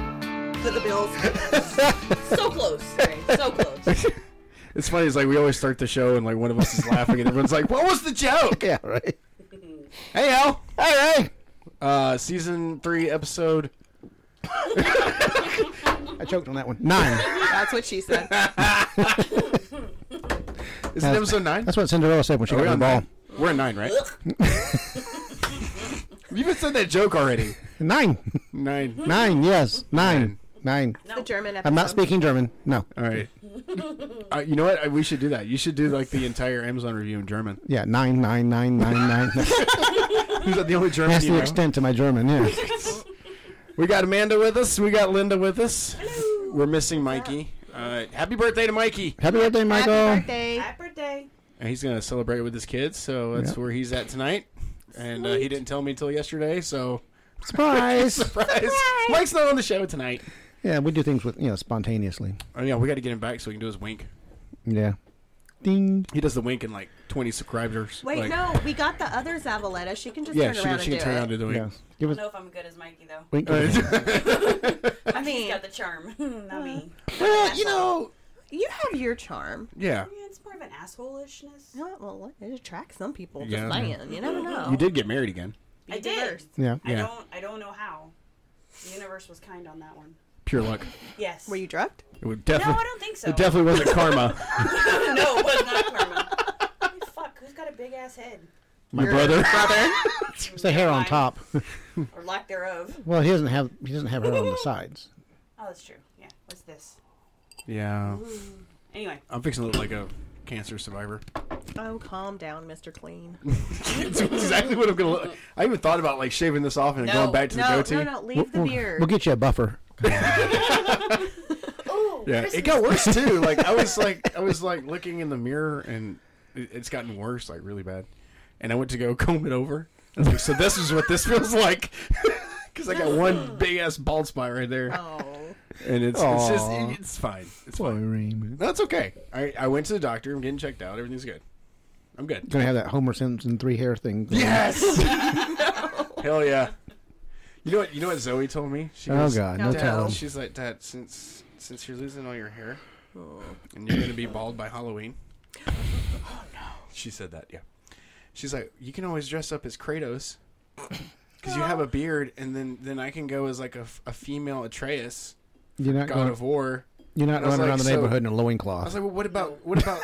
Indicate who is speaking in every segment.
Speaker 1: to the Bills.
Speaker 2: so close. Right? So close.
Speaker 3: It's funny. It's like we always start the show and like one of us is laughing and everyone's like, "What was the joke?"
Speaker 4: yeah, right.
Speaker 3: Hey, Al.
Speaker 4: Hey, hey.
Speaker 3: Uh, season three, episode.
Speaker 4: I choked on that one. Nine.
Speaker 1: That's what she said.
Speaker 3: Is it episode nine?
Speaker 4: That's what Cinderella said when she
Speaker 3: Are we
Speaker 4: got the
Speaker 3: on
Speaker 4: ball.
Speaker 3: nine? We're on nine, right? you even said that joke already.
Speaker 4: Nine.
Speaker 3: Nine.
Speaker 4: Nine, yes. Nine. Nine.
Speaker 1: The German episode.
Speaker 4: I'm not speaking German. No.
Speaker 3: All right. Uh, you know what? I- We should do that. You should do like the entire Amazon review in German.
Speaker 4: Yeah, nine, nine, nine, nine, nine.
Speaker 3: Is that the only German
Speaker 4: That's
Speaker 3: you
Speaker 4: the
Speaker 3: know?
Speaker 4: extent to my German, yeah.
Speaker 3: We got Amanda with us. We got Linda with us. We're missing Mikey. Uh, happy birthday to Mikey.
Speaker 4: Happy birthday,
Speaker 1: Happy
Speaker 4: Michael.
Speaker 1: birthday.
Speaker 2: Happy birthday.
Speaker 3: And he's going to celebrate with his kids, so that's
Speaker 4: Yeah.
Speaker 3: where he's at tonight. And uh, he didn't tell me until yesterday, so
Speaker 4: Surprise.
Speaker 3: surprise. Mike's not on the show tonight.
Speaker 4: yeah, we do things with, you know, spontaneously.
Speaker 3: Oh, yeah, we got to get him back so he can do his wink.
Speaker 4: Yeah. Ding.
Speaker 3: He does the wink in like 20 subscribers.
Speaker 1: Wait,
Speaker 3: Like-
Speaker 1: no, we got the other Zavaleta. She can just
Speaker 3: Yeah,
Speaker 1: turn
Speaker 3: she,
Speaker 1: around
Speaker 3: she
Speaker 1: and
Speaker 3: turned around
Speaker 1: do
Speaker 3: to
Speaker 1: it.
Speaker 3: the wink.
Speaker 4: Yes. Give
Speaker 2: I
Speaker 4: us
Speaker 2: don't know if I'm good as Mikey though.
Speaker 4: wink. to the-
Speaker 1: I
Speaker 2: He's
Speaker 1: mean,
Speaker 2: got the charm, not me.
Speaker 3: Well, you know.
Speaker 1: you have your charm.
Speaker 3: Yeah.
Speaker 2: Yeah, it's more of an assholeishness.
Speaker 1: Yeah, well, it attracts some people. Just
Speaker 3: Yeah.
Speaker 1: saying. You never know.
Speaker 3: You did get married again.
Speaker 1: Be
Speaker 2: I did.
Speaker 1: diverse.
Speaker 4: yeah.
Speaker 2: I
Speaker 3: Yeah.
Speaker 2: don't. I don't know how. The universe was kind on that one.
Speaker 3: Pure luck.
Speaker 2: Yes.
Speaker 1: Were you drugged?
Speaker 3: It would
Speaker 2: No,
Speaker 3: definitely.
Speaker 2: I don't think so.
Speaker 3: It definitely wasn't karma.
Speaker 2: no, it was not karma. Holy fuck, who's got a big ass head?
Speaker 3: My brother.
Speaker 4: It's the hair on
Speaker 2: Mine,
Speaker 4: top.
Speaker 2: or lack thereof.
Speaker 4: well, he doesn't have he doesn't have hair on the sides.
Speaker 2: Oh, that's true. Yeah. What's this?
Speaker 3: Yeah.
Speaker 2: Anyway,
Speaker 3: I'm fixing to look like a cancer survivor.
Speaker 1: Oh, calm down, Mr. Clean.
Speaker 3: It's exactly what I'm gonna look. I even thought about like shaving this off and
Speaker 2: No,
Speaker 3: going back to the
Speaker 1: No,
Speaker 3: goatee.
Speaker 1: no, no. Leave the
Speaker 4: We'll-
Speaker 1: beard.
Speaker 4: We'll get you a buffer.
Speaker 3: Yeah, it got worse too. Like I was like I was like looking in the mirror and it- it's gotten worse, like really bad. And I went to go comb it over. I was like, so this is what this feels like. Because I got one big ass bald spot right there,
Speaker 1: Oh.
Speaker 3: and it's, it's just
Speaker 4: Aw.
Speaker 3: it's fine. It's
Speaker 4: Boy,
Speaker 3: fine.
Speaker 4: Raymond.
Speaker 3: That's okay. I I went to the doctor. I'm getting checked out. Everything's good. I'm good.
Speaker 4: Gonna have that Homer Simpson three hair thing. going.
Speaker 3: Yes. Hell yeah. You know what? You know what Zoe told me. She
Speaker 4: Oh, God, no
Speaker 3: Dad,
Speaker 4: telling.
Speaker 3: She's like, Dad, since since you're losing all your hair,
Speaker 1: Oh.
Speaker 3: and you're gonna be bald by Halloween. oh no. She said that. Yeah. She's like, you can always dress up as Kratos. Because you have a beard, and then, then I can go as like a, f- a female Atreus,
Speaker 4: You're not
Speaker 3: God
Speaker 4: going.
Speaker 3: of War.
Speaker 4: You're not
Speaker 3: I was
Speaker 4: running around
Speaker 3: like,
Speaker 4: the
Speaker 3: so-
Speaker 4: neighborhood in a
Speaker 3: I was like,
Speaker 4: loincloth.
Speaker 3: well, what about what about?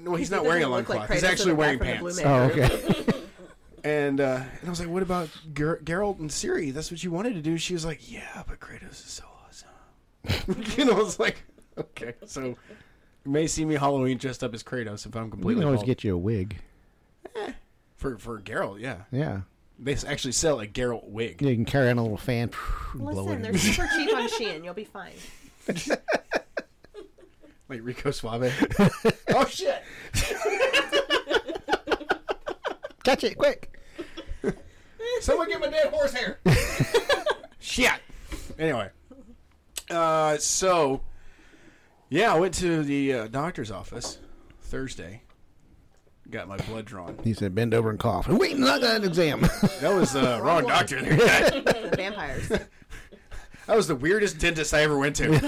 Speaker 3: no, he's not
Speaker 1: He
Speaker 3: wearing a
Speaker 1: doesn't look like
Speaker 3: loincloth. He's
Speaker 1: Kratos in
Speaker 3: actually
Speaker 1: the
Speaker 3: wearing
Speaker 1: back from the
Speaker 3: pants.
Speaker 1: Blue
Speaker 4: oh,
Speaker 1: Man Group.
Speaker 4: okay.
Speaker 3: And uh, and I was like, "What about Ger- Geralt and Siri? That's what you wanted to do." She was like, "Yeah, but Kratos is so awesome." you know, I was like, "Okay, so you may see me Halloween dressed up as Kratos if I'm
Speaker 4: we
Speaker 3: completely
Speaker 4: can always
Speaker 3: bald.
Speaker 4: get you a wig.
Speaker 3: for for Geralt." Yeah,
Speaker 4: Yeah.
Speaker 3: they s- actually sell a Geralt wig.
Speaker 4: Yeah, you can carry on a little fan. blow
Speaker 1: Listen,
Speaker 4: it
Speaker 1: they're
Speaker 4: in.
Speaker 1: super cheap on Shein. You'll be fine.
Speaker 3: Like Rico Suave. oh shit!
Speaker 4: Catch it quick.
Speaker 3: Someone get my dead horse hair. Shit. Anyway, uh, so yeah, I went to the uh, doctor's office Thursday. Got my blood drawn.
Speaker 4: He said, bend over and cough. Wait, not an exam.
Speaker 3: That was the uh, wrong doctor. There. that
Speaker 1: The vampires.
Speaker 3: was the weirdest dentist I ever went to.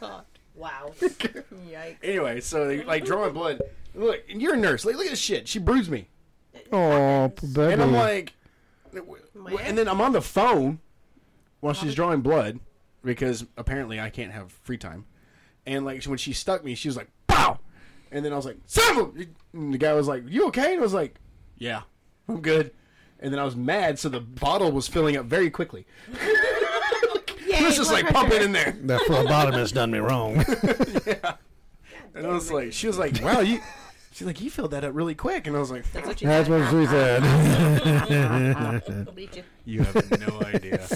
Speaker 1: God.
Speaker 2: wow.
Speaker 1: Yikes.
Speaker 3: anyway, so they, like drawing blood. Look, and you're a nurse. Like, look at this shit. She bruised me,
Speaker 4: oh, poor baby.
Speaker 3: and I'm like, and then I'm on the phone while she's drawing blood because apparently I can't have free time. And like when she stuck me, she was like, "Pow!" And then I was like, "Son of a-" And the guy was like, "You okay?" And I was like, "Yeah, I'm good." And then I was mad, so the bottle was filling up very quickly.
Speaker 1: Yay,
Speaker 3: It was just
Speaker 1: blood
Speaker 3: like
Speaker 1: pressure.
Speaker 3: pumping in there.
Speaker 4: that phlebotomist done me wrong.
Speaker 3: And I was like, she was like, wow, you. She's like, you filled that up really quick, and I was like,
Speaker 1: That's what you
Speaker 4: That's
Speaker 1: said.
Speaker 4: what she said.
Speaker 1: I'll beat you.
Speaker 3: you have no idea.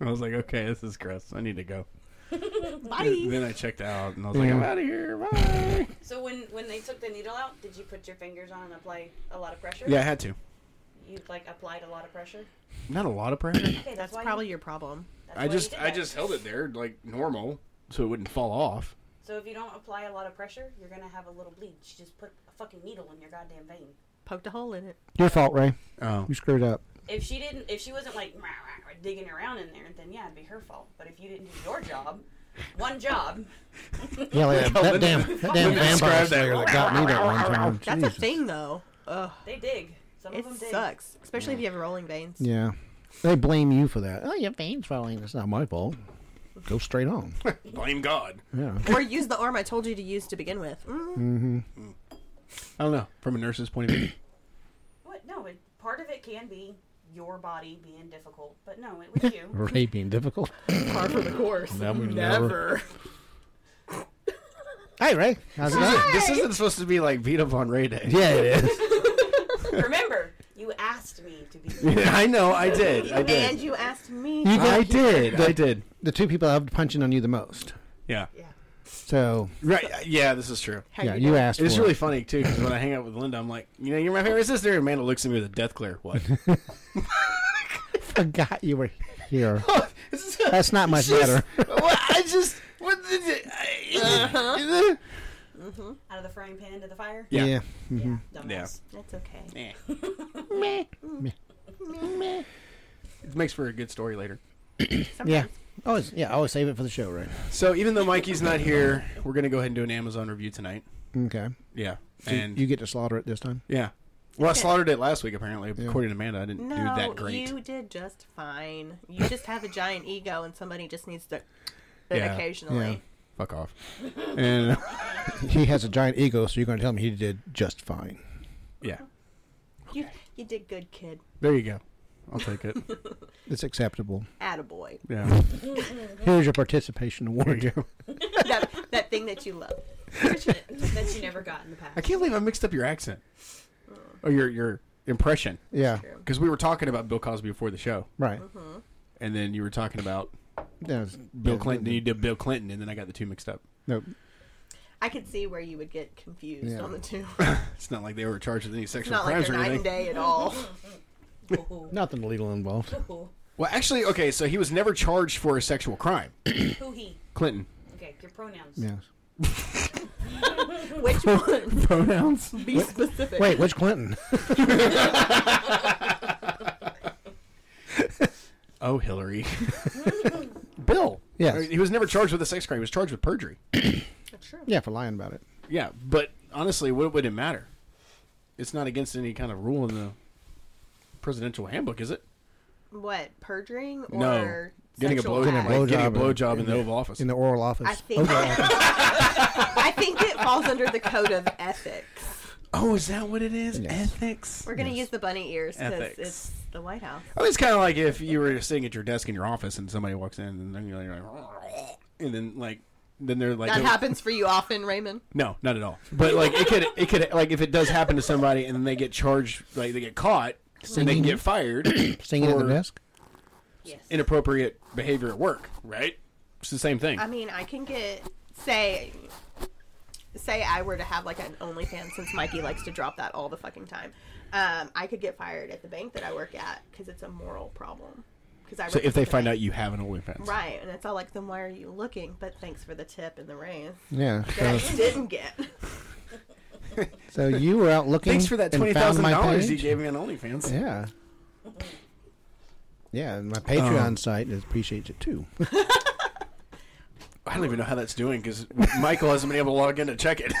Speaker 3: I was like, okay, this is gross. I need to go.
Speaker 1: Bye.
Speaker 3: Then I checked out, and I was like, I'm out of here. Bye.
Speaker 2: So when when they took the needle out, did you put your fingers on and apply a lot of pressure?
Speaker 3: "Oh, Yeah, I had to.
Speaker 2: You like applied a lot of pressure.
Speaker 3: Not a lot of pressure.
Speaker 2: Okay, that's, why.
Speaker 1: Probably your problem.
Speaker 2: that's
Speaker 3: I
Speaker 2: why you
Speaker 3: just,
Speaker 2: did
Speaker 3: I
Speaker 2: that.
Speaker 3: just held it there like normal, so it wouldn't fall off.
Speaker 2: So if you don't apply a lot of pressure, you're gonna have a little bleed. You just put a fucking needle in your goddamn vein.
Speaker 1: Poked a hole in it.
Speaker 4: Your fault, Ray.
Speaker 3: Oh,
Speaker 4: You screwed up.
Speaker 2: If she didn't, if she wasn't like "Rah, rah, rah," digging around in there, then yeah, it'd be her fault. But if you didn't do your job, one job,
Speaker 4: Yeah, like that, that damn, that damn vampire
Speaker 3: described that.
Speaker 4: slayer that got me that one time.
Speaker 1: That's a
Speaker 4: Jesus.
Speaker 1: thing, though. Ugh,
Speaker 2: they dig. Some
Speaker 1: it
Speaker 2: of them dig.
Speaker 1: sucks, especially if you have rolling veins.
Speaker 4: Yeah, they blame you for that. Oh, your veins falling. It's not my fault. Go straight on.
Speaker 3: Blame God.
Speaker 4: Yeah.
Speaker 1: Or use the arm I told you to use to begin with. Mm.
Speaker 3: I don't know. From a nurse's point of view,
Speaker 2: What? No, it, part of it can be your body being difficult, but no, it was you.
Speaker 4: Ray being difficult.
Speaker 3: Mm.
Speaker 1: Par for the course.
Speaker 4: That would never. Hey, Ray. How's it going?
Speaker 3: this isn't supposed to be like Vita Von Ray Day.
Speaker 4: Yeah, it is.
Speaker 2: Remember, you asked me to be.
Speaker 3: I know. I did. I
Speaker 1: And
Speaker 3: did.
Speaker 1: you asked me.
Speaker 4: You
Speaker 3: I
Speaker 4: get
Speaker 3: did. I did.
Speaker 4: the two people I'm punching on you the most.
Speaker 3: Yeah.
Speaker 4: So
Speaker 3: Right. Yeah. This is true.
Speaker 1: How
Speaker 4: yeah,
Speaker 1: you
Speaker 4: you
Speaker 1: doing?
Speaker 4: asked.
Speaker 3: It's
Speaker 4: for
Speaker 3: really
Speaker 4: it.
Speaker 3: funny too because when I hang out with Linda, I'm like, you know, you're my favorite sister. And Amanda looks at me with a death glare. What?
Speaker 4: forgot you were here. That's not much better.
Speaker 3: What? I just. What did it?
Speaker 1: Uh-huh.
Speaker 3: I-
Speaker 2: Out of the frying pan into the fire?
Speaker 3: Yeah.
Speaker 4: Yeah.
Speaker 2: Dumbass.
Speaker 3: Yeah.
Speaker 1: That's okay.
Speaker 3: Eh.
Speaker 4: Meh. Meh.
Speaker 3: It makes for a good story later.
Speaker 4: Yeah. Always, yeah, always save it for the show, right?
Speaker 3: So even though Mikey's not here, we're gonna go ahead and do an Amazon review tonight.
Speaker 4: Okay.
Speaker 3: Yeah.
Speaker 4: So you-
Speaker 3: And
Speaker 4: you get to slaughter it this time.
Speaker 3: yeah. Well, I slaughtered it last week. Apparently, according to Amanda, I didn't do
Speaker 1: No,
Speaker 3: that great.
Speaker 1: you did just fine. You just have a giant ego, and somebody just needs to. But
Speaker 3: Yeah.
Speaker 1: occasionally,
Speaker 4: Yeah.
Speaker 3: Fuck off. And
Speaker 4: He has a giant ego, so you're going to tell him he did just fine.
Speaker 3: yeah,
Speaker 1: you you did good, kid.
Speaker 3: there you go. I'll take it.
Speaker 4: It's acceptable.
Speaker 1: Attaboy.
Speaker 3: Yeah.
Speaker 4: Here's your participation award.
Speaker 1: that that thing that you love.
Speaker 2: that you never got in the
Speaker 3: I
Speaker 2: past.
Speaker 3: can't believe I mixed up your accent or your your impression
Speaker 4: yeah,
Speaker 3: because we were talking about Bill Cosby before the show,
Speaker 4: right.
Speaker 3: and then you were talking about
Speaker 4: Yeah, it's-
Speaker 3: Bill
Speaker 4: yeah,
Speaker 3: Clinton. And you did Bill Clinton, and then I got the two mixed up.
Speaker 4: No,
Speaker 1: I could see where you would get confused
Speaker 4: Yeah.
Speaker 1: on the two.
Speaker 3: It's not like they were charged with any
Speaker 1: It's
Speaker 3: sexual
Speaker 1: not like
Speaker 3: crimes
Speaker 1: they're
Speaker 3: or
Speaker 1: night and
Speaker 3: anything.
Speaker 1: day at all.
Speaker 2: Who,
Speaker 4: nothing legal involved.
Speaker 2: who,
Speaker 3: Well, actually, okay, so he was never charged for a sexual crime.
Speaker 2: who he?
Speaker 3: Clinton
Speaker 2: Okay, your pronouns.
Speaker 4: Yes.
Speaker 1: Which one?
Speaker 3: pronouns.
Speaker 1: Be specific.
Speaker 4: Wait, which Clinton?
Speaker 3: Oh, Hillary. Bill.
Speaker 4: Yes.
Speaker 3: I mean, He was never charged with a sex crime. He was charged with perjury.
Speaker 1: Sure.
Speaker 4: yeah, for lying about it.
Speaker 3: Yeah, but honestly, what would it matter? It's not against any kind of rule in the presidential handbook, is it?
Speaker 1: What perjuring or
Speaker 3: no. Getting a
Speaker 1: sexual
Speaker 3: blow,
Speaker 1: act?
Speaker 4: blow-
Speaker 3: like, getting a
Speaker 4: blowjob in-
Speaker 3: blowjob in, the Oval Office.
Speaker 4: In the oral office.
Speaker 1: I think I think it falls under the code of ethics.
Speaker 3: oh, is that what it is?
Speaker 4: Yes.
Speaker 3: Ethics.
Speaker 1: We're gonna use the bunny ears because
Speaker 3: Ethics.
Speaker 1: it's the White House.
Speaker 3: I mean, it's kind of like if you were sitting at your desk in your office and somebody walks in and then you're like, and then like, then they're like,
Speaker 1: That happens for you often, Raymond.
Speaker 3: no, not at all. But like, it could, it could, like, if it does happen to somebody and then they get charged, like they get caught, and they can
Speaker 4: Singing.
Speaker 1: Mm-hmm.
Speaker 3: get fired
Speaker 4: Singing at
Speaker 3: for
Speaker 4: the desk.
Speaker 2: Yes.
Speaker 3: inappropriate behavior at work, right? It's the same thing.
Speaker 1: I mean, I can get say say I were to have like an OnlyFans since Mikey likes to drop that all the fucking time. Um, I could get fired at the bank that I work at because it's a moral problem. Because I
Speaker 3: So
Speaker 1: work
Speaker 3: if
Speaker 1: at
Speaker 3: they
Speaker 1: the
Speaker 3: find
Speaker 1: bank.
Speaker 3: out you have an OnlyFans,
Speaker 1: right, and it's all like, then why are you looking? But thanks for the tip and the raise
Speaker 4: Yeah.
Speaker 1: that
Speaker 4: So,
Speaker 1: I didn't get.
Speaker 4: so you were out looking.
Speaker 3: Thanks for that
Speaker 4: and
Speaker 3: twenty
Speaker 4: found
Speaker 3: thousand
Speaker 4: my
Speaker 3: dollars E you
Speaker 4: page?
Speaker 3: gave me on OnlyFans.
Speaker 4: Yeah. Mm-hmm. Yeah, and my Patreon
Speaker 3: Um,
Speaker 4: site appreciates it too.
Speaker 3: I don't even know how that's doing because Michael hasn't been able to log in to check it.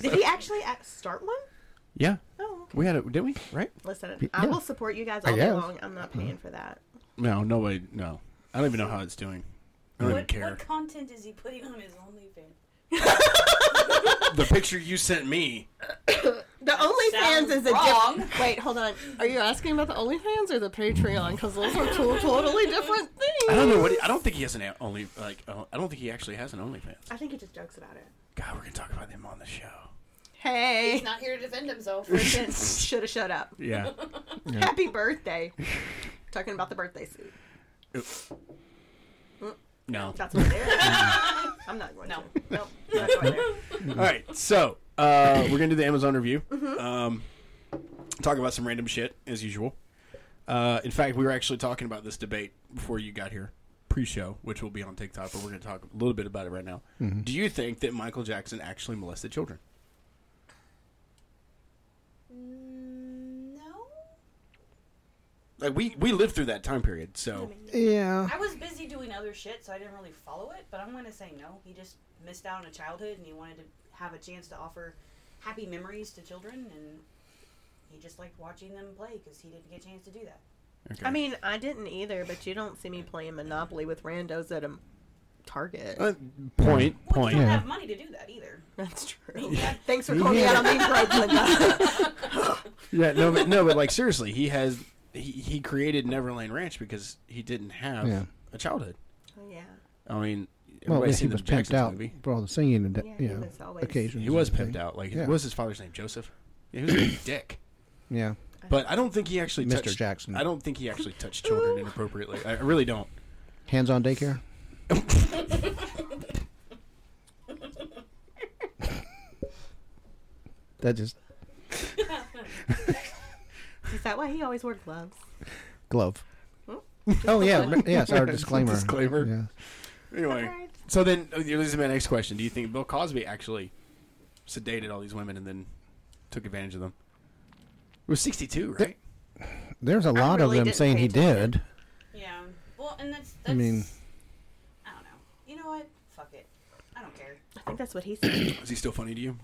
Speaker 1: Did he actually a- start one?
Speaker 3: yeah,
Speaker 1: Oh, okay.
Speaker 3: we had it, did we? Right?
Speaker 1: Listen,
Speaker 4: yeah.
Speaker 1: I will support you guys all day
Speaker 4: guess.
Speaker 1: long. I'm not paying for that.
Speaker 3: No, nobody. No, I don't even know how it's doing. I don't even
Speaker 2: What,
Speaker 3: care.
Speaker 2: what content is he putting on his OnlyFans?
Speaker 3: the picture you sent me.
Speaker 1: The OnlyFans
Speaker 2: Sounds
Speaker 1: is a
Speaker 2: wrong.
Speaker 1: different. Wait, hold on. Are you asking about the OnlyFans or the Patreon? Because those are two totally different things.
Speaker 3: I don't know what. He, I don't think he has an a- only. Like, uh, I don't think he actually has an OnlyFans.
Speaker 1: I think he just jokes about it.
Speaker 3: God, we're gonna talk about him on the show.
Speaker 1: Hey,
Speaker 2: He's not here to defend himself.
Speaker 4: Mm,
Speaker 1: should have shut up.
Speaker 3: Yeah.
Speaker 1: Happy birthday. Talking about the birthday suit.
Speaker 3: no.
Speaker 1: That's what they're. I'm not going
Speaker 2: No.
Speaker 1: to. Nope. not going there.
Speaker 3: All right, so uh, we're gonna do the Amazon review. Um, talk about some random shit as usual. Uh, in fact, we were actually talking about this debate before you got here, pre-show, which will be on TikTok, but we're gonna talk a little bit about it right now. Do you think that Michael Jackson actually molested children?
Speaker 2: Mm, no.
Speaker 3: Like we we lived through that time period, so
Speaker 4: Yeah.
Speaker 2: I was busy doing other shit, so I didn't really follow it. But I'm going to say no. He just missed out on a childhood, and he wanted to have a chance to offer happy memories to children, and he just liked watching them play because he didn't get a chance to do that.
Speaker 3: okay.
Speaker 1: I mean, I didn't either, but you don't see me playing Monopoly with randos at a Target.
Speaker 3: Uh, point
Speaker 2: Well, you
Speaker 3: point.
Speaker 2: don't
Speaker 4: Yeah.
Speaker 2: have money to do that either.
Speaker 1: That's true. Thanks for calling me out on being broke, Linda.
Speaker 3: Yeah, no, but no, but like seriously, he has he, he created Neverland Ranch because he didn't have
Speaker 4: Yeah.
Speaker 3: a childhood.
Speaker 1: Oh, yeah.
Speaker 3: I mean,
Speaker 4: Well,
Speaker 3: everybody's
Speaker 4: at least he
Speaker 3: seen the
Speaker 4: was pimped
Speaker 3: Jacksons
Speaker 4: out
Speaker 3: movie.
Speaker 4: for all the singing and
Speaker 1: Yeah,
Speaker 4: yeah,
Speaker 1: he
Speaker 4: you
Speaker 1: was
Speaker 4: know,
Speaker 1: always-
Speaker 4: occasions.
Speaker 3: He was
Speaker 4: and
Speaker 3: pimped
Speaker 4: everything.
Speaker 3: out. Like,
Speaker 4: Yeah.
Speaker 3: what was his father's name? Joseph. Yeah, he was a dick.
Speaker 4: Yeah.
Speaker 3: But I don't think he actually
Speaker 4: Mr.
Speaker 3: touched-
Speaker 4: Jackson.
Speaker 3: I don't think he actually touched children inappropriately. I I really don't.
Speaker 4: Hands on daycare. that just
Speaker 1: Is that why he always wore gloves? Hmm?
Speaker 4: glove. Oh yeah, re- yes. Our disclaimer.
Speaker 3: Disclaimer.
Speaker 4: Yeah.
Speaker 3: Anyway,
Speaker 1: Alright.
Speaker 3: so then uh, this is my next question: Do you think Bill Cosby actually sedated all these women and then took advantage of them? It was sixty-two, right?
Speaker 4: There's a lot
Speaker 1: really
Speaker 4: of them
Speaker 1: didn't
Speaker 4: saying
Speaker 1: pay
Speaker 4: he
Speaker 1: attention.
Speaker 4: did.
Speaker 2: Yeah. Well, and that's. that's
Speaker 4: I mean-
Speaker 2: I don't know. You know what? Fuck it. I don't care.
Speaker 1: I think that's what he said.
Speaker 3: Is he still funny to you?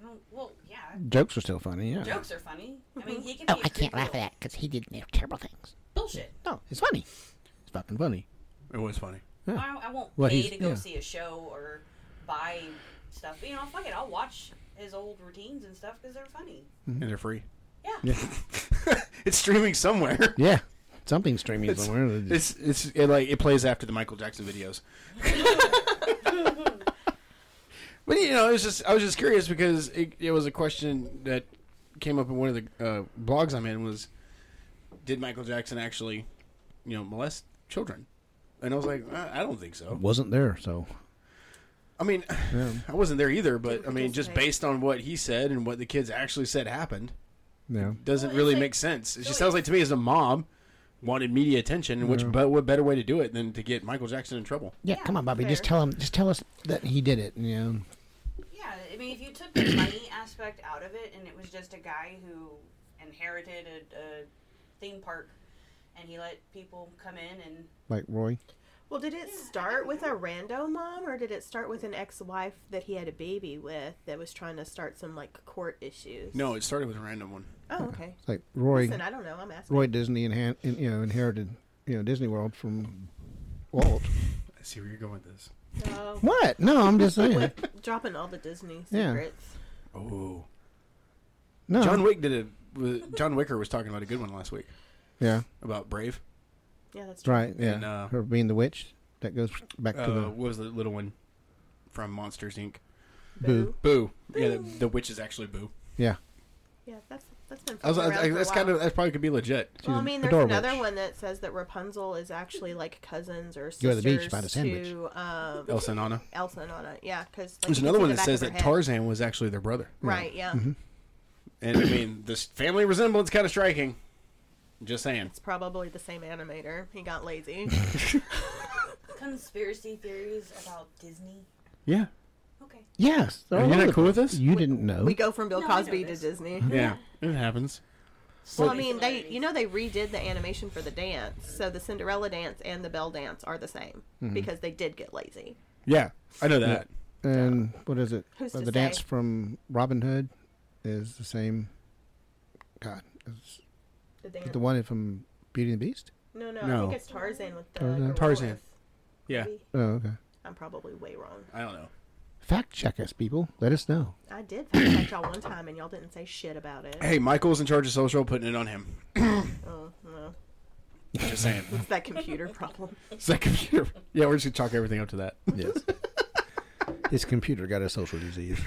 Speaker 2: I don't. Well, yeah.
Speaker 4: Jokes are still funny. Yeah.
Speaker 2: Jokes are funny. I mean, he can.
Speaker 5: Oh,
Speaker 2: be a
Speaker 5: I can't
Speaker 2: creep
Speaker 5: laugh at
Speaker 2: little
Speaker 5: that because he did terrible things.
Speaker 2: Bullshit.
Speaker 4: No, it's funny. It's fucking funny.
Speaker 3: It was funny.
Speaker 4: Yeah.
Speaker 2: I, I won't
Speaker 4: Well,
Speaker 2: pay
Speaker 4: he's-
Speaker 2: to go
Speaker 4: yeah.
Speaker 2: see a show or buy stuff. But, you know, fuck it. I'll watch his old routines and stuff because they're funny.
Speaker 3: And they're free.
Speaker 2: Yeah.
Speaker 3: it's streaming somewhere.
Speaker 4: Yeah. Something's streaming
Speaker 3: It's
Speaker 4: somewhere. that just-
Speaker 3: it's, it's it, like it plays after the Michael Jackson videos. but you know, it was just I was just curious because it, it was a question that came up in one of the uh, blogs I'm in was did Michael Jackson actually you know molest children? And I was like, uh, I don't think so.
Speaker 4: wasn't there, so
Speaker 3: I mean, I wasn't there either, but I mean, just
Speaker 1: participate.
Speaker 3: based on what he said and what the kids actually said happened,
Speaker 4: yeah.
Speaker 3: doesn't
Speaker 2: Well, it's
Speaker 3: really
Speaker 2: like-
Speaker 3: make sense. It
Speaker 2: so
Speaker 3: just sounds like to me as a mom wanted media attention, and which but what better way to do it than to get Michael Jackson in trouble?
Speaker 4: Yeah,
Speaker 2: come on,
Speaker 4: Bobby.
Speaker 1: just fair.
Speaker 4: tell him. Just tell us that he did it. Yeah.
Speaker 2: Yeah, I mean, if you took the money aspect out of it, and it was just a guy who inherited a, a theme park, and he let people come in and
Speaker 4: Like Roy.
Speaker 1: well, did it start with a rando mom, or did it start with an ex-wife that he had a baby with that was trying to start some like court issues?
Speaker 3: No, it started with a random one.
Speaker 1: Oh, okay.
Speaker 4: It's like Roy.
Speaker 1: Listen, I don't know. I'm asking.
Speaker 4: Roy Disney inhan- in, you know inherited you know Disney World from Walt.
Speaker 3: I see where you're going with this.
Speaker 1: Oh,
Speaker 4: What? No, I'm just saying.
Speaker 1: quit dropping all the Disney
Speaker 4: Yeah.
Speaker 1: secrets.
Speaker 3: Oh,
Speaker 4: No.
Speaker 3: John Wick did a was- John Wicker was talking about a good one last week
Speaker 4: yeah.
Speaker 3: about Brave.
Speaker 1: Yeah, that's true.
Speaker 4: Right. Yeah.
Speaker 3: And, uh,
Speaker 4: Her being the witch that goes back
Speaker 3: Uh,
Speaker 4: to the
Speaker 3: what was the little one from Monsters Inc.
Speaker 4: boo.
Speaker 3: Boo. Yeah, the, the witch is actually Boo.
Speaker 4: Yeah.
Speaker 1: Yeah, that's that's been.
Speaker 3: I was, I,
Speaker 1: floating
Speaker 3: I,
Speaker 1: around for
Speaker 3: that's
Speaker 1: a
Speaker 3: kind
Speaker 1: while.
Speaker 3: of that probably could be legit.
Speaker 1: Well, I
Speaker 4: an
Speaker 1: mean, there's
Speaker 4: adorable
Speaker 1: another
Speaker 4: witch.
Speaker 1: one that says that Rapunzel is actually like cousins or sisters
Speaker 4: Go to the beach, buy the sandwich.
Speaker 1: to um,
Speaker 3: Elsa and Anna.
Speaker 1: Elsa and Anna. Yeah, because like,
Speaker 3: There's
Speaker 1: you can
Speaker 3: another
Speaker 1: see
Speaker 3: one
Speaker 1: the
Speaker 3: that
Speaker 1: back
Speaker 3: says
Speaker 1: of her
Speaker 3: that
Speaker 1: head.
Speaker 3: Tarzan was actually their brother.
Speaker 1: Right. Yeah.
Speaker 4: Mm-hmm.
Speaker 3: And I mean, this family resemblance kind of striking. Just saying.
Speaker 1: It's probably the same animator. He got lazy.
Speaker 2: conspiracy theories about Disney.
Speaker 3: Yeah.
Speaker 2: Okay.
Speaker 4: Yes.
Speaker 3: Are you not cool with this?
Speaker 4: You didn't know.
Speaker 1: we go from Bill
Speaker 2: No, I know
Speaker 1: Cosby to
Speaker 2: this.
Speaker 1: Disney.
Speaker 3: Yeah, it happens.
Speaker 1: Well, I
Speaker 2: Slight
Speaker 1: mean, they
Speaker 2: similarities.
Speaker 1: you know they redid the animation for the dance, so the Cinderella dance and the Belle dance are the same because they did get lazy.
Speaker 3: Yeah, I know that.
Speaker 4: and what is it?
Speaker 1: Who's
Speaker 4: Uh,
Speaker 1: to
Speaker 4: the dance
Speaker 1: say?
Speaker 4: from Robin Hood is the same. God, it's
Speaker 1: The dance.
Speaker 4: the one from Beauty and the Beast.
Speaker 1: no, no, I
Speaker 3: No.
Speaker 1: think it's Tarzan with the
Speaker 4: Tarzan?
Speaker 1: gorillas.
Speaker 3: Tarzan. Yeah,
Speaker 1: Maybe.
Speaker 4: Oh, okay.
Speaker 1: I'm probably way wrong.
Speaker 3: I don't know.
Speaker 4: Fact check us, people. Let us know.
Speaker 1: I did fact check y'all one time, and y'all didn't say shit about it.
Speaker 3: Hey, Michael's in charge of social, putting it on him.
Speaker 1: Oh, no.
Speaker 3: Just saying.
Speaker 1: It's that computer problem.
Speaker 3: It's like computer. Yeah, we're just gonna chalk everything up to that.
Speaker 4: Yes. His computer got a social disease.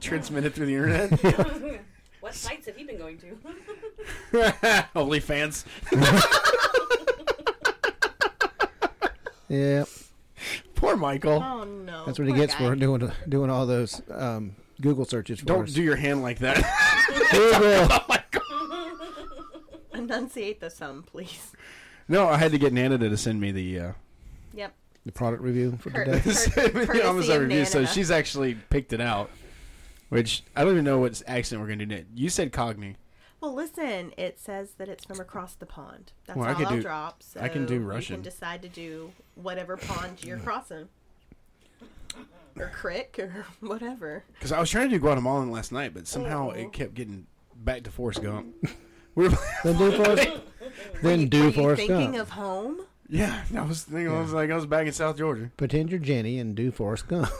Speaker 3: Transmitted through the internet.
Speaker 2: What sites have you been going to?
Speaker 3: Only fans.
Speaker 4: Yeah,
Speaker 3: Poor Michael.
Speaker 1: Oh, no.
Speaker 4: that's what he
Speaker 1: Poor
Speaker 4: gets
Speaker 1: guy.
Speaker 4: for doing doing all those um, Google searches. For
Speaker 3: Don't
Speaker 4: us.
Speaker 3: do your hand like that.
Speaker 4: Google.
Speaker 1: Oh Enunciate the sum, please.
Speaker 3: no, I had to get Nana to send me the. Uh,
Speaker 1: Yep.
Speaker 4: the product review for
Speaker 1: Kurt.
Speaker 4: today.
Speaker 3: send me the
Speaker 1: courtesy
Speaker 3: Amazon
Speaker 1: of
Speaker 3: review, so
Speaker 1: Nana.
Speaker 3: she's actually picked it out. Which I don't even know what accent we're gonna do. Nate. You said Cogni.
Speaker 1: Well, listen, it says that it's from across the pond. That's
Speaker 3: Well, I
Speaker 1: all
Speaker 3: could
Speaker 1: I'll
Speaker 3: do-
Speaker 1: drop. So
Speaker 3: I can do
Speaker 1: You
Speaker 3: Russian.
Speaker 1: can decide to do whatever pond you're crossing, or crick, or whatever.
Speaker 3: Because I was trying to do Guatemalan last night, but somehow
Speaker 1: Oh.
Speaker 3: it kept getting back to Forrest Gump. We were,
Speaker 4: Then do Forrest. then
Speaker 1: Were
Speaker 4: do
Speaker 1: you
Speaker 4: Forrest
Speaker 1: thinking
Speaker 4: Gump.
Speaker 1: of home?
Speaker 3: yeah, I was thinking, I was like, I was back in South Georgia.
Speaker 4: Pretend you're Jenny and do Forrest Gump.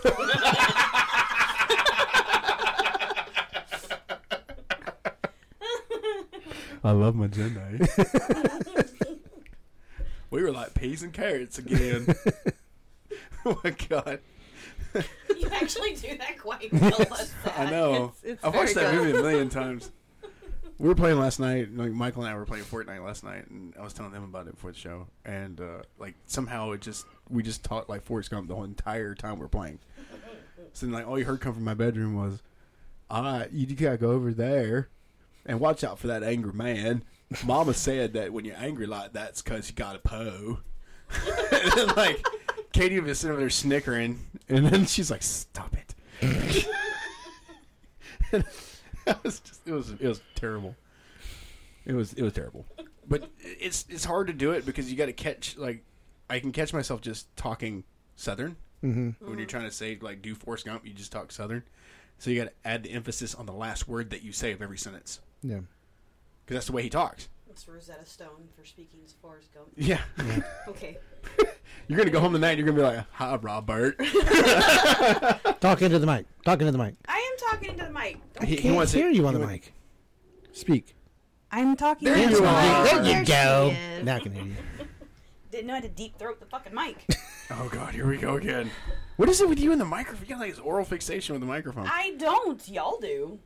Speaker 3: I love my eh? Jedi. we were like peas and carrots again. oh my god,
Speaker 2: You actually do that quite well. let's
Speaker 3: I
Speaker 2: say.
Speaker 3: know.
Speaker 1: It's- it's
Speaker 3: I've watched
Speaker 1: very
Speaker 3: that
Speaker 1: good.
Speaker 3: movie a million times. We were playing last night. Like Michael and I were playing Fortnite last night, and I was telling them about it before the show. And uh, like somehow it just we just talked like Forrest Gump the whole entire time we are playing. So then, like all you heard come from my bedroom was, "All right, you gotta go over there, and watch out for that angry man." Mama said that when you're angry like that's because you got a po. and then, like Katie was sitting over there snickering, and then she's like, "Stop it." it was just, it was it was terrible. It was it was terrible. But it's it's hard to do it because you got to catch like I can catch myself just talking Southern
Speaker 4: Mm-hmm.
Speaker 3: when you're trying to say like do Forrest Gump, you just talk Southern. So you got to add the emphasis on the last word that you say of every sentence
Speaker 4: yeah.
Speaker 3: because that's the way he talks.
Speaker 2: It's Rosetta Stone for speaking as far as Gump.
Speaker 3: Yeah,
Speaker 2: Okay.
Speaker 3: you're gonna go home tonight. and You're gonna be like, "Hi, Robert."
Speaker 4: Talk into the mic. Talk into the mic.
Speaker 2: I am talking into the mic. Don't-
Speaker 3: He,
Speaker 4: Can't hear you on the mic. Speak.
Speaker 2: I'm talking
Speaker 3: There
Speaker 2: into
Speaker 3: you
Speaker 2: the
Speaker 3: are.
Speaker 2: mic.
Speaker 4: there
Speaker 1: there
Speaker 4: you
Speaker 1: she
Speaker 4: go.
Speaker 1: is.
Speaker 4: Now I can hear you.
Speaker 2: Didn't know how to deep throat the fucking mic.
Speaker 3: Oh God, here we go again. What is it with you and the microphone? You got like this oral fixation with the microphone.
Speaker 2: I don't. Y'all do.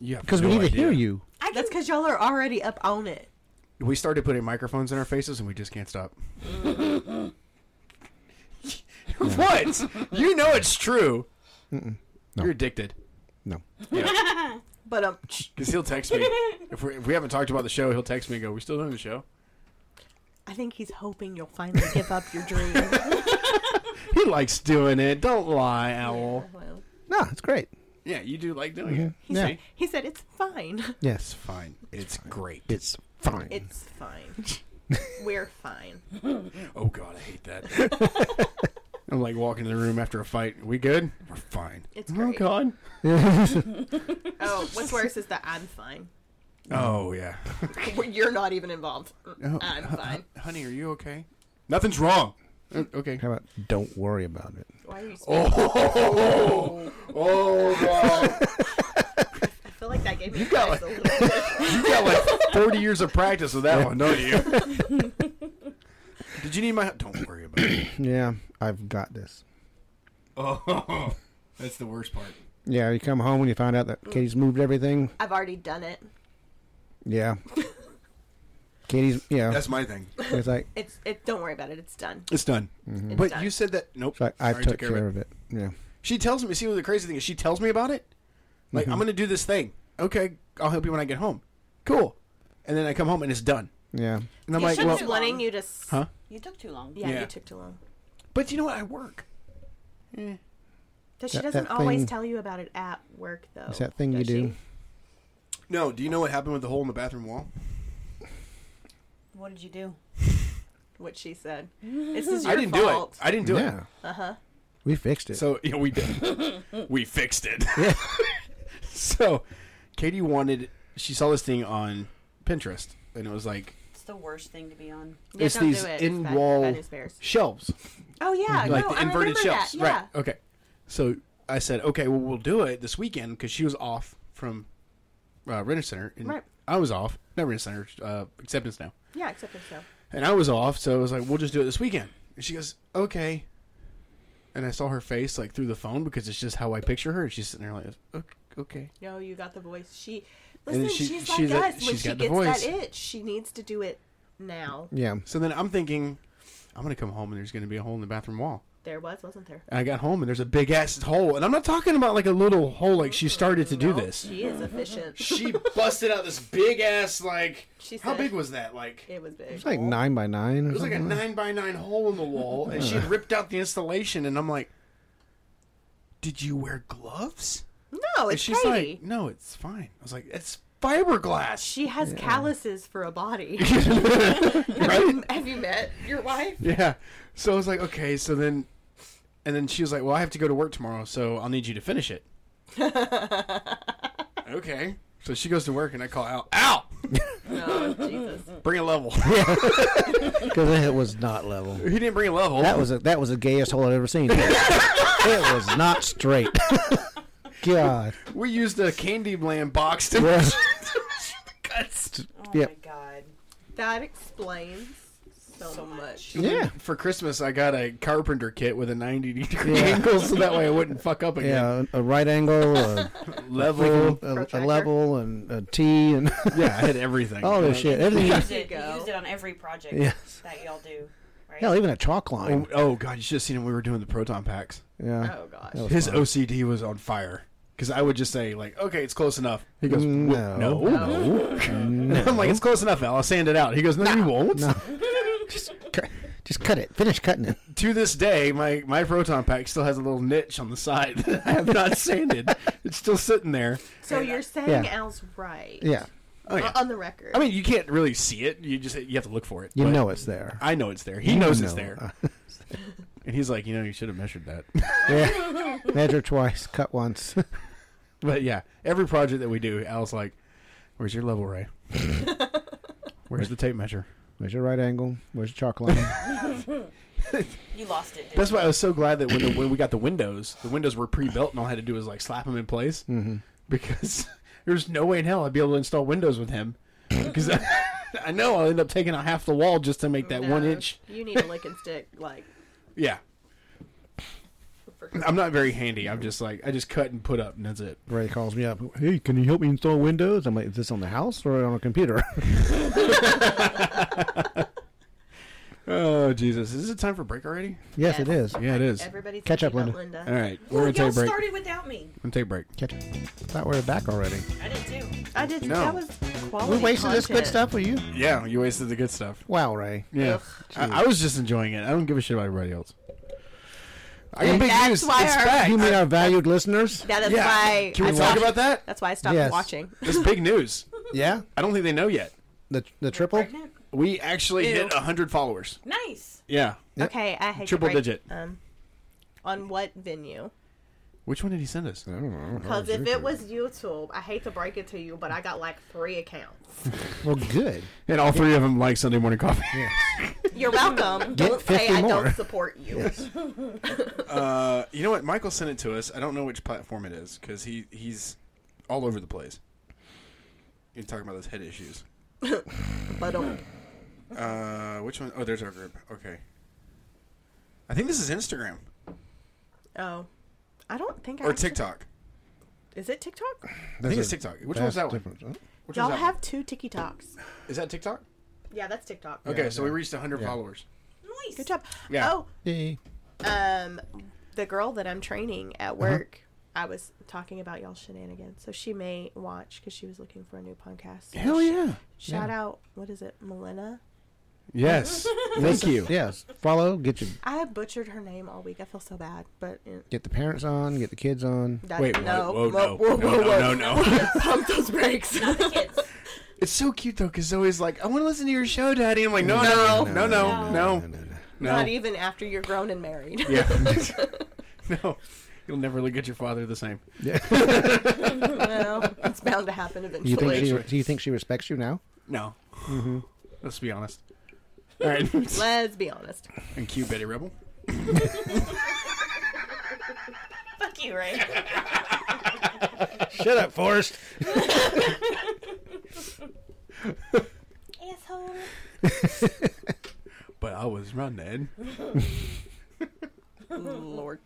Speaker 3: Yeah,
Speaker 4: Because we need to hear you.
Speaker 2: I can
Speaker 1: That's because y'all are already up on it.
Speaker 3: We started putting microphones in our faces and we just can't stop. what? You know it's true.
Speaker 4: No.
Speaker 3: You're addicted.
Speaker 4: No.
Speaker 1: But um,
Speaker 3: Because he'll text me. If, we if we haven't talked about the show, he'll text me and go, We're still doing the show?
Speaker 1: I think he's hoping you'll finally give up your dream.
Speaker 3: He likes doing it. Don't lie, Owl.
Speaker 1: Well,
Speaker 4: No, it's great.
Speaker 3: Yeah, you do like doing it.
Speaker 1: he,
Speaker 4: Yeah.
Speaker 1: said, he said it's fine.
Speaker 4: Yes.
Speaker 3: Fine. It's great.
Speaker 4: It's fine.
Speaker 1: It's fine. We're fine.
Speaker 3: Oh, God, I hate that. I'm like walking in the room after a fight. We good? We're fine.
Speaker 1: It's
Speaker 3: Oh,
Speaker 1: great.
Speaker 3: God.
Speaker 1: Oh, what's worse is that I'm fine.
Speaker 3: Oh, yeah.
Speaker 1: You're not even involved.
Speaker 3: Oh, uh,
Speaker 1: I'm fine.
Speaker 3: Honey, are you okay? Nothing's wrong. Uh, Okay.
Speaker 4: How about don't worry about it?
Speaker 1: Why are you? Speaking?
Speaker 3: Oh, oh, God.
Speaker 1: I feel like that gave me
Speaker 3: got
Speaker 1: guys a
Speaker 3: like-
Speaker 1: little bit.
Speaker 3: You got like 40 years of practice with that one, don't you? Did you need my help? Don't worry about it.
Speaker 4: Yeah, I've got this.
Speaker 3: Oh, that's the worst part.
Speaker 4: Yeah, you come home and you find out that
Speaker 1: Mm.
Speaker 4: Katie's moved everything.
Speaker 1: I've already done it.
Speaker 4: Yeah. Katie's, yeah.
Speaker 3: That's my thing.
Speaker 4: it's like,
Speaker 1: It's it. Don't worry about it. It's done.
Speaker 3: It's done.
Speaker 1: It's
Speaker 3: But
Speaker 1: done.
Speaker 3: you said that. Nope.
Speaker 4: Mm-hmm. it's like I
Speaker 3: Sorry,
Speaker 4: took care, of, it. Yeah.
Speaker 3: She tells me. See what the crazy thing is? She tells me about it. Like
Speaker 4: Mm-hmm.
Speaker 3: I'm going to do this thing. Okay, I'll help you when I get home. Cool. And then I come home and it's done.
Speaker 4: Yeah.
Speaker 3: And I'm
Speaker 2: You
Speaker 3: like,
Speaker 2: should
Speaker 3: well,
Speaker 1: Just wanting you to. s-
Speaker 3: huh?
Speaker 2: You took too long.
Speaker 1: Yeah,
Speaker 3: Yeah.
Speaker 1: you took too long.
Speaker 3: But you know what? I work.
Speaker 2: Mm.
Speaker 1: That she
Speaker 4: That-
Speaker 1: doesn't
Speaker 4: that
Speaker 1: always
Speaker 4: thing-
Speaker 1: tell you about it at work, though.
Speaker 4: It's that thing you
Speaker 1: does she?
Speaker 4: do.
Speaker 3: No. Do you know what happened with the hole in the bathroom wall?
Speaker 2: What did you do?
Speaker 1: What she said. This is your
Speaker 3: I didn't
Speaker 1: fault.
Speaker 3: do it. I didn't do it.
Speaker 4: Yeah. Uh huh.
Speaker 2: Uh-huh.
Speaker 4: We fixed it.
Speaker 3: So yeah, we did. we fixed it. so Katie wanted. She saw this thing on Pinterest, and it was like
Speaker 2: It's the worst thing to be on.
Speaker 1: Yeah,
Speaker 3: it's
Speaker 1: don't
Speaker 3: these
Speaker 1: do it. It's bad- bad
Speaker 3: in-wall
Speaker 1: news bears.
Speaker 3: shelves,
Speaker 1: Oh yeah,
Speaker 3: like
Speaker 1: no,
Speaker 3: the
Speaker 1: I
Speaker 3: inverted
Speaker 1: remember
Speaker 3: shelves.
Speaker 1: that. Yeah.
Speaker 3: Right. Okay. So I said, okay, well, we'll do it this weekend because she was off from uh, Renter Center, and
Speaker 1: Right.
Speaker 3: I was off. Not Renter Center, uh, Acceptance now.
Speaker 1: Yeah, except for so.
Speaker 3: And I was off, so I was like, we'll just do it this weekend. And she goes, okay. And I saw her face like through the phone because it's just how I picture her. And she's sitting there like, "Ok- okay.
Speaker 1: No, you got the voice. She
Speaker 3: And
Speaker 1: listen.
Speaker 3: she-
Speaker 1: she's
Speaker 3: she's
Speaker 1: like
Speaker 3: a-
Speaker 1: us. When
Speaker 3: she's
Speaker 1: she
Speaker 3: got the
Speaker 1: gets
Speaker 3: voice.
Speaker 1: that itch, she needs to do it now.
Speaker 4: yeah.
Speaker 3: So then I'm thinking, I'm gonna come home and there's gonna be a hole in the bathroom wall.
Speaker 1: There was, wasn't there?
Speaker 3: And I got home and there's a big ass hole, and I'm not talking about like a little hole. Like she started to do this.
Speaker 1: She is efficient.
Speaker 3: She busted out this big ass like.
Speaker 1: She
Speaker 3: how
Speaker 1: said-
Speaker 3: big was that? Like it
Speaker 1: it was big.
Speaker 4: It's like nine by nine. Or
Speaker 3: was like a
Speaker 4: something
Speaker 3: nine by nine hole in the wall, and she had ripped out the installation, and I'm like, did you wear gloves?
Speaker 1: No,
Speaker 3: And
Speaker 1: it's
Speaker 3: she's
Speaker 1: Katie.
Speaker 3: like, no, it's fine. I was like, it's fiberglass.
Speaker 1: She has calluses for a body.
Speaker 3: Right?
Speaker 1: Have you met your wife?
Speaker 3: yeah. So I was like, okay. So then, and then she was like, well, I have to go to work tomorrow, so I'll need you to finish it. okay. So she goes to work, and I call out, "Ow,
Speaker 1: No, Jesus.
Speaker 3: bring a level."
Speaker 4: because it was not level.
Speaker 3: he didn't bring a level.
Speaker 4: That was a, that was the gayest hole I've ever seen. it was not straight. God.
Speaker 3: we used a candy land box to
Speaker 4: Yeah.
Speaker 3: cuts.
Speaker 2: Oh my
Speaker 4: Yep.
Speaker 2: god.
Speaker 1: That explains so,
Speaker 2: So
Speaker 1: much.
Speaker 2: much.
Speaker 4: Yeah.
Speaker 3: For Christmas, I got a carpenter kit with a 90 degree
Speaker 4: Yeah.
Speaker 3: angle, so that way I wouldn't fuck up again.
Speaker 4: Yeah, Oh. a a right angle, a,
Speaker 3: Level.
Speaker 4: full, a, a
Speaker 1: Protractor.
Speaker 4: level, and a T, and
Speaker 3: yeah, I had everything.
Speaker 4: all this shit. Everything.
Speaker 2: You
Speaker 4: you-
Speaker 2: used it, you
Speaker 1: go.
Speaker 2: used it on every project
Speaker 4: Yes.
Speaker 2: that y'all do, right?
Speaker 4: Hell, even a chalk
Speaker 3: Oh,
Speaker 4: line.
Speaker 3: oh, god, you should have seen him. We were doing the proton packs.
Speaker 4: Yeah.
Speaker 1: Oh gosh.
Speaker 4: That was
Speaker 3: His
Speaker 4: fun.
Speaker 3: OCD was on fire because I would just say like, "Okay, it's close enough." He goes, "Wha- "No, no."
Speaker 4: No.
Speaker 3: I'm like, "It's close enough, Al. I'll sand it out." He goes, "No, you won't."
Speaker 4: No. just, cut, just cut it. Finish cutting it.
Speaker 3: To this day, my my proton pack still has a little niche on the side that I have not sanded. It's still sitting there.
Speaker 1: So you're saying
Speaker 4: Yeah.
Speaker 1: Al's right.
Speaker 4: Yeah.
Speaker 3: Oh yeah.
Speaker 1: O- On the record.
Speaker 3: I mean, you can't really see it. You just you have to look for it.
Speaker 4: You
Speaker 3: but
Speaker 4: know it's there.
Speaker 3: I know it's there. He knows it's
Speaker 4: know.
Speaker 3: there. And he's like, you know, you should have measured that.
Speaker 4: Yeah. Measure twice, cut once.
Speaker 3: but yeah, every project that we do, Al's like, "Where's your level, Ray? Where's the tape measure?"
Speaker 4: Where's your right angle? Where's your chalk line?
Speaker 2: You lost it. Didn't
Speaker 3: That's
Speaker 2: you?
Speaker 3: why I was so glad that when, the, when we got the windows, the windows were pre-built, and all I had to do was like slap them in place because there's no way in hell I'd be able to install windows with him because I, I know I'll end up taking out half the wall just to make that
Speaker 1: No,
Speaker 3: one inch.
Speaker 1: You need a lick and stick, like.
Speaker 3: Yeah,
Speaker 1: For
Speaker 3: I'm not very handy. I'm just like I just cut and put up, and that's it.
Speaker 4: Ray calls me up. Hey, can you help me install Windows? I'm like, is this on the house or on a computer?
Speaker 3: Oh Jesus! Is it time for break already?
Speaker 4: yes, it is.
Speaker 3: Yeah, it is.
Speaker 1: Everybody's
Speaker 4: Catch up,
Speaker 1: thinking about
Speaker 4: Linda.
Speaker 3: All right,
Speaker 2: Well,
Speaker 3: we're gonna take
Speaker 2: y'all
Speaker 3: a break. We're
Speaker 2: started without me.
Speaker 3: gonna take a break.
Speaker 4: Catch. Thought we were back already.
Speaker 2: I did too.
Speaker 1: I did.
Speaker 3: No.
Speaker 1: That was quality.
Speaker 4: We wasted this good
Speaker 1: content.
Speaker 4: stuff for you.
Speaker 3: Yeah, you wasted the good stuff.
Speaker 4: Wow, Ray.
Speaker 3: Yeah, I, I was just enjoying it. I don't give a shit about everybody else. I got big
Speaker 1: that's
Speaker 3: news.
Speaker 1: why
Speaker 3: it's
Speaker 1: our-
Speaker 3: back.
Speaker 4: You mean our valued listeners?
Speaker 1: That is
Speaker 3: Yeah.
Speaker 1: why.
Speaker 3: Can we
Speaker 1: I
Speaker 3: talk
Speaker 1: stopped-
Speaker 3: about that?
Speaker 1: That's why I stopped
Speaker 4: Yes.
Speaker 1: watching.
Speaker 3: It's big news.
Speaker 4: Yeah.
Speaker 3: I don't think they know yet.
Speaker 4: The the triple.
Speaker 2: Pregnant?
Speaker 3: We actually hit hit 100 followers.
Speaker 2: Nice.
Speaker 3: Yeah.
Speaker 1: Okay, I hate to
Speaker 3: Triple
Speaker 1: break-
Speaker 3: digit.
Speaker 1: Um, on what venue?
Speaker 3: Which one did he send us?
Speaker 1: Because if it was YouTube, I hate to break it to you, but I got like three accounts.
Speaker 4: Well, good.
Speaker 3: And all three of them like Sunday morning coffee.
Speaker 1: You're welcome.
Speaker 4: Get
Speaker 1: don't say
Speaker 4: 50
Speaker 1: I
Speaker 4: more.
Speaker 1: don't support you.
Speaker 3: uh, you know what? Michael sent it to us. I don't know which platform it is because he, he's all over the place. You're talking about those head issues.
Speaker 1: But um,
Speaker 3: Uh, which one? Oh, there's our group. Okay. I think this is Instagram
Speaker 1: oh, I don't think I.
Speaker 3: or
Speaker 1: actually-
Speaker 3: TikTok.
Speaker 1: Is it TikTok?
Speaker 3: I think it's TikTok. Which one's that one? Which
Speaker 1: Y'all
Speaker 3: one's that
Speaker 1: have two TikToks.
Speaker 3: one? Is that TikTok?
Speaker 1: Yeah, that's TikTok.
Speaker 3: Okay, so we reached 100 followers.
Speaker 2: Nice.
Speaker 1: Good job.
Speaker 3: Yeah.
Speaker 1: Oh,
Speaker 4: Yeah.
Speaker 1: um, the girl that I'm training
Speaker 3: Uh-huh.
Speaker 1: at work, I was talking about y'all shenanigans, so she may watch because she was looking for a new podcast.
Speaker 3: Hell yeah.
Speaker 1: Shout out, what is it, Melina?
Speaker 3: Yes. Thank you.
Speaker 4: Yes. Follow. Get your
Speaker 1: I butchered her name all week. I feel so bad, but eh,
Speaker 4: get the parents on. Get the kids on.
Speaker 1: that,
Speaker 3: Wait,
Speaker 1: no,
Speaker 3: whoa,
Speaker 1: whoa, whoa,
Speaker 3: whoa, no, no,
Speaker 1: whoa,
Speaker 3: no, no, no.
Speaker 1: whoa. pump those brakes.
Speaker 2: Kids.
Speaker 3: It's so cute though, because Zoe's like, "I want to listen to your show, Daddy." I'm like, "No, no, no, no, no, no, no."
Speaker 1: Not even after you're grown and married.
Speaker 3: Yeah. no, you'll never look at your father the same.
Speaker 1: well, it's bound to happen
Speaker 4: Do you think
Speaker 1: eventually.
Speaker 4: she? Do you think she respects you now?
Speaker 3: No. Let's be honest. All right.
Speaker 1: Let's be honest.
Speaker 3: and cute Betty Rebel.
Speaker 2: Fuck you, Ray.
Speaker 4: Shut up, Forrest.
Speaker 2: Asshole.
Speaker 3: But I was running.
Speaker 1: Lord.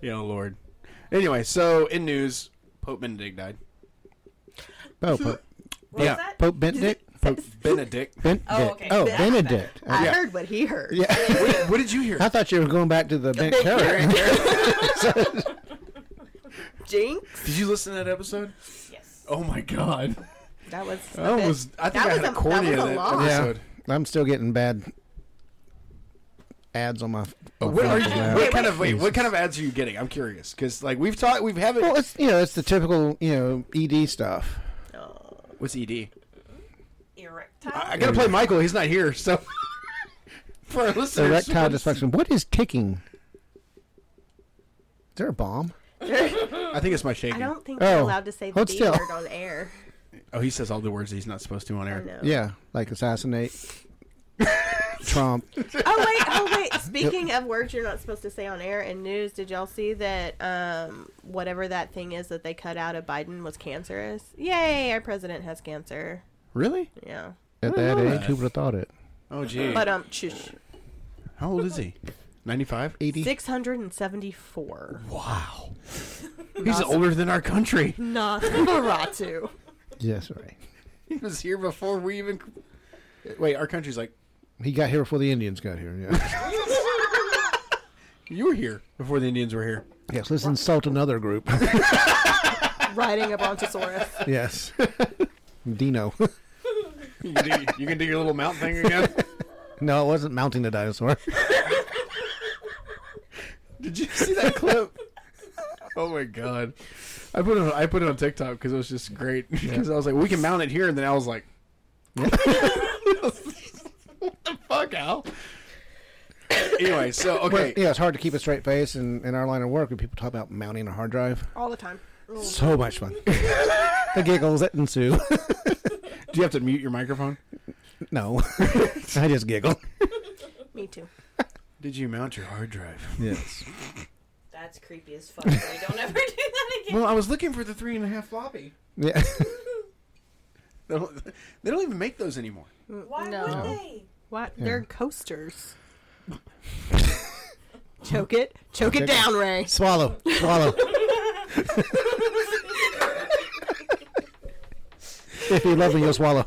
Speaker 3: Yeah, Lord. Anyway, so in news, Pope Benedict died.
Speaker 4: Oh, Pope,
Speaker 2: What
Speaker 3: Yeah.
Speaker 2: was that?
Speaker 4: Pope Benedict. Pope
Speaker 3: Benedict.
Speaker 4: Benedict.
Speaker 2: Oh, okay.
Speaker 4: Oh,
Speaker 2: Ben-
Speaker 4: Benedict.
Speaker 1: I
Speaker 3: Yeah.
Speaker 1: heard what he heard.
Speaker 4: Yeah.
Speaker 3: What, what did you hear?
Speaker 4: I thought you were going back to the bent carrot.
Speaker 1: Jinx.
Speaker 3: Did you listen to that episode?
Speaker 2: Yes.
Speaker 3: Oh my God.
Speaker 1: That was. a
Speaker 3: That
Speaker 1: bit-
Speaker 3: was. I think
Speaker 1: that
Speaker 3: I had
Speaker 1: was
Speaker 3: a, cornea
Speaker 1: That was a
Speaker 3: that
Speaker 1: lot.
Speaker 4: Yeah,
Speaker 3: episode.
Speaker 4: I'm still getting bad ads on my. my
Speaker 3: What are
Speaker 4: phone
Speaker 3: you?
Speaker 4: for that.
Speaker 3: What kind of wait? What kind of ads are you getting? I'm curious because like we've talked, we've haven't
Speaker 4: E Well, it's you know it's the typical you know ED stuff.
Speaker 3: What's ED?
Speaker 2: Erectile.
Speaker 3: I gotta play Michael. He's not here, so for our listeners,
Speaker 4: Erectile
Speaker 3: what is-
Speaker 4: dysfunction. What is ticking? Is there a bomb?
Speaker 3: I think it's my shaking.
Speaker 1: I don't think we're
Speaker 4: Oh,
Speaker 1: allowed to say the
Speaker 4: hold
Speaker 1: B
Speaker 4: still.
Speaker 1: word on air.
Speaker 3: Oh, he says all the words he's not supposed to on
Speaker 1: I
Speaker 3: air.
Speaker 1: know.
Speaker 4: Yeah, like assassinate Trump.
Speaker 1: Oh wait, oh wait. Speaking of words you're not supposed to say on air and news, did y'all see that um, whatever that thing is that they cut out of Biden was cancerous? Yay, our president has cancer.
Speaker 3: Really?
Speaker 1: Yeah.
Speaker 4: At
Speaker 3: I
Speaker 4: that
Speaker 3: know
Speaker 4: age,
Speaker 3: that.
Speaker 4: who would have thought it?
Speaker 3: Oh, gee.
Speaker 1: But um shush.
Speaker 3: How old is he? Ninety-five.
Speaker 4: 80.
Speaker 1: Six hundred and seventy four.
Speaker 3: Wow. He's older than our country.
Speaker 1: Not Baratu.
Speaker 4: Yes, right.
Speaker 3: He was here before we even. Wait, our country's like
Speaker 4: He got here before the Indians got here. Yeah.
Speaker 3: you were here before the Indians were here.
Speaker 4: yes, let's insult another group.
Speaker 1: Riding a brontosaurus.
Speaker 4: yes. Dino.
Speaker 3: You can do, you can do your little mountain thing again.
Speaker 4: no, it wasn't mounting the dinosaur.
Speaker 3: Did you see that clip? Oh my god, I put it on, I put it on TikTok because it was just great. Because I was like, we can mount it here, and then I was like, what the fuck, Al? Anyway, so okay,
Speaker 4: Yeah, it's hard to keep a straight face in, in our line of work when people talk about mounting a hard drive.
Speaker 1: All the time. Mm,
Speaker 4: So much fun. the giggles that ensue.
Speaker 3: do you have to mute your microphone?
Speaker 4: no. I just giggle.
Speaker 1: Me too.
Speaker 3: Did you mount your hard drive?
Speaker 4: Yes.
Speaker 2: That's creepy as fuck. I don't ever do that again.
Speaker 3: Well, I was looking for the three and a half floppy.
Speaker 4: Yeah.
Speaker 3: They don't, they don't even make those anymore.
Speaker 2: Why
Speaker 1: No.
Speaker 2: would they?
Speaker 1: What? They're coasters. choke it. Choke it
Speaker 4: Choke it.
Speaker 1: down, Ray.
Speaker 4: Swallow. Swallow. if you love me, you'll swallow.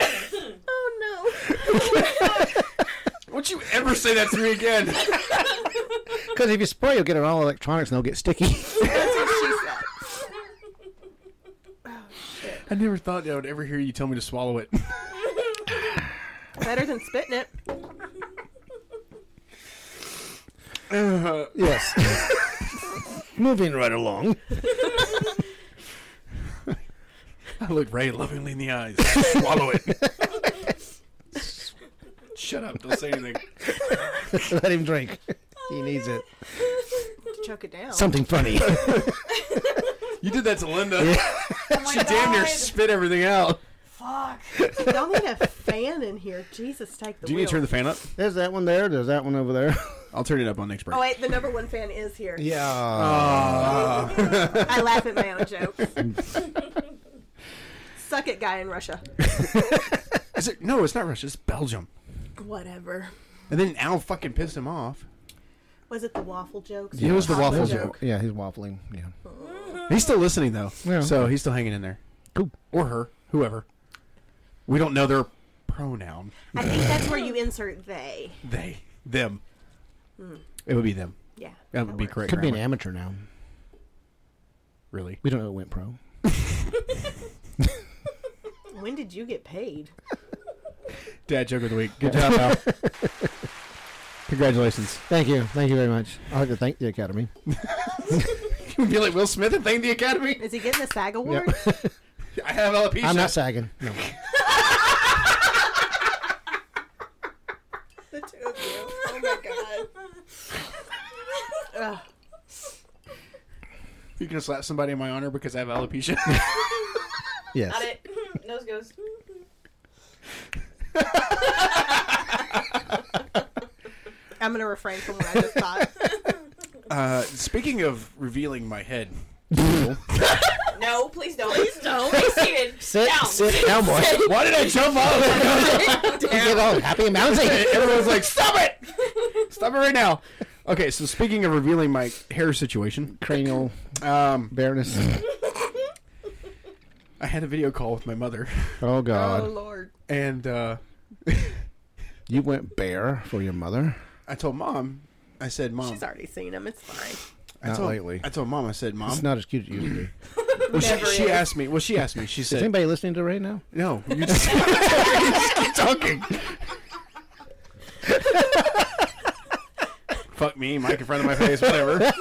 Speaker 1: Oh no.
Speaker 3: Don't you ever say that to me again?
Speaker 4: Because if you spray, you'll get it on all electronics and they'll get sticky.
Speaker 1: That's what she said.
Speaker 3: I never thought I would ever hear you tell me to swallow it.
Speaker 1: Better than spitting it.
Speaker 4: yes. Moving right along.
Speaker 3: I look Ray lovingly in the eyes. Swallow it. Shut up. Don't say anything.
Speaker 4: Let him drink. He needs it.
Speaker 1: Choke it down.
Speaker 4: Something funny.
Speaker 3: You did that to Linda.
Speaker 2: Oh my
Speaker 3: She damn near
Speaker 2: God.
Speaker 3: spit everything out.
Speaker 2: Fuck.
Speaker 1: Y'all need a fan in here. Jesus, take the
Speaker 3: Do you
Speaker 1: wheel.
Speaker 3: need to turn the fan up?
Speaker 4: There's that one there. There's that one over there.
Speaker 3: I'll turn it up on next break.
Speaker 1: Oh wait, the number one fan is here.
Speaker 4: Yeah.
Speaker 1: I laugh at my own jokes. Suck it, guy in Russia.
Speaker 3: Is it? No, it's not Russia. It's Belgium.
Speaker 1: Whatever.
Speaker 3: And then Al fucking pissed him off.
Speaker 1: Was it the waffle jokes?
Speaker 3: It was the waffle
Speaker 1: Chocolate
Speaker 3: joke.
Speaker 4: yeah, he's waffling. Yeah.
Speaker 3: He's still listening though,
Speaker 4: Yeah.
Speaker 3: so he's still hanging in there.
Speaker 4: Cool.
Speaker 3: Or her, whoever. We don't know their pronoun.
Speaker 1: I think that's where you insert they.
Speaker 3: They, them. It would be them.
Speaker 1: Yeah.
Speaker 3: That would be
Speaker 1: works.
Speaker 3: correct.
Speaker 4: Could be an
Speaker 3: grammar.
Speaker 4: amateur now.
Speaker 3: Really?
Speaker 4: We don't know it went pro.
Speaker 1: When did you get paid?
Speaker 3: Dad joke of the week. Good job, Al. Congratulations.
Speaker 4: Thank you. Thank you very much. I'd like to thank the Academy.
Speaker 3: You feel like Will Smith and thank the Academy?
Speaker 1: Is he getting a SAG award?
Speaker 3: I have alopecia.
Speaker 4: I'm not sagging. No.
Speaker 1: the two of you. Oh my god. Ugh.
Speaker 3: You can slap somebody in my honor because I have alopecia.
Speaker 4: Yes.
Speaker 2: Got it. Nose goes.
Speaker 1: I'm gonna refrain from what I just thought.
Speaker 3: uh, speaking of revealing my head,
Speaker 2: No, please don't. Please don't. Please seated.
Speaker 4: Sit,
Speaker 2: down.
Speaker 4: sit down, boy.
Speaker 3: why did I jump off?
Speaker 4: Get on. Happy and bouncing.
Speaker 3: Everyone's like, stop it! Stop it right now. Okay, so speaking of revealing my hair situation,
Speaker 4: Cranial
Speaker 3: um,
Speaker 4: bareness.
Speaker 3: I had a video call with my mother,
Speaker 4: Oh
Speaker 1: Oh
Speaker 4: God.
Speaker 1: lord.
Speaker 3: and uh,
Speaker 4: You went bare for your mother.
Speaker 3: I told mom, I said, mom,
Speaker 1: She's already seen him. It's fine.
Speaker 3: I
Speaker 4: Not
Speaker 3: told,
Speaker 4: lately.
Speaker 3: I told mom, I said, mom,
Speaker 4: It's not as cute as it used to be.
Speaker 3: Well, she,
Speaker 1: Never
Speaker 3: she
Speaker 1: is.
Speaker 3: asked me. Well, she asked me. She
Speaker 4: Is
Speaker 3: said,
Speaker 4: anybody listening to right now?
Speaker 3: "No, you just, you just keep talking." fuck me, Mike in front of my face, whatever.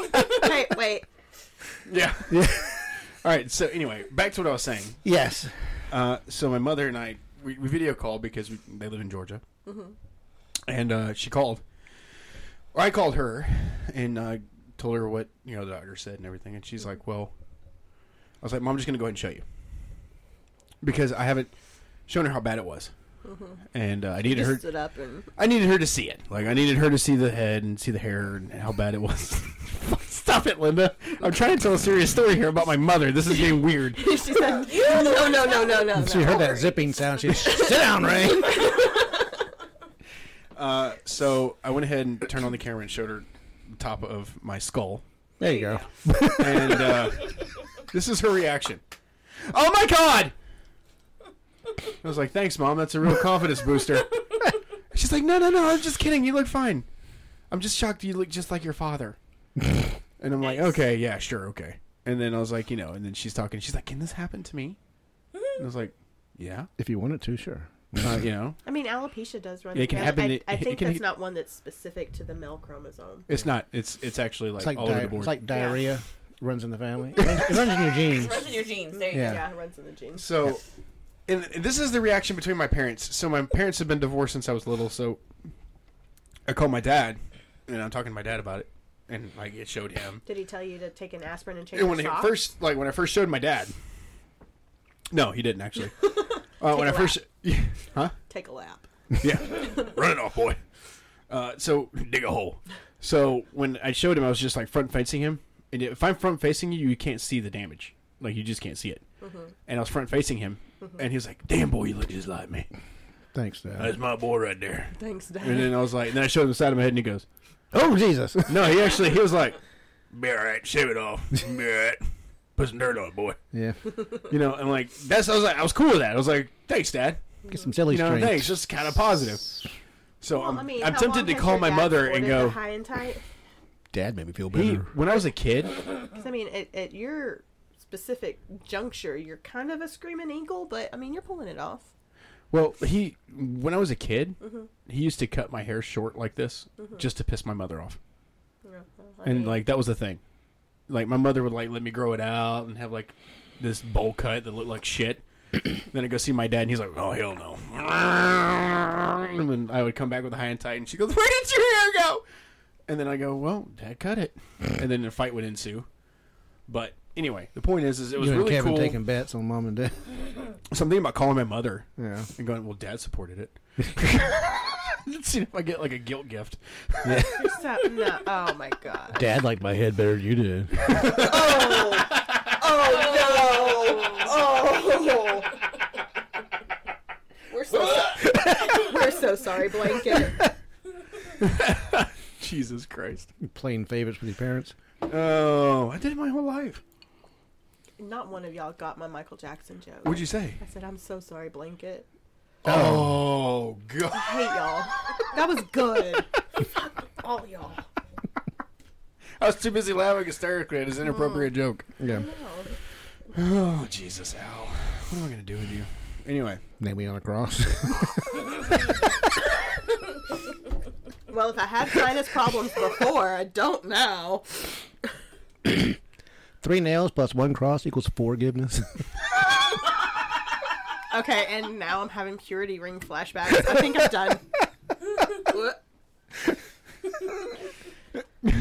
Speaker 1: Wait, wait.
Speaker 3: yeah. All right. So anyway, back to what I was saying.
Speaker 4: Yes.
Speaker 3: Uh, so my mother and I we, we video called because we, they live in Georgia, and uh, she called, or I called her, and uh, told her what you know the doctor said and everything, and she's like, "Well," I was like, "Mom, I'm just gonna go ahead and show you," because I haven't shown her how bad it was, and uh, I needed
Speaker 1: Just
Speaker 3: her.
Speaker 1: stood up and
Speaker 3: I needed her to see it. Like I needed her to see the head and see the hair and how bad it was. Stop it, Linda. I'm trying to tell a serious story here about my mother. This is getting weird.
Speaker 1: she said, "No, no, no, no, no, no."
Speaker 4: She heard that zipping sound. She sit down, Ray.
Speaker 3: Uh, so I went ahead and turned on the camera and showed her the top of my skull.
Speaker 4: There you go.
Speaker 3: And uh, this is her reaction. Oh my god! I was like, thanks, mom. That's a real confidence booster. She's like, no, no, no. I'm just kidding. You look fine. I'm just shocked you look just like your father. and I'm like, okay, yeah, sure, okay. And then I was like, you know, and then she's talking. She's like, can this happen to me? And I was like, yeah,
Speaker 4: If you wanted to, sure.
Speaker 3: uh, you know,
Speaker 1: I mean, alopecia does run.
Speaker 3: Yeah, it can
Speaker 1: together.
Speaker 3: happen-
Speaker 1: I,
Speaker 3: it-
Speaker 1: I
Speaker 3: it
Speaker 1: think
Speaker 3: can-
Speaker 1: that's not one that's specific to the male chromosome.
Speaker 3: it's not. It's it's actually like,
Speaker 4: It's like,
Speaker 3: all
Speaker 4: di-
Speaker 3: over the board.
Speaker 4: it's like diarrhea. Runs in the family. It runs, it runs in your
Speaker 2: It
Speaker 4: genes.
Speaker 2: runs in your genes. There you
Speaker 4: Yeah.
Speaker 2: go.
Speaker 1: Yeah, it runs in the genes.
Speaker 3: So, and and this is the reaction between my parents. So my parents have been divorced since I was little. So I called my dad, and I'm talking to my dad about it, and like it showed him.
Speaker 1: Did he tell you to take an aspirin and change
Speaker 3: And
Speaker 1: your
Speaker 3: when I
Speaker 1: sock?
Speaker 3: first, like when I first showed my dad, no, he didn't actually. Uh, when I
Speaker 1: a
Speaker 3: first, huh?
Speaker 1: Take a lap.
Speaker 3: Yeah, run it off, boy. Uh, so dig a hole. So when I showed him, I was just like front facing him, and if I'm front facing you, you can't see the damage. Like you just can't see it. And I was front facing him, and he was like, "Damn boy, you look just like me.
Speaker 4: Thanks, Dad.
Speaker 3: That's my boy right there."
Speaker 1: Thanks, Dad.
Speaker 3: And then I was like, and then I showed him the side of my head, and he goes,
Speaker 4: Oh Jesus!
Speaker 3: "No, he actually he was like, be all right, shave it off, be all right, put some dirt on it, boy."
Speaker 4: yeah.
Speaker 3: You know, and like that's I was like I was cool with that. I was like, "Thanks, Dad."
Speaker 4: Get some silly
Speaker 3: You know,
Speaker 4: strings.
Speaker 3: thanks. Just kind of positive. So
Speaker 1: Well,
Speaker 3: I'm,
Speaker 1: I mean,
Speaker 3: I'm
Speaker 1: how
Speaker 3: tempted
Speaker 1: long
Speaker 3: to
Speaker 1: has
Speaker 3: call
Speaker 1: your
Speaker 3: my
Speaker 1: dad
Speaker 3: mother
Speaker 1: supported
Speaker 3: and
Speaker 1: the
Speaker 3: go,
Speaker 1: high and tight.
Speaker 4: Dad made me feel better.
Speaker 3: He, when I was a kid,
Speaker 1: 'Cause, I mean, at, at your specific juncture, you're kind of a screaming eagle, but I mean, you're pulling it off.
Speaker 3: well, he when I was a kid,
Speaker 1: Mm-hmm.
Speaker 3: he used to cut my hair short like this just to piss my mother off,
Speaker 1: You know, I
Speaker 3: and
Speaker 1: mean,
Speaker 3: like that was the thing. Like my mother would like let me grow it out and have like this bowl cut that looked like shit. then I go see my dad, and he's like, "Oh hell no!" and then I would come back with a high and tight, and she goes, "Where did your hair go?" And then I go, "Well, Dad cut it," and then a fight would ensue. But anyway, the point is, is it was
Speaker 4: you and
Speaker 3: really
Speaker 4: Kevin
Speaker 3: cool.
Speaker 4: taking bets on mom and dad.
Speaker 3: something about calling my mother
Speaker 4: Yeah.
Speaker 3: and going, "Well, Dad supported it." Let's see if I get like a guilt gift.
Speaker 1: there's that- no, oh my god.
Speaker 4: Dad liked my head better than you did.
Speaker 1: Oh. We're so, so- we're so sorry, blanket.
Speaker 3: Jesus Christ!
Speaker 4: Playing favorites with your parents.
Speaker 3: Oh, I did it my whole life.
Speaker 1: Not one of y'all got my Michael Jackson joke.
Speaker 3: What'd you say?
Speaker 1: I said, I'm so sorry, blanket.
Speaker 3: Oh God!
Speaker 1: I hate y'all. That was good.
Speaker 2: All y'all.
Speaker 3: I was too busy laughing hysterically at his inappropriate joke.
Speaker 4: Yeah.
Speaker 3: Oh Jesus, Al! What am I gonna do with you? Anyway,
Speaker 4: Name me on a cross.
Speaker 1: Well, if I had sinus problems before, I don't now.
Speaker 4: Three nails plus one cross equals forgiveness.
Speaker 1: Okay, and now I'm having purity ring flashbacks. I think I'm done.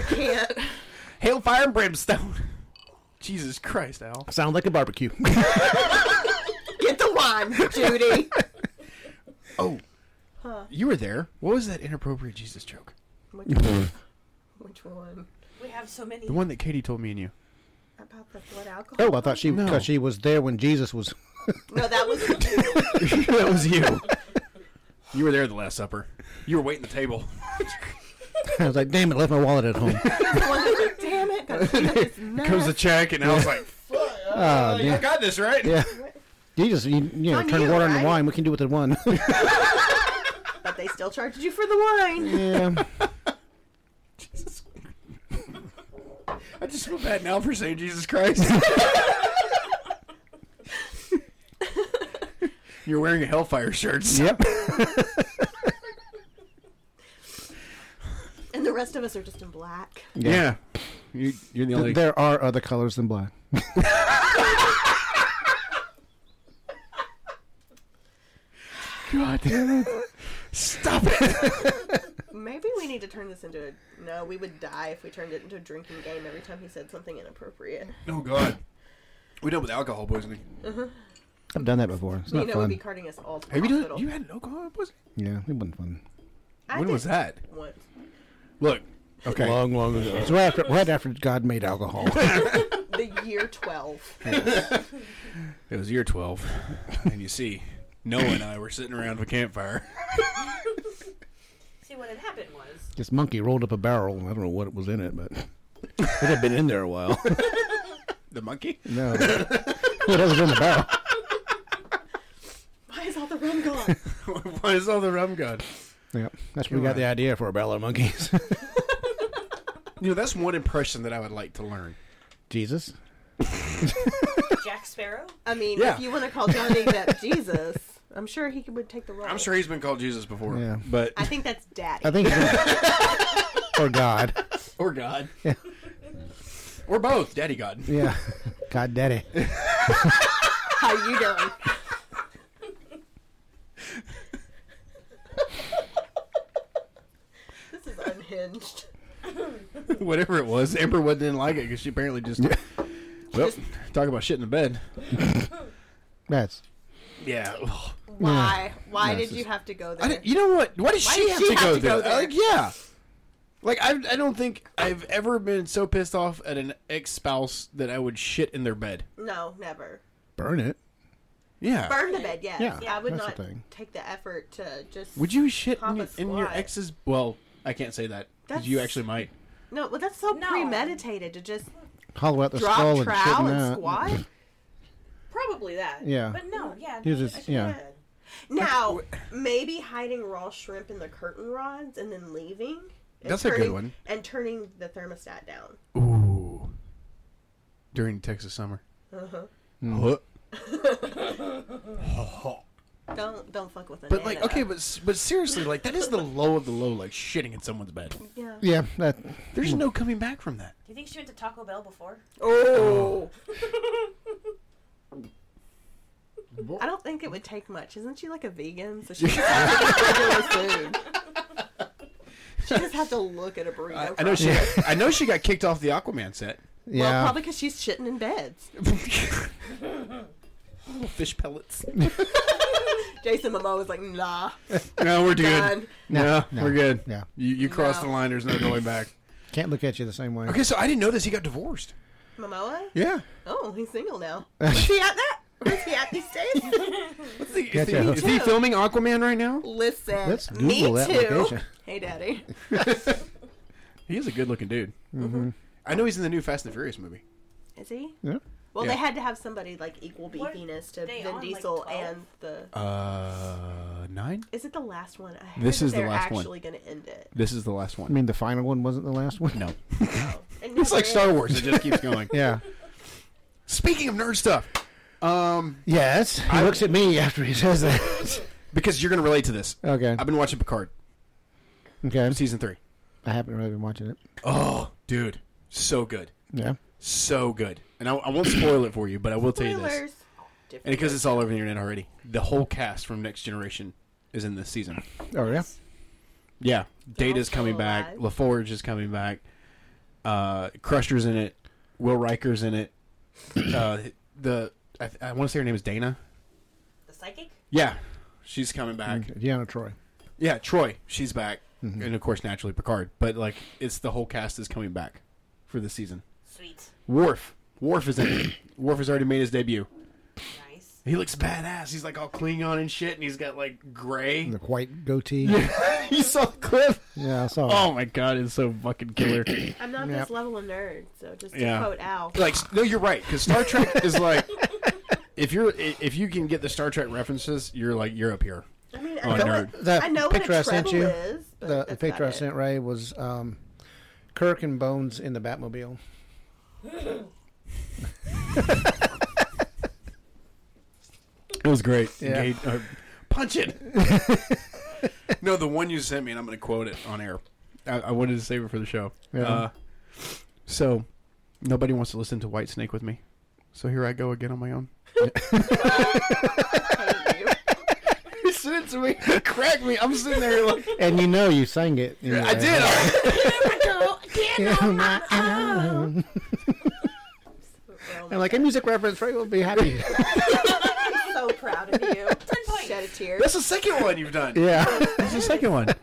Speaker 1: Can't.
Speaker 3: hail, fire, and brimstone. Jesus Christ, Al!
Speaker 4: Sound like a barbecue.
Speaker 1: Get the wine, Judy.
Speaker 3: Oh, you were there. What was that inappropriate Jesus joke?
Speaker 1: Which one? Which one?
Speaker 2: We have so many.
Speaker 3: The one that Katie told me and you.
Speaker 1: About the blood alcohol?
Speaker 4: oh, I thought she because
Speaker 3: No.
Speaker 4: she was there when Jesus was.
Speaker 1: No, that was.
Speaker 3: that was you. You were there at the Last Supper. You were waiting the table.
Speaker 4: I was like, damn it, left my wallet at home.
Speaker 1: Damn it! That is
Speaker 3: Comes
Speaker 1: nuts.
Speaker 3: the check, and I was like,
Speaker 4: Oh,
Speaker 3: "I
Speaker 4: damn.
Speaker 3: got this right."
Speaker 4: Yeah. Jesus, you, you know,
Speaker 1: On
Speaker 4: turn
Speaker 1: you,
Speaker 4: the water
Speaker 1: right?
Speaker 4: into wine. We can do with the one.
Speaker 1: But they still charged you for the wine.
Speaker 4: yeah.
Speaker 3: I just feel bad now for saying Jesus Christ. You're wearing a Hellfire shirt. so-
Speaker 4: Yep.
Speaker 1: And the rest of us are just in black.
Speaker 3: Yeah. You, you're the only.
Speaker 4: There are other colors than black.
Speaker 3: God damn it. Stop it.
Speaker 1: Maybe we need to turn this into a. No, we would die if we turned it into a drinking game every time he said something inappropriate.
Speaker 3: Oh, God. We done with alcohol poisoning.
Speaker 4: I've done that before. It's
Speaker 1: You
Speaker 4: not
Speaker 1: know, would be
Speaker 4: fun.
Speaker 1: carting us all to
Speaker 3: Have you done
Speaker 1: hospital.
Speaker 3: You had an alcohol poisoning?
Speaker 4: Yeah, it wasn't fun.
Speaker 1: I
Speaker 3: when
Speaker 1: did
Speaker 3: was that?
Speaker 1: Once.
Speaker 3: Look. Okay.
Speaker 4: Long, long ago. It's right after, right after God made alcohol.
Speaker 1: The year twelve.
Speaker 3: It was year 12. and you see, Noah and I were sitting around a campfire.
Speaker 2: See, what had happened was
Speaker 4: this monkey rolled up a barrel. I don't know what was in it, but it had been in there a while.
Speaker 3: The monkey?
Speaker 4: No. what else was in the barrel?
Speaker 1: Why is all the rum gone?
Speaker 3: Why is all the rum gone?
Speaker 4: Yeah, that's where we got the idea for a barrel of monkeys.
Speaker 3: You know, that's one impression that I would like to learn.
Speaker 4: Jesus.
Speaker 2: Jack Sparrow.
Speaker 1: I mean,
Speaker 3: Yeah.
Speaker 1: if you want to call Johnny that Jesus, I'm sure he would take the role.
Speaker 3: I'm sure he's been called Jesus before.
Speaker 4: Yeah.
Speaker 3: But
Speaker 1: I think that's Daddy.
Speaker 4: I think. or God.
Speaker 3: or God.
Speaker 4: Yeah.
Speaker 3: Or both, Daddy God.
Speaker 4: Yeah. God daddy.
Speaker 1: How you doing? this is unhinged.
Speaker 3: Whatever it was, Amber wasn't didn't like it because she apparently just well talk about shit in the bed.
Speaker 4: That's.
Speaker 3: Yeah.
Speaker 1: Why? Why
Speaker 4: No,
Speaker 1: did
Speaker 4: it's
Speaker 1: you
Speaker 4: just-
Speaker 1: have to go
Speaker 3: I
Speaker 1: there?
Speaker 3: don't- you know what? Why does
Speaker 1: Why
Speaker 3: she
Speaker 1: does
Speaker 3: have
Speaker 1: she
Speaker 3: to,
Speaker 1: have
Speaker 3: go,
Speaker 1: to
Speaker 3: there?
Speaker 1: go there?
Speaker 3: Like, yeah. Like I, I don't think I've ever been so pissed off at an ex spouse that I would shit in their bed.
Speaker 1: No, never.
Speaker 4: Burn it.
Speaker 3: Yeah.
Speaker 1: Burn the bed, yes.
Speaker 4: Yeah,
Speaker 1: I would
Speaker 4: that's
Speaker 1: not
Speaker 4: the thing.
Speaker 1: take the effort to just.
Speaker 3: Would you shit
Speaker 1: Pop
Speaker 3: in,
Speaker 1: a
Speaker 3: y- in your
Speaker 1: squat.
Speaker 3: ex's? Well, I can't say that because you
Speaker 1: That's-
Speaker 3: actually might.
Speaker 1: No, well, that's so
Speaker 2: No.
Speaker 1: premeditated to just
Speaker 4: Hollow out the skull
Speaker 1: drop
Speaker 4: and shit
Speaker 1: trowel
Speaker 4: in
Speaker 1: and,
Speaker 4: that.
Speaker 1: squat.
Speaker 2: Probably that.
Speaker 4: Yeah.
Speaker 2: But no, yeah.
Speaker 4: You
Speaker 2: no,
Speaker 4: just-
Speaker 2: I should've
Speaker 4: yeah.
Speaker 2: had.
Speaker 1: Now, maybe hiding raw shrimp in the curtain rods and then leaving. and
Speaker 3: That's a good
Speaker 1: turning-
Speaker 3: one.
Speaker 1: And turning the thermostat down.
Speaker 3: Ooh. During Texas summer.
Speaker 1: Uh-huh.
Speaker 3: Huh.
Speaker 1: Don't don't fuck with it.
Speaker 3: But like, okay, but s- but seriously, like that is the low of the low, like shitting in someone's bed.
Speaker 1: yeah.
Speaker 4: Yeah, that.
Speaker 3: There's no coming back from that.
Speaker 2: Do you think she went to Taco Bell before?
Speaker 1: Oh. I don't think it would take much. Isn't she like a vegan? So she just has to eat regular food. She just had to look at a burrito.
Speaker 3: I, I know she. I know she got kicked off the Aquaman set.
Speaker 1: Well,
Speaker 4: Yeah.
Speaker 1: probably because she's shitting in beds.
Speaker 3: Little fish pellets.
Speaker 1: Jason Momoa was like, nah.
Speaker 3: No, we're
Speaker 1: Done.
Speaker 3: good. No, we're good.
Speaker 4: no.
Speaker 3: You, you crossed
Speaker 1: No.
Speaker 3: the line. There's no going back.
Speaker 4: Can't look at you the same way.
Speaker 3: Okay, so I didn't know this. He got divorced.
Speaker 1: Momoa?
Speaker 3: Yeah.
Speaker 1: Oh, he's single now. Is he at that? Is he at these days?
Speaker 3: Is he,
Speaker 4: Gotcha. he-
Speaker 1: is he filming
Speaker 3: Aquaman right now?
Speaker 1: Listen,
Speaker 4: Let's
Speaker 1: me
Speaker 4: Google that
Speaker 1: too.
Speaker 4: location.
Speaker 1: Hey, Daddy.
Speaker 3: He is a good-looking dude. I know he's in the new Fast and Furious movie.
Speaker 1: Is he?
Speaker 4: Yeah.
Speaker 1: Well,
Speaker 3: Yeah.
Speaker 1: they had to have somebody like equal
Speaker 2: What?
Speaker 1: beefiness to
Speaker 2: They
Speaker 1: Vin
Speaker 2: on, like,
Speaker 1: Diesel
Speaker 2: 12?
Speaker 1: and the.
Speaker 3: Uh, nine.
Speaker 1: Is it the last one? I heard
Speaker 3: This
Speaker 1: that
Speaker 3: is the
Speaker 1: they're
Speaker 3: last one.
Speaker 1: actually going to end it.
Speaker 3: This is the last one.
Speaker 4: I mean, the final one wasn't the last one?
Speaker 3: No.
Speaker 1: And
Speaker 3: It's like
Speaker 1: never
Speaker 3: Star
Speaker 1: is.
Speaker 3: Wars. It just keeps going.
Speaker 4: Yeah.
Speaker 3: Speaking of nerd stuff, um,
Speaker 4: Yes. He looks at me after he says that.
Speaker 3: because you're going to relate to this.
Speaker 4: Okay.
Speaker 3: I've been watching Picard
Speaker 4: okay.
Speaker 3: season three.
Speaker 4: I haven't really been watching it.
Speaker 3: Oh, dude, so good,
Speaker 4: Yeah.
Speaker 3: so good. And I, I won't spoil it for you, but I will tell you this,
Speaker 1: Spoilers.
Speaker 3: and because it's all over the internet already, the whole cast from Next Generation is in this season.
Speaker 4: Oh, yeah?
Speaker 3: Yeah, Data's
Speaker 1: still
Speaker 3: coming back.
Speaker 1: alive.
Speaker 3: LaForge is coming back. Uh, Crusher's in it. Will Riker's in it. Uh, the I, I want to say her name is Dana.
Speaker 2: The psychic?
Speaker 3: Yeah, she's coming back.
Speaker 4: Okay. Deanna Troy.
Speaker 3: Yeah, Troy, she's back, and of course, naturally Picard. But like, it's the whole cast is coming back for the season.
Speaker 2: Sweet.
Speaker 3: Worf, Worf is in it. Worf has already made his debut.
Speaker 2: Nice.
Speaker 3: He looks badass. He's like all Klingon and shit, and he's got like gray.
Speaker 4: The white goatee.
Speaker 3: you saw the clip?
Speaker 4: Yeah, I saw
Speaker 3: Oh my god, it's so fucking killer.
Speaker 1: I'm not
Speaker 4: Yep.
Speaker 1: this level of nerd, so just to
Speaker 3: Yeah.
Speaker 1: quote Al.
Speaker 3: like, s- no, you're right. Because Star Trek is like, if you're i- if you can get the Star Trek references, you're like you're up here.
Speaker 1: I mean,
Speaker 3: Oh,
Speaker 1: I, know
Speaker 3: nerd.
Speaker 1: what,
Speaker 4: That
Speaker 1: I know
Speaker 4: picture I
Speaker 1: what a
Speaker 4: sent
Speaker 1: treble
Speaker 4: you,
Speaker 1: is. But
Speaker 4: The,
Speaker 1: that's
Speaker 4: the picture I
Speaker 1: about
Speaker 4: sent Ray was um, Kirk and Bones in the Batmobile.
Speaker 3: It was great.
Speaker 4: Yeah.
Speaker 3: Engage- uh, punch it. no, the one you sent me, and I'm going to quote it on air. I, I wanted to save it for the show.
Speaker 4: Yeah.
Speaker 3: Uh, so nobody wants to listen to White Snake with me. So here I go again on my own.
Speaker 1: Hate you.
Speaker 3: He sent it to me, cracked me. I'm sitting there like,
Speaker 4: And you know you sang it. in
Speaker 3: I
Speaker 4: there.
Speaker 3: did.
Speaker 4: On my own.
Speaker 1: Well,
Speaker 4: I'm like a music reference. Right, we'll be happy.
Speaker 1: I'm so proud of you. Shed a tear.
Speaker 3: That's the second one you've done.
Speaker 4: yeah.
Speaker 3: That's the second one. 'Cause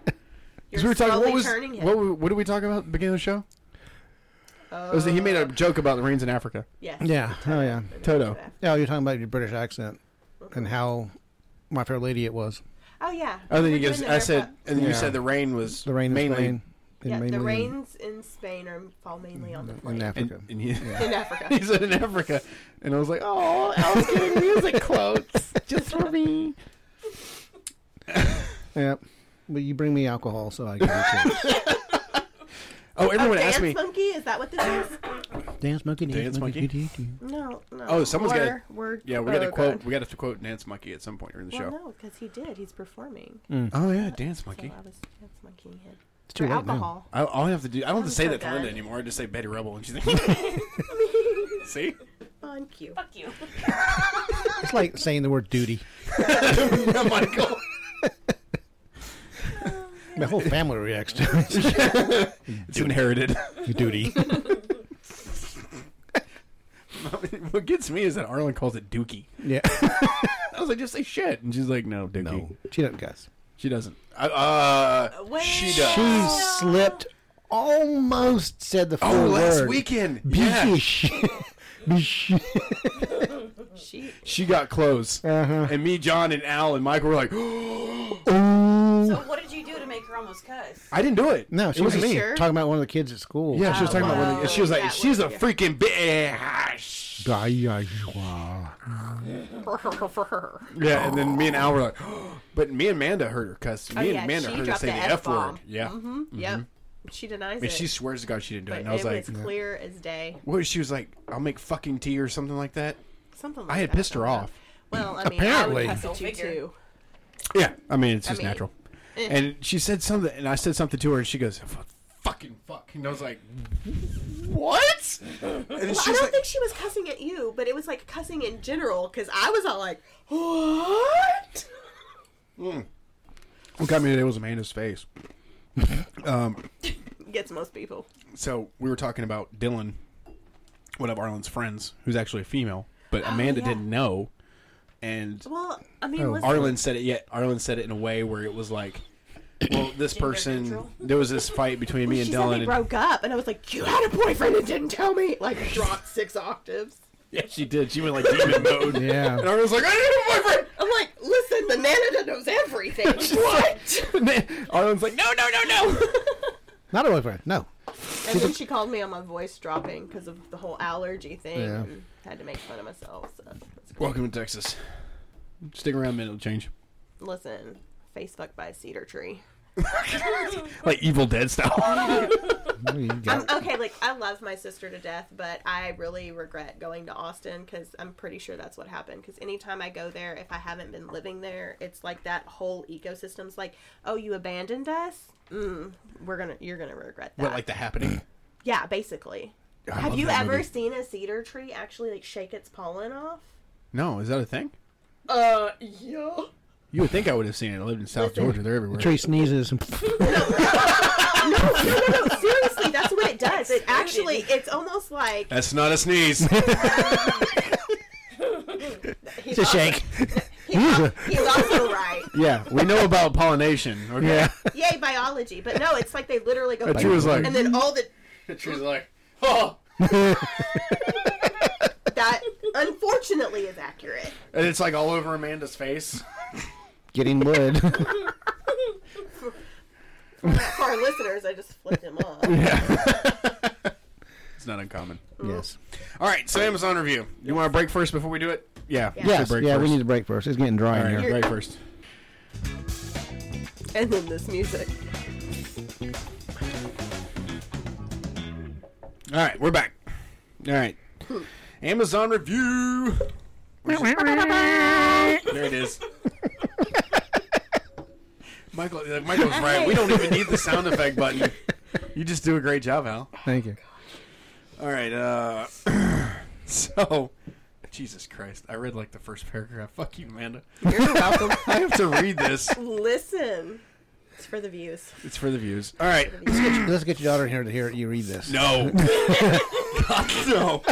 Speaker 1: You're
Speaker 3: we were talking.
Speaker 1: slowly
Speaker 3: What was?
Speaker 1: turning him.
Speaker 3: What, were- what did we talk about at the beginning of the show? It was that he made a joke about the rains in Africa.
Speaker 1: Yes.
Speaker 4: Yeah. Oh yeah.
Speaker 3: Toto.
Speaker 4: Yeah, you're talking about your British accent and how my fair lady it was.
Speaker 1: Oh yeah.
Speaker 3: Oh, then
Speaker 1: We're
Speaker 3: you guys,
Speaker 1: doing
Speaker 3: I
Speaker 1: another
Speaker 3: said,
Speaker 1: pod-
Speaker 3: and then you
Speaker 4: Yeah.
Speaker 3: said the rain was
Speaker 4: The rain
Speaker 3: mainly
Speaker 4: in Spain. and
Speaker 1: Yeah, the
Speaker 4: mainly
Speaker 1: rains in Spain are fall mainly on the
Speaker 4: in, in
Speaker 1: plain.
Speaker 4: Africa.
Speaker 3: And, and you,
Speaker 1: In Africa.
Speaker 3: he said in Africa, and I was like, oh, I was getting music quotes just for me.
Speaker 4: yeah. But you bring me alcohol, so I can do
Speaker 3: Oh, everyone
Speaker 1: Dance
Speaker 3: asked me.
Speaker 1: monkey? Is that what this is?
Speaker 4: it. Dance monkey, dance,
Speaker 3: Dance
Speaker 4: monkey.
Speaker 3: monkey?
Speaker 4: do, do, do.
Speaker 1: No, no.
Speaker 3: Oh, someone's
Speaker 1: we're,
Speaker 3: gotta-
Speaker 1: We're,
Speaker 3: Yeah, we
Speaker 1: oh,
Speaker 3: got to
Speaker 1: God.
Speaker 3: quote. We got to quote Dance Monkey at some point during the
Speaker 1: Well,
Speaker 3: show.
Speaker 1: no, because he did. He's performing.
Speaker 3: Oh yeah, Dance Monkey.
Speaker 1: So I was dance monkeying him. It's
Speaker 4: too late now.
Speaker 1: alcohol.
Speaker 3: I, all I have to do, I don't have to say
Speaker 1: so
Speaker 3: that to Linda
Speaker 1: done.
Speaker 3: anymore. I just say Betty Rubble, and she's like, see,
Speaker 1: On cue.
Speaker 2: Fuck you.
Speaker 4: It's like saying the word duty.
Speaker 3: Michael.
Speaker 4: My whole family reacts to it.
Speaker 3: It's inherited.
Speaker 4: duty.
Speaker 3: what gets me is that Arlen calls it Dookie.
Speaker 4: Yeah.
Speaker 3: I was like, just say shit, and she's like, no, Dookie.
Speaker 4: No, she doesn't cuss.
Speaker 3: She doesn't. I, uh,
Speaker 1: Well-
Speaker 3: she does.
Speaker 4: She slipped, almost said the full
Speaker 3: oh,
Speaker 4: word.
Speaker 3: last weekend. Yeah.
Speaker 4: Bish. Bish.
Speaker 1: She.
Speaker 3: She got close.
Speaker 4: Uh-huh.
Speaker 3: And me, John, and Al, and Michael were like,
Speaker 4: Ooh.
Speaker 2: So what did you do to make her almost cuss?
Speaker 3: I didn't do it.
Speaker 4: No, she
Speaker 3: it wasn't
Speaker 4: was
Speaker 3: me.
Speaker 1: sure?
Speaker 4: talking about one of the kids at school.
Speaker 3: Yeah, she was talking about
Speaker 1: Oh, wow.
Speaker 3: one of the, She was like,
Speaker 1: That
Speaker 3: she's a
Speaker 1: was-
Speaker 3: freaking bitch. Yeah, and then me and Al were like, but me and Amanda heard her cuss. Me
Speaker 1: Oh,
Speaker 3: and
Speaker 1: yeah,
Speaker 3: Amanda
Speaker 1: she
Speaker 3: heard her
Speaker 1: dropped
Speaker 3: say
Speaker 1: the
Speaker 3: the F
Speaker 1: F-bomb.
Speaker 3: word. Yeah.
Speaker 1: hmm Yep. She denies
Speaker 3: And
Speaker 1: it.
Speaker 3: she swears to God she didn't do it.
Speaker 1: but
Speaker 3: And I was
Speaker 1: it
Speaker 3: like,
Speaker 1: was clear as day.
Speaker 3: what? was- She was like, I'll make fucking tea or something like that.
Speaker 1: Something. Like
Speaker 3: I had
Speaker 1: that,
Speaker 3: pissed her
Speaker 1: somehow.
Speaker 3: off.
Speaker 1: Well, I mean,
Speaker 4: Apparently.
Speaker 1: I would cuss at
Speaker 2: Go
Speaker 1: you
Speaker 2: figure.
Speaker 1: too.
Speaker 3: Yeah, I mean it's just
Speaker 1: mean,
Speaker 3: natural.
Speaker 1: eh.
Speaker 3: And she said something, and I said something to her, and she goes, "F- "Fucking fuck," and I was like, "What?" And then
Speaker 1: Well,
Speaker 3: she
Speaker 1: I
Speaker 3: was
Speaker 1: don't
Speaker 3: like,
Speaker 1: think she was cussing at you, but it was like cussing in general because I was all like, "What?"
Speaker 3: "What got me today was Amanda's face."
Speaker 1: Gets most people.
Speaker 3: So we were talking about Dylan, one of Arlen's friends, who's actually a female, but Amanda
Speaker 1: Oh, yeah.
Speaker 3: didn't know, and
Speaker 1: Well, I mean, listen,
Speaker 3: Arlen said it. Yet Arlen said it in a way where it was like, "Well, this person."
Speaker 2: neutral?
Speaker 3: There was this fight between me
Speaker 1: she
Speaker 3: and
Speaker 1: said
Speaker 3: Dylan,
Speaker 1: they
Speaker 3: and
Speaker 1: broke up, and I was like, "You had a boyfriend and didn't tell me!" Like, dropped six octaves.
Speaker 3: yeah, she did. She went like demon mode.
Speaker 4: Yeah.
Speaker 3: and I was like, "I didn't have a boyfriend."
Speaker 1: I'm like, "Listen, the Nana knows everything." what?
Speaker 3: And then Arlen's like, "No, no, no, no."
Speaker 4: Not a boyfriend. No.
Speaker 1: And then she called me on my voice dropping because of the whole allergy thing.
Speaker 4: Yeah.
Speaker 1: And had to make fun of myself. So, that's cool.
Speaker 3: Welcome to Texas. Stick around, a minute, it'll change.
Speaker 1: listen, face fucked by a cedar tree.
Speaker 3: Like Evil Dead style.
Speaker 4: What do you got?
Speaker 1: I'm, Um, okay, like I love my sister to death, but I really regret going to Austin because I'm pretty sure that's what happened. Because anytime I go there, if I haven't been living there, it's like that whole ecosystem's like, oh, you abandoned us. Mm, we're gonna, you're gonna regret that.
Speaker 3: what, like the happening?
Speaker 1: yeah, basically.
Speaker 3: I
Speaker 1: Have
Speaker 3: love
Speaker 1: you
Speaker 3: that
Speaker 1: ever
Speaker 3: movie.
Speaker 1: seen a cedar tree actually like shake its pollen off?
Speaker 3: No, is that a thing?
Speaker 1: Uh, yeah.
Speaker 3: You would think I would have seen it. I lived in South Georgia. They're everywhere.
Speaker 4: Tree sneezes. and
Speaker 1: Seriously, that's what it does. It actually, it's almost like
Speaker 3: That's not a sneeze.
Speaker 1: he's also-
Speaker 4: He's a-
Speaker 1: He's also right.
Speaker 3: yeah, we know about pollination. Okay.
Speaker 4: yeah.
Speaker 1: yay biology but no it's like they literally go
Speaker 3: The tree was like-
Speaker 1: and then all the
Speaker 3: The tree's like, oh.
Speaker 1: that unfortunately is accurate
Speaker 3: And it's like all over Amanda's face.
Speaker 4: Getting wood.
Speaker 1: for our listeners i just flipped him off
Speaker 3: It's not uncommon.
Speaker 4: yes.
Speaker 3: All right, so Amazon review. You want to break first before we do it? Yeah. we should
Speaker 4: Yes.
Speaker 3: break
Speaker 4: Yeah,
Speaker 3: first.
Speaker 4: we need to break first. It's getting dry
Speaker 3: All
Speaker 4: in
Speaker 3: right,
Speaker 4: here.
Speaker 3: break first.
Speaker 1: and then this music
Speaker 3: All right, we're back. All right. Amazon review. There it is. Michael, like, Michael's right. We don't even need the sound effect button. You just do a great job, Al.
Speaker 4: Thank you.
Speaker 3: All right. Uh, so, Jesus Christ, I read like the first paragraph. Fuck you, Amanda.
Speaker 1: You're welcome.
Speaker 3: I have to read this.
Speaker 1: Listen, it's for the views.
Speaker 3: It's for the views. All right.
Speaker 4: Let's get, your, let's get your daughter in here to hear you read this.
Speaker 3: No. God, no.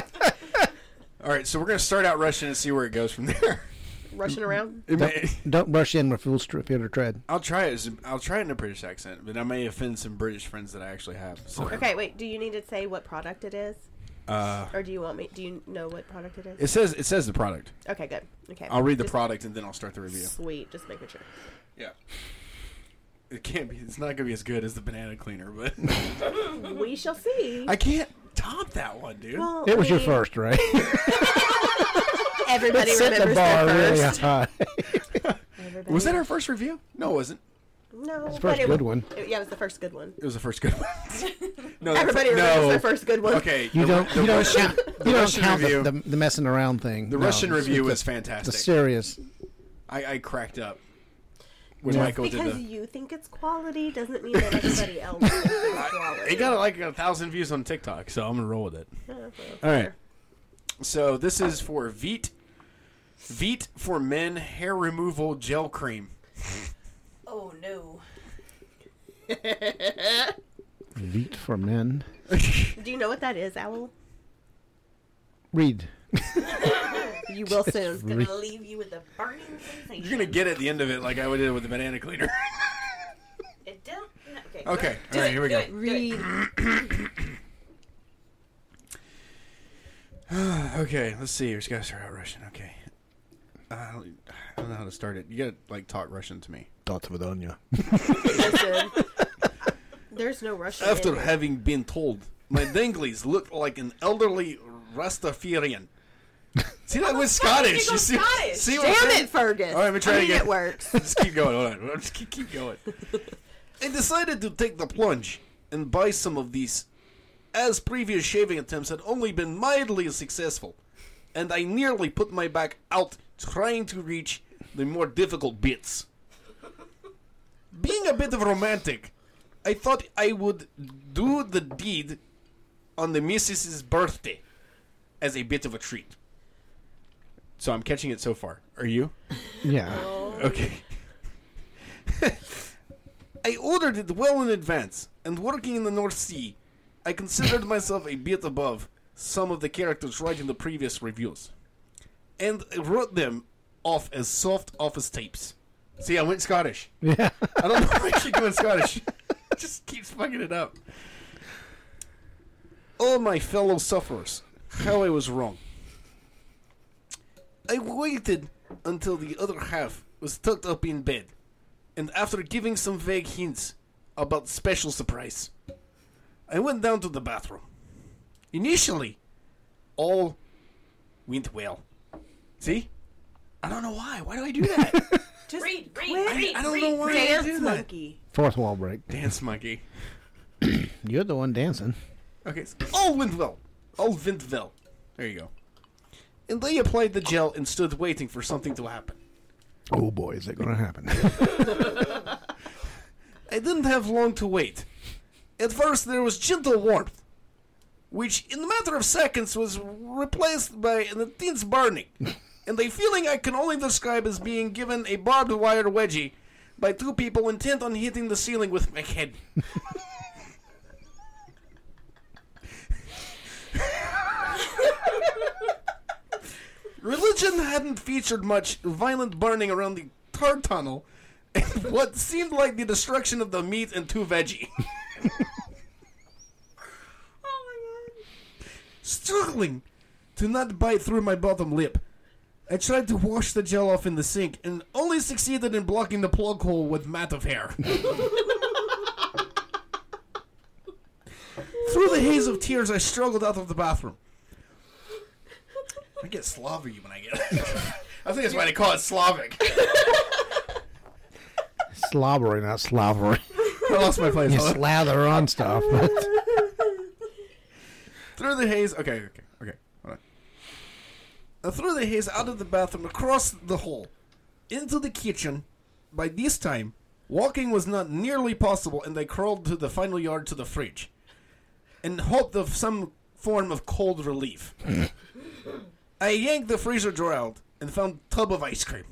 Speaker 3: All right. So we're gonna start out Russian and see where it goes from there.
Speaker 1: Rushing around.
Speaker 3: It may,
Speaker 4: Don't, don't brush in with full stri- feet or tread.
Speaker 3: I'll try it. as- I'll try it in a British accent, but I may offend some British friends that I actually have. So,
Speaker 1: Okay, wait. Do you need to say what product it is,
Speaker 3: uh,
Speaker 1: or do you want me? Do you know what product it is?
Speaker 3: it says it says the product.
Speaker 1: Okay, good. Okay,
Speaker 3: I'll read the
Speaker 1: Just-
Speaker 3: product and then I'll start the review.
Speaker 1: Sweet. Just making sure.
Speaker 3: Yeah. It can't be. It's not gonna be as good as the banana cleaner, but
Speaker 1: We shall see.
Speaker 3: I can't top that one, dude.
Speaker 1: Well,
Speaker 4: It was your
Speaker 1: we-
Speaker 4: first, right?
Speaker 1: Everybody
Speaker 4: Set
Speaker 1: remembers
Speaker 4: the bar
Speaker 1: their
Speaker 4: really
Speaker 1: first.
Speaker 4: high.
Speaker 1: Everybody-
Speaker 3: was that our first review? No, it wasn't.
Speaker 1: No,
Speaker 4: the
Speaker 1: but
Speaker 4: first
Speaker 1: it
Speaker 4: good
Speaker 1: was-
Speaker 4: one.
Speaker 1: it- yeah, it was the first good one.
Speaker 3: It was the first good one. no, that's-
Speaker 1: Everybody remembers their first good one.
Speaker 3: Okay,
Speaker 4: You
Speaker 3: the-
Speaker 4: don't.
Speaker 3: The
Speaker 4: you don't
Speaker 3: Russian,
Speaker 4: count.
Speaker 3: the
Speaker 4: You don't
Speaker 3: Russian
Speaker 4: count
Speaker 3: review.
Speaker 4: the, the, the messing around thing.
Speaker 3: the
Speaker 4: No,
Speaker 3: Russian
Speaker 4: it's-
Speaker 3: review
Speaker 4: it's
Speaker 3: was
Speaker 4: the, the
Speaker 3: fantastic.
Speaker 4: serious.
Speaker 3: I, I cracked up when
Speaker 4: Yeah.
Speaker 3: Michael did
Speaker 1: Because
Speaker 3: the.
Speaker 1: you think it's quality doesn't mean that everybody else thinks it's quality.
Speaker 3: It got like a thousand views on TikTok, so I'm gonna roll with it.
Speaker 1: Yeah, well,
Speaker 3: All right.
Speaker 1: sure.
Speaker 3: So this is for Veet, Veet for men hair removal gel cream.
Speaker 2: Oh no.
Speaker 4: Veet for men.
Speaker 1: Do you know what that is, Owl?
Speaker 4: Read.
Speaker 1: You will soon.
Speaker 2: Gonna leave you with a burning sensation.
Speaker 3: You're gonna get at the end of it like I would did with the banana cleaner.
Speaker 2: It don't. No, okay.
Speaker 3: okay.
Speaker 2: Do
Speaker 3: All right.
Speaker 2: it,
Speaker 3: Here we go.
Speaker 2: do it, do it.
Speaker 1: Read.
Speaker 3: Okay, let's see. We just gotta start out Russian. Okay. Uh, I don't- I don't know how to start it. You gotta like talk Russian to me.
Speaker 4: Thoughts with Anya.
Speaker 1: Listen. There's no Russian. in
Speaker 3: After
Speaker 1: it.
Speaker 3: having been told, my danglies looked like an elderly Rastafarian. See that was Scottish.
Speaker 2: go
Speaker 3: You see,
Speaker 2: Scottish?
Speaker 3: see what I'm
Speaker 1: Damn
Speaker 3: saying?
Speaker 1: it, Fergus.
Speaker 3: All right, let me try
Speaker 1: I
Speaker 3: it
Speaker 1: mean,
Speaker 3: again.
Speaker 1: It works.
Speaker 3: Just keep going. Hold on. Just keep, keep going. I decided to take the plunge and buy some of these, as previous shaving attempts had only been mildly successful, and I nearly put my back out trying to reach the more difficult bits. Being a bit of romantic, I thought I would do the deed on the missus's birthday as a bit of a treat. So I'm catching it so far. Are you?
Speaker 4: Yeah.
Speaker 3: Okay. I ordered it well in advance, and working in the North Sea, I considered myself a bit above some of the characters writing the previous reviews. And I wrote them off as soft office tapes. See, I went Scottish.
Speaker 4: Yeah.
Speaker 3: I don't know why I keep doing Scottish. Just keeps fucking it up. All my fellow sufferers, how I was wrong. I waited until the other half was tucked up in bed, and after giving some vague hints about special surprise, I went down to the bathroom. Initially, all went well. See? I don't know why. Why do I do that?
Speaker 1: Just
Speaker 2: Read, read,
Speaker 1: quit.
Speaker 2: read.
Speaker 3: I don't know why I do
Speaker 1: Dance
Speaker 3: that.
Speaker 1: monkey.
Speaker 4: Fourth wall break.
Speaker 3: Dance monkey.
Speaker 4: You're the one dancing.
Speaker 3: Okay. So all went well. All went well. There you go. And they applied the gel and stood waiting for something to happen.
Speaker 4: Oh boy, is it going to happen?
Speaker 3: I didn't have long to wait. At first, there was gentle warmth, which in a matter of seconds was replaced by an intense burning, and a feeling I can only describe as being given a barbed wire wedgie by two people intent on hitting the ceiling with my head. Religion hadn't featured much violent burning around the tar tunnel, and what seemed like the destruction of the meat and two veggie.
Speaker 1: Oh
Speaker 3: Struggling to not bite through my bottom lip, I tried to wash the gel off in the sink and only succeeded in blocking the plug hole with mat of hair. through the haze of tears, I struggled out of the bathroom. I get Slavic when I get. I think that's why they call it Slavic.
Speaker 4: Slobbering, not slobbering.
Speaker 3: I lost my place.
Speaker 4: You
Speaker 3: Hold on.
Speaker 4: slather on stuff.
Speaker 3: Through the haze. Okay, okay, okay. Hold on. Uh, through the haze, out of the bathroom, across the hall, into the kitchen. By this time, walking was not nearly possible, and I crawled to the final yard to the fridge. in hope of some form of cold relief. I yanked the freezer drawer out and found a tub of ice cream.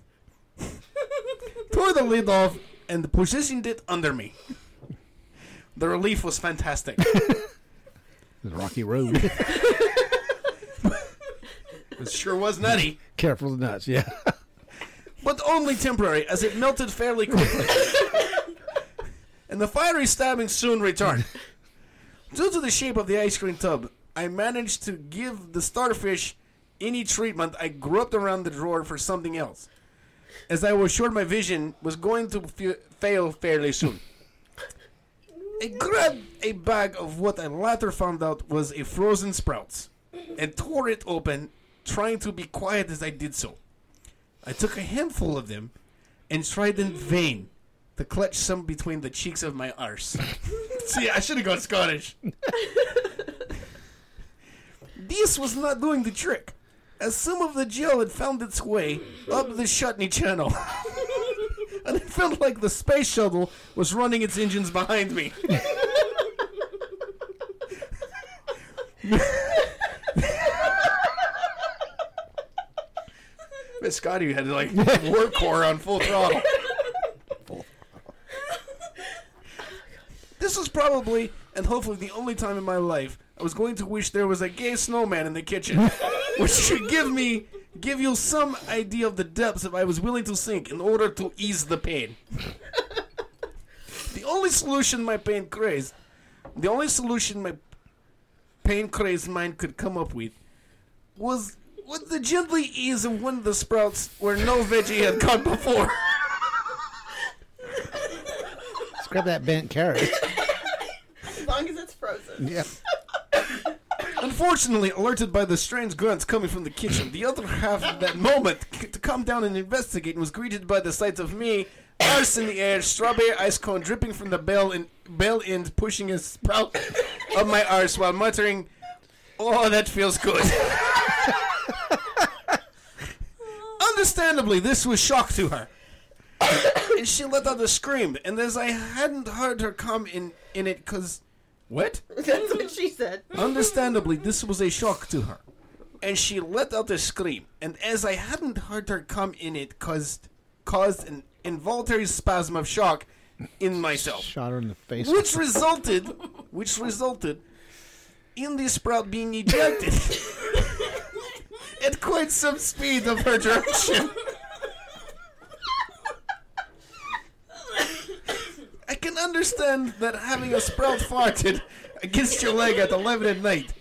Speaker 3: Tore the lid off and positioned it under me. The relief was fantastic.
Speaker 4: It's a rocky road.
Speaker 3: it sure was nutty,
Speaker 4: Careful of the nuts. Yeah.
Speaker 3: but only temporary, as it melted fairly quickly. and the fiery stabbing soon returned. Due to the shape of the ice cream tub, I managed to give the starfish any treatment I groped around the drawer for something else, as I was sure my vision was going to f- fail fairly soon. I grabbed a bag of what I later found out was a frozen sprouts and tore it open, trying to be quiet as I did so. I took a handful of them and tried in vain to clutch some between the cheeks of my arse. See, I should have gone Scottish. this was not doing the trick, as some of the gel had found its way up the Shutney Channel. and it felt like the space shuttle was running its engines behind me. Miss Scotty had like warp core on full throttle. This was probably and hopefully the only time in my life I was going to wish there was a gay snowman in the kitchen, which should give me give you some idea of the depths if I was willing to sink in order to ease the pain. the only solution my pain craze, the only solution my pain crazed mind could come up with, was was the gently ease of one of the sprouts where no veggie had gone before.
Speaker 4: Let's grab that bent carrot.
Speaker 1: As long as it's frozen.
Speaker 4: Yeah.
Speaker 3: Unfortunately, alerted by the strange grunts coming from the kitchen, the other half of that moment c- to come down and investigate was greeted by the sight of me, arse in the air, strawberry ice cone dripping from the bell and bell end, pushing a sprout up my arse while muttering, "Oh, that feels good." Understandably, this was shock to her, and she let out a scream. And as I hadn't heard her come in in it, cause what?
Speaker 1: That's what she said.
Speaker 3: Understandably, this was a shock to her, and she let out a scream. And as I hadn't heard her come in, it caused caused an involuntary spasm of shock in myself,
Speaker 4: Shot her in the face.
Speaker 3: which resulted, which resulted, in the sprout being ejected at quite some speed of her direction. I can understand that having a sprout farted against your leg at 11 at night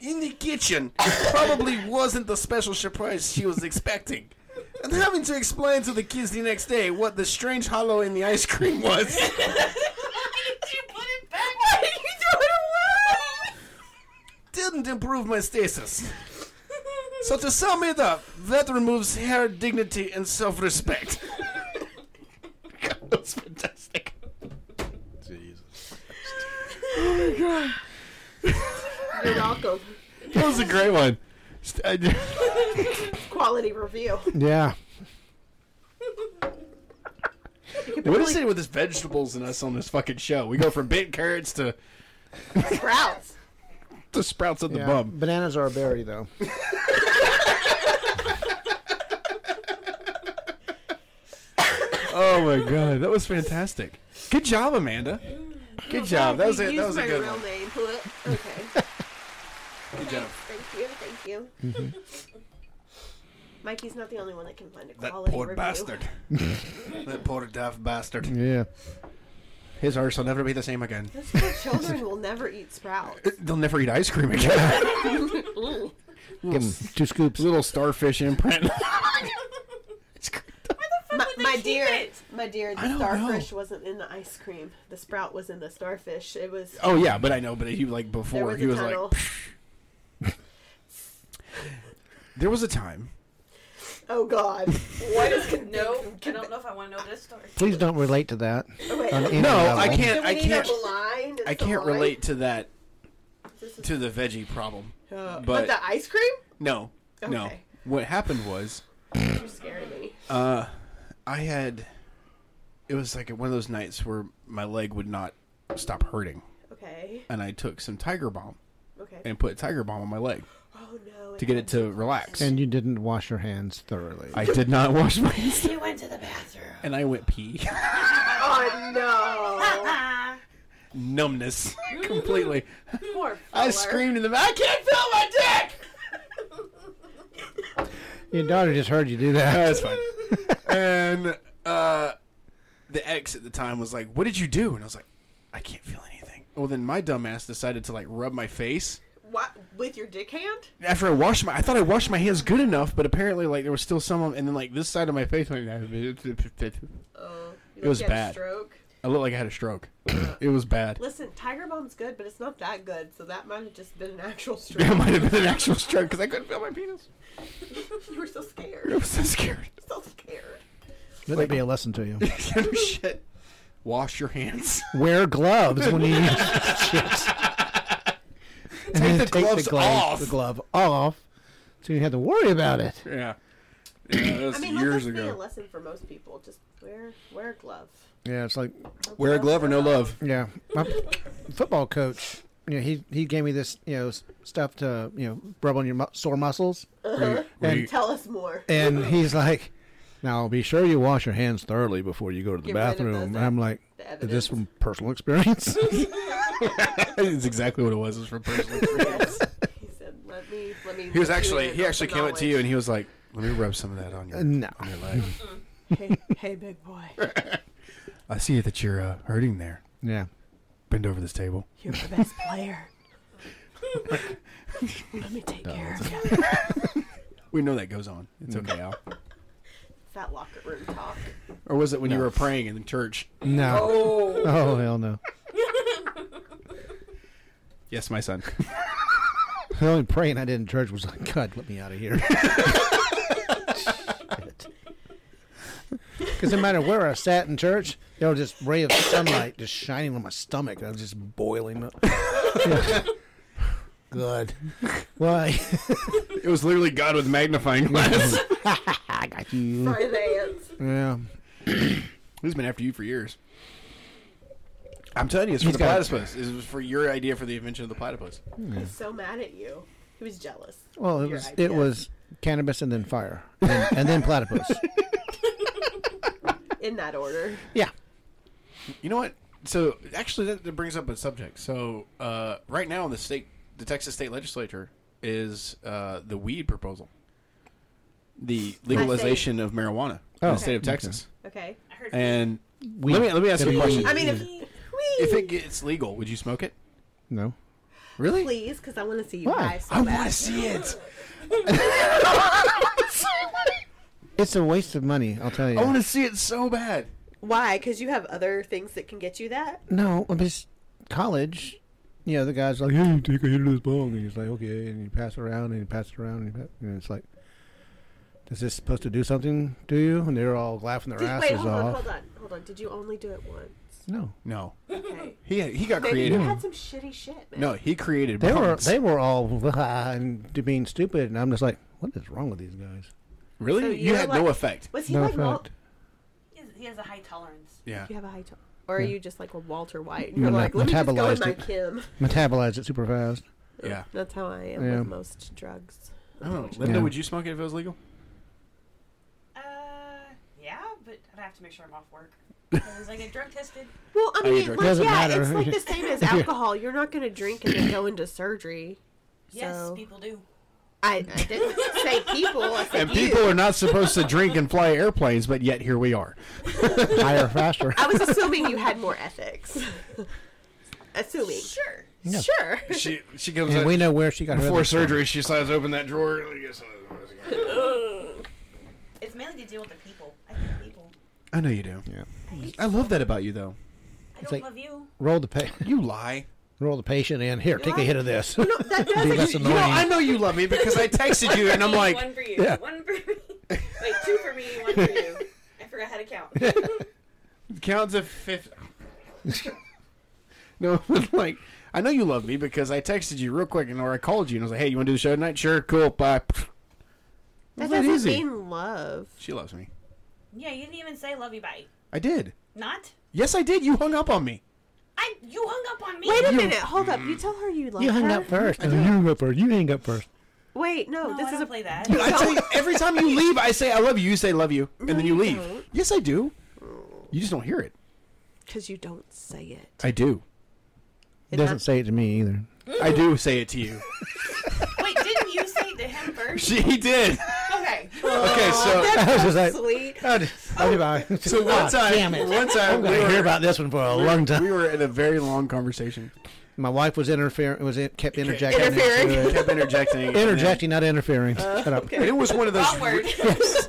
Speaker 3: in the kitchen probably wasn't the special surprise she was expecting. And having to explain to the kids the next day what the strange hollow in the ice cream was. didn't improve my stasis. So to sum it up, that removes her dignity and self-respect. God, that's fantastic.
Speaker 1: You're welcome.
Speaker 3: That was a great one.
Speaker 1: Quality review.
Speaker 4: Yeah.
Speaker 3: What is it with this vegetables and us on this fucking show? We go from bent carrots to,
Speaker 1: Sprouts.
Speaker 3: to sprouts on
Speaker 4: yeah. Bananas are a berry, though.
Speaker 3: Oh my god, that was fantastic. Good job, Amanda. Good job. That was
Speaker 1: You
Speaker 3: a, that
Speaker 1: used
Speaker 3: was a
Speaker 1: my
Speaker 3: good
Speaker 1: real
Speaker 3: one.
Speaker 1: name. Okay.
Speaker 3: Good job.
Speaker 1: Thank you. Thank you.
Speaker 3: Mm-hmm.
Speaker 1: Mikey's not the only one that can find a
Speaker 3: That
Speaker 1: quality
Speaker 3: poor
Speaker 1: review.
Speaker 3: bastard. that poor daft bastard.
Speaker 4: Yeah.
Speaker 3: His arse will never be the same again.
Speaker 1: Those poor children will never eat sprouts.
Speaker 3: They'll never eat ice cream again.
Speaker 4: Give him two scoops.
Speaker 3: Little starfish imprint.
Speaker 1: My,
Speaker 2: would they
Speaker 1: my
Speaker 2: keep
Speaker 1: dear,
Speaker 2: it?
Speaker 1: my dear,
Speaker 3: I
Speaker 1: the
Speaker 3: don't
Speaker 1: starfish
Speaker 3: know.
Speaker 1: wasn't in the ice cream. The sprout was in the starfish. It was
Speaker 3: oh yeah, but I know. But he like
Speaker 1: there
Speaker 3: before
Speaker 1: was
Speaker 3: he
Speaker 1: a
Speaker 3: was
Speaker 1: tunnel.
Speaker 3: like, there was a time.
Speaker 1: oh God, what is con-
Speaker 2: No, I don't know if I want to know this story.
Speaker 4: Please don't relate to that.
Speaker 1: wait,
Speaker 4: On
Speaker 1: do
Speaker 4: any
Speaker 3: No,
Speaker 4: level.
Speaker 3: I
Speaker 1: we
Speaker 3: can't. I
Speaker 1: need
Speaker 3: can't.
Speaker 1: a blind?
Speaker 3: I
Speaker 1: It's a
Speaker 3: can't
Speaker 1: blind?
Speaker 3: relate to that
Speaker 1: This is-
Speaker 3: to the veggie problem.
Speaker 1: Uh, but,
Speaker 3: but-
Speaker 1: the ice cream?
Speaker 3: No, no.
Speaker 1: Okay.
Speaker 3: What happened was
Speaker 1: You scared me.
Speaker 3: Uh, I had. It was like one of those nights where my leg would not stop hurting,
Speaker 1: Okay.
Speaker 3: and I took some Tiger Balm
Speaker 1: Okay.
Speaker 3: and put Tiger Balm on my leg
Speaker 1: oh no.
Speaker 3: to get it to relax.
Speaker 4: And you didn't wash your hands thoroughly.
Speaker 3: I did not wash my hands,
Speaker 2: She went to the bathroom.
Speaker 3: and I went pee.
Speaker 1: Oh
Speaker 3: Numbness completely.
Speaker 1: no. Poor
Speaker 3: I
Speaker 1: feller.
Speaker 3: screamed in the back. I can't feel my dick.
Speaker 4: your daughter just heard you do that.
Speaker 3: That's fine. and uh, the ex at the time was like, "What did you do?" And I was like, "I can't feel anything." Well, then my dumbass decided to like rub my face.
Speaker 1: What with your dick hand?
Speaker 3: After I washed my, I thought I washed my hands good enough, but apparently like there was still some. of- And then like this side of my face went. I
Speaker 1: Oh, you
Speaker 3: It
Speaker 1: like
Speaker 3: was
Speaker 1: you had a
Speaker 3: bad.
Speaker 1: Stroke.
Speaker 3: looked like I had a stroke. it was bad.
Speaker 1: Listen, Tiger Bomb's good, but it's not that good. So that might have just been an actual stroke.
Speaker 3: It might have been an actual stroke because I couldn't feel my penis.
Speaker 1: you were so scared.
Speaker 3: I was so scared.
Speaker 1: So scared.
Speaker 4: Let that be a lesson to you.
Speaker 3: No "Oh, shit. Wash your hands.
Speaker 4: Wear gloves when you use shit. And then
Speaker 3: the gloves
Speaker 4: glove-
Speaker 3: off.
Speaker 4: The glove off, so you have to worry about it.
Speaker 3: Yeah. Yeah, that was
Speaker 1: I mean,
Speaker 3: years
Speaker 1: let this be a
Speaker 3: ago.
Speaker 1: lesson for most people. Just wear wear a glove.
Speaker 4: Yeah, it's like
Speaker 3: Wear a glove or no love.
Speaker 4: Yeah, my football coach. You know, he he gave me this you know s- stuff to you know rub on your mu- sore muscles,
Speaker 1: Uh-huh.
Speaker 3: Were you-
Speaker 1: Tell us more.
Speaker 4: and he's like, "Now be sure you wash your hands thoroughly before you go to the
Speaker 1: Get rid of
Speaker 4: bathroom."
Speaker 1: those,
Speaker 4: And
Speaker 1: uh,
Speaker 4: I'm like,
Speaker 1: the
Speaker 4: "Is this
Speaker 1: evidence."
Speaker 4: from personal experience?"
Speaker 3: That's exactly what it was. It was from personal experience.
Speaker 1: He said, "Let me, let me."
Speaker 3: He was
Speaker 1: let you
Speaker 3: actually
Speaker 1: in
Speaker 3: he
Speaker 1: on
Speaker 3: actually
Speaker 1: the
Speaker 3: came up to you
Speaker 1: knowledge."
Speaker 3: and he Uh, was like, "Let me rub some of that on your
Speaker 4: no.
Speaker 3: on your leg.
Speaker 1: hey, hey, big boy,
Speaker 3: I see that you're uh, hurting there.
Speaker 4: yeah,
Speaker 3: Bend over this table."
Speaker 1: you're the best player. let me take care of you.
Speaker 3: We know that goes on. It's okay, Al.
Speaker 1: It's that locker room talk.
Speaker 3: Or was it when you were praying in the church?
Speaker 4: no,
Speaker 1: Oh,
Speaker 4: oh hell no.
Speaker 3: Yes, my son.
Speaker 4: The only praying I did in church was like, "God, let me out of here." Because no matter where I sat in church, there was this ray of sunlight just shining on my stomach, and I was just boiling up.
Speaker 3: Good.
Speaker 4: Why?
Speaker 3: It was literally God with magnifying glass.
Speaker 5: I got you.
Speaker 1: Finance.
Speaker 4: yeah.
Speaker 3: Who's been after you for years? I'm telling you, it's for
Speaker 4: He's
Speaker 3: the
Speaker 4: got-
Speaker 3: platypus. It was for your idea for the invention of the platypus.
Speaker 1: He's so mad at you. He was jealous.
Speaker 4: Well, it
Speaker 1: Your
Speaker 4: was
Speaker 1: idea.
Speaker 4: it was cannabis and then fire and then, and then platypus.
Speaker 1: in that order.
Speaker 4: Yeah.
Speaker 3: You know what? So actually, that, that brings up a subject. So uh, right now, in the state, the Texas state legislature is uh, the weed proposal, the legalization of marijuana in
Speaker 4: Oh,
Speaker 3: the state of
Speaker 4: okay.
Speaker 3: Texas.
Speaker 1: Okay.
Speaker 2: I heard
Speaker 3: And let me let me ask you a question.
Speaker 1: I mean, if
Speaker 3: If it gets legal, would you smoke it?
Speaker 4: No.
Speaker 3: Really?
Speaker 1: please, because I want to see you
Speaker 4: Why?
Speaker 1: die so
Speaker 3: I want
Speaker 1: bad.
Speaker 3: to see it.
Speaker 4: It's a waste of money, I'll tell you.
Speaker 3: I want to see it so bad.
Speaker 1: Why? Because you have other things that can get you that.
Speaker 4: no, I mean, it's college. You know, the guy's like, "Hey, take a hit of this bong," and he's like, "Okay," and you pass it around and you pass it around, and, you pass, and it's like, "Is this supposed to do something to you?" And they're all laughing their
Speaker 1: Did,
Speaker 4: asses
Speaker 1: wait, hold
Speaker 4: off.
Speaker 1: on, hold on, hold on. Did you only do it once?
Speaker 4: No,
Speaker 3: No,
Speaker 1: Okay.
Speaker 3: he he got
Speaker 1: Maybe you
Speaker 3: creative.
Speaker 1: had some shitty shit, man.
Speaker 3: No, he created.
Speaker 4: they were
Speaker 3: bonds.
Speaker 4: they were all and being stupid, and I'm just like, "What is wrong with these guys?"
Speaker 3: really
Speaker 1: So
Speaker 3: you
Speaker 1: you're
Speaker 3: had no
Speaker 1: like-
Speaker 3: effect.
Speaker 1: Was he
Speaker 4: No
Speaker 1: like Wal-
Speaker 4: effect.
Speaker 2: He has, he has a high tolerance.
Speaker 3: Yeah,
Speaker 1: You have a high tone, or are you just like Walter White? And
Speaker 4: No,
Speaker 1: you're
Speaker 4: no,
Speaker 1: like, let me just go with
Speaker 4: metabolized
Speaker 1: my
Speaker 4: it.
Speaker 1: Kim.
Speaker 4: Metabolize it super fast.
Speaker 3: yeah.
Speaker 1: That's how I am
Speaker 4: Yeah.
Speaker 1: with most drugs.
Speaker 3: I don't know. Linda,
Speaker 4: Yeah.
Speaker 3: would you smoke it if it was legal?
Speaker 2: Uh, yeah, but I'd have to make sure I'm off work. Because I get drug tested.
Speaker 1: Well, I
Speaker 3: you
Speaker 1: mean,
Speaker 3: drug-
Speaker 1: like,
Speaker 4: Doesn't
Speaker 1: yeah,
Speaker 4: matter.
Speaker 1: it's like the same as alcohol. You're not going to drink and then go into surgery.
Speaker 2: Yes,
Speaker 1: So-
Speaker 2: people do.
Speaker 1: I, I didn't say people. I said
Speaker 3: And
Speaker 1: you.
Speaker 3: people are not supposed to drink and fly airplanes, but yet here we are.
Speaker 4: Higher, faster.
Speaker 1: I was assuming you had more ethics. assuming.
Speaker 2: Sure.
Speaker 1: Sure.
Speaker 3: She she comes
Speaker 4: And we know where she got her other-
Speaker 3: She slides open that drawer.
Speaker 2: It's mainly to deal with the people. I hate people.
Speaker 3: I know you do.
Speaker 4: Yeah.
Speaker 3: I love that about you, though.
Speaker 2: I don't
Speaker 4: like-
Speaker 2: love you.
Speaker 4: Roll the pa-
Speaker 3: You lie.
Speaker 4: roll the patient in. Here, take a hit of this.
Speaker 1: No, that does
Speaker 4: Dude,
Speaker 1: exist.
Speaker 4: that's
Speaker 3: You know, I know you love me because I texted you and I'm like,
Speaker 2: one for you,
Speaker 4: Yeah.
Speaker 2: one for me. Wait, two for me, one for you. I forgot how to count.
Speaker 3: count to fifth. no, like, I know you love me because I texted you real quick and or I called you and I was like, hey, you want to do the show tonight? Sure, cool, bye.
Speaker 1: That
Speaker 3: It's
Speaker 1: doesn't
Speaker 3: easy.
Speaker 1: mean love.
Speaker 3: She loves me.
Speaker 2: Yeah, you didn't even say love you, bye.
Speaker 3: I did.
Speaker 2: Not?
Speaker 3: Yes, I did. You hung up on me.
Speaker 2: I I you hung up on me.
Speaker 1: Wait a minute. Hold up. You tell her you love
Speaker 4: You hung
Speaker 1: her.
Speaker 4: up first. No, you hung up first. You hang up first.
Speaker 1: Wait, no.
Speaker 2: no,
Speaker 1: this
Speaker 2: I
Speaker 1: is
Speaker 2: don't
Speaker 1: a
Speaker 2: play that.
Speaker 3: I tell you, every time you leave, I say I love you. You say love you, and then you
Speaker 1: you
Speaker 3: leave.
Speaker 1: don't.
Speaker 3: Yes, I do. You just don't hear it.
Speaker 1: because you don't say it.
Speaker 3: I do.
Speaker 4: It doesn't say it to me either.
Speaker 3: I do say it to you.
Speaker 2: Wait, didn't you say to him first?
Speaker 3: She did.
Speaker 1: Oh
Speaker 2: Okay.
Speaker 3: Okay, so
Speaker 4: I was just like,
Speaker 1: Sweet.
Speaker 4: oh, d- oh, bye.
Speaker 3: so one time,
Speaker 4: damn it.
Speaker 3: one time
Speaker 4: I'm
Speaker 3: we
Speaker 4: gonna hear
Speaker 3: were,
Speaker 4: about this one for a long time.
Speaker 3: we were in a very long conversation.
Speaker 4: My wife was interfering. Was it kept interjecting? into
Speaker 1: Interfering.
Speaker 4: it.
Speaker 3: Kept interjecting. and then-
Speaker 4: Interjecting, not interfering. Shut up.
Speaker 3: And it was one of those.
Speaker 2: Wrong word.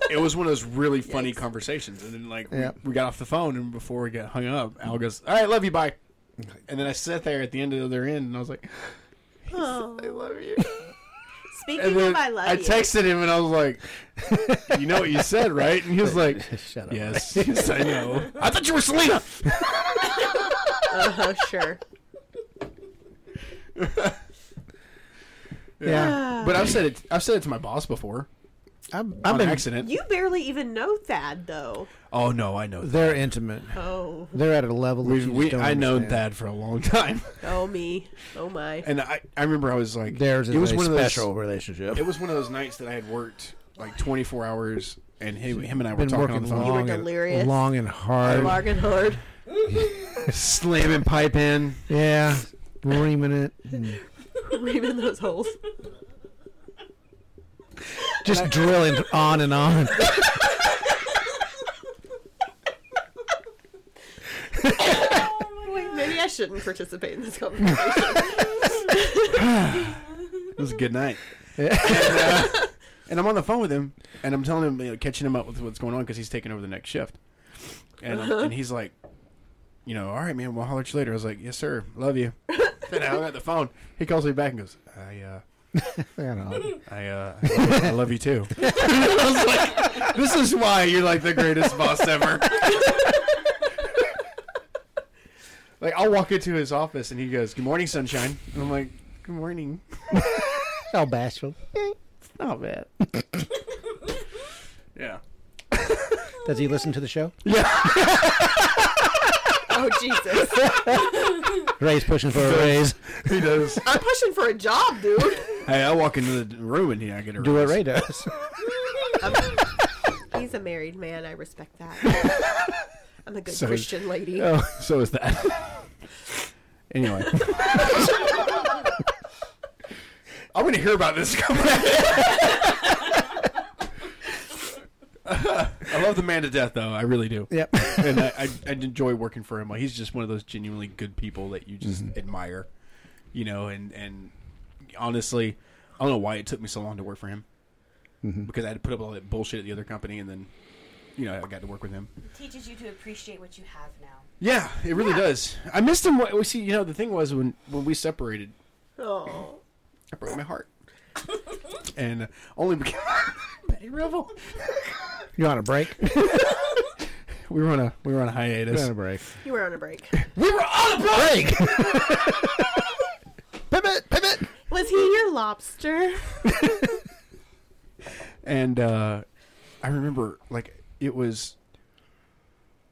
Speaker 3: It was one of those really funny conversations, and then like we-
Speaker 4: Yeah.
Speaker 3: we, got off the phone, and before we got hung up, Al goes, "All right, love you, bye." And then I sat there at the end of the other end, and I was like,
Speaker 1: Oh.
Speaker 3: "I love you."
Speaker 1: Speaking
Speaker 3: And then
Speaker 1: of, I love
Speaker 3: I
Speaker 1: you.
Speaker 3: texted him, and I was like, "You know what you said, right?" And he was like,
Speaker 4: Shut up.
Speaker 3: "Yes, yes, I know. I thought you were Selena."
Speaker 1: Uh-huh, sure.
Speaker 4: Yeah.
Speaker 3: But I've said it. I've said it to my boss before
Speaker 4: I've,
Speaker 3: on
Speaker 4: I've been.
Speaker 3: accident.
Speaker 1: You barely even know Thad, though.
Speaker 3: oh no, I know. That.
Speaker 4: They're intimate.
Speaker 1: Oh,
Speaker 4: They're at a level. that
Speaker 3: We,
Speaker 4: you just
Speaker 3: we,
Speaker 4: don't
Speaker 3: I known
Speaker 4: understand.
Speaker 3: that for a long time,
Speaker 1: oh me, oh my.
Speaker 3: and I, I remember I was like,
Speaker 4: Theirs is
Speaker 3: it was
Speaker 4: a
Speaker 3: one of those,
Speaker 4: special relationship.
Speaker 3: It was one of those nights that I had worked like 24 hours, and he, him and I were
Speaker 4: been
Speaker 3: talking on
Speaker 4: working
Speaker 3: the phone,
Speaker 4: long,
Speaker 1: delirious.
Speaker 4: and, long and hard.
Speaker 1: Largan Horde.
Speaker 3: slamming pipe in.
Speaker 4: Yeah, reaming it. and
Speaker 1: Reaming those holes.
Speaker 4: Just drilling on and on.
Speaker 1: Wait, maybe I shouldn't participate in this conversation.
Speaker 3: It was a good night. and, uh, and I'm on the phone with him, and I'm telling him, you know, catching him up with what's going on because he's taking over the next shift. And, I'm- and he's like, you know, all right, man, we'll holler at you later. I was like, yes, sir, love you. then I hung up the phone. He calls me back and goes, I, uh,
Speaker 4: Yeah, no.
Speaker 3: I, uh, I love you too. I was like, this is why you're like the greatest boss ever. like, I'll walk into his office and he goes, Good morning, sunshine. And I'm like, Good morning.
Speaker 4: All bashful.
Speaker 3: Not bad. yeah.
Speaker 4: Does he listen to the show?
Speaker 1: Oh Jesus!
Speaker 4: Ray's pushing for a raise.
Speaker 3: He does.
Speaker 1: I'm pushing for a job, dude.
Speaker 3: hey, I walk into the room and yeah, I get a
Speaker 4: Do what
Speaker 3: raise.
Speaker 4: Ray does.
Speaker 1: I'm- he's a married man. I respect that. I'm a good
Speaker 3: So-
Speaker 1: Christian lady.
Speaker 3: Oh, so is that. anyway. I'm going to hear about this. I love the man to death, though. I really do.
Speaker 4: Yep.
Speaker 3: and I, I, I enjoy working for him. Like, he's just one of those genuinely good people that you just admire, you know. And and honestly, I don't know why it took me so long to work for him because I had to put up all that bullshit at the other company, and then you know I got to work with him.
Speaker 2: Teaches you to appreciate what you have now.
Speaker 3: Yeah, it really does. I missed him. wh- well, See, you know, the thing was when when we separated,
Speaker 1: Oh,
Speaker 3: I broke my heart, and uh, only because Patty Revel.
Speaker 4: You on a break?
Speaker 3: We were on a we were on a hiatus.
Speaker 4: You're on a break.
Speaker 1: you were on a break.
Speaker 3: We were on a break.
Speaker 4: Pivot, pivot.
Speaker 1: Was he your lobster?
Speaker 3: and uh, I remember like it was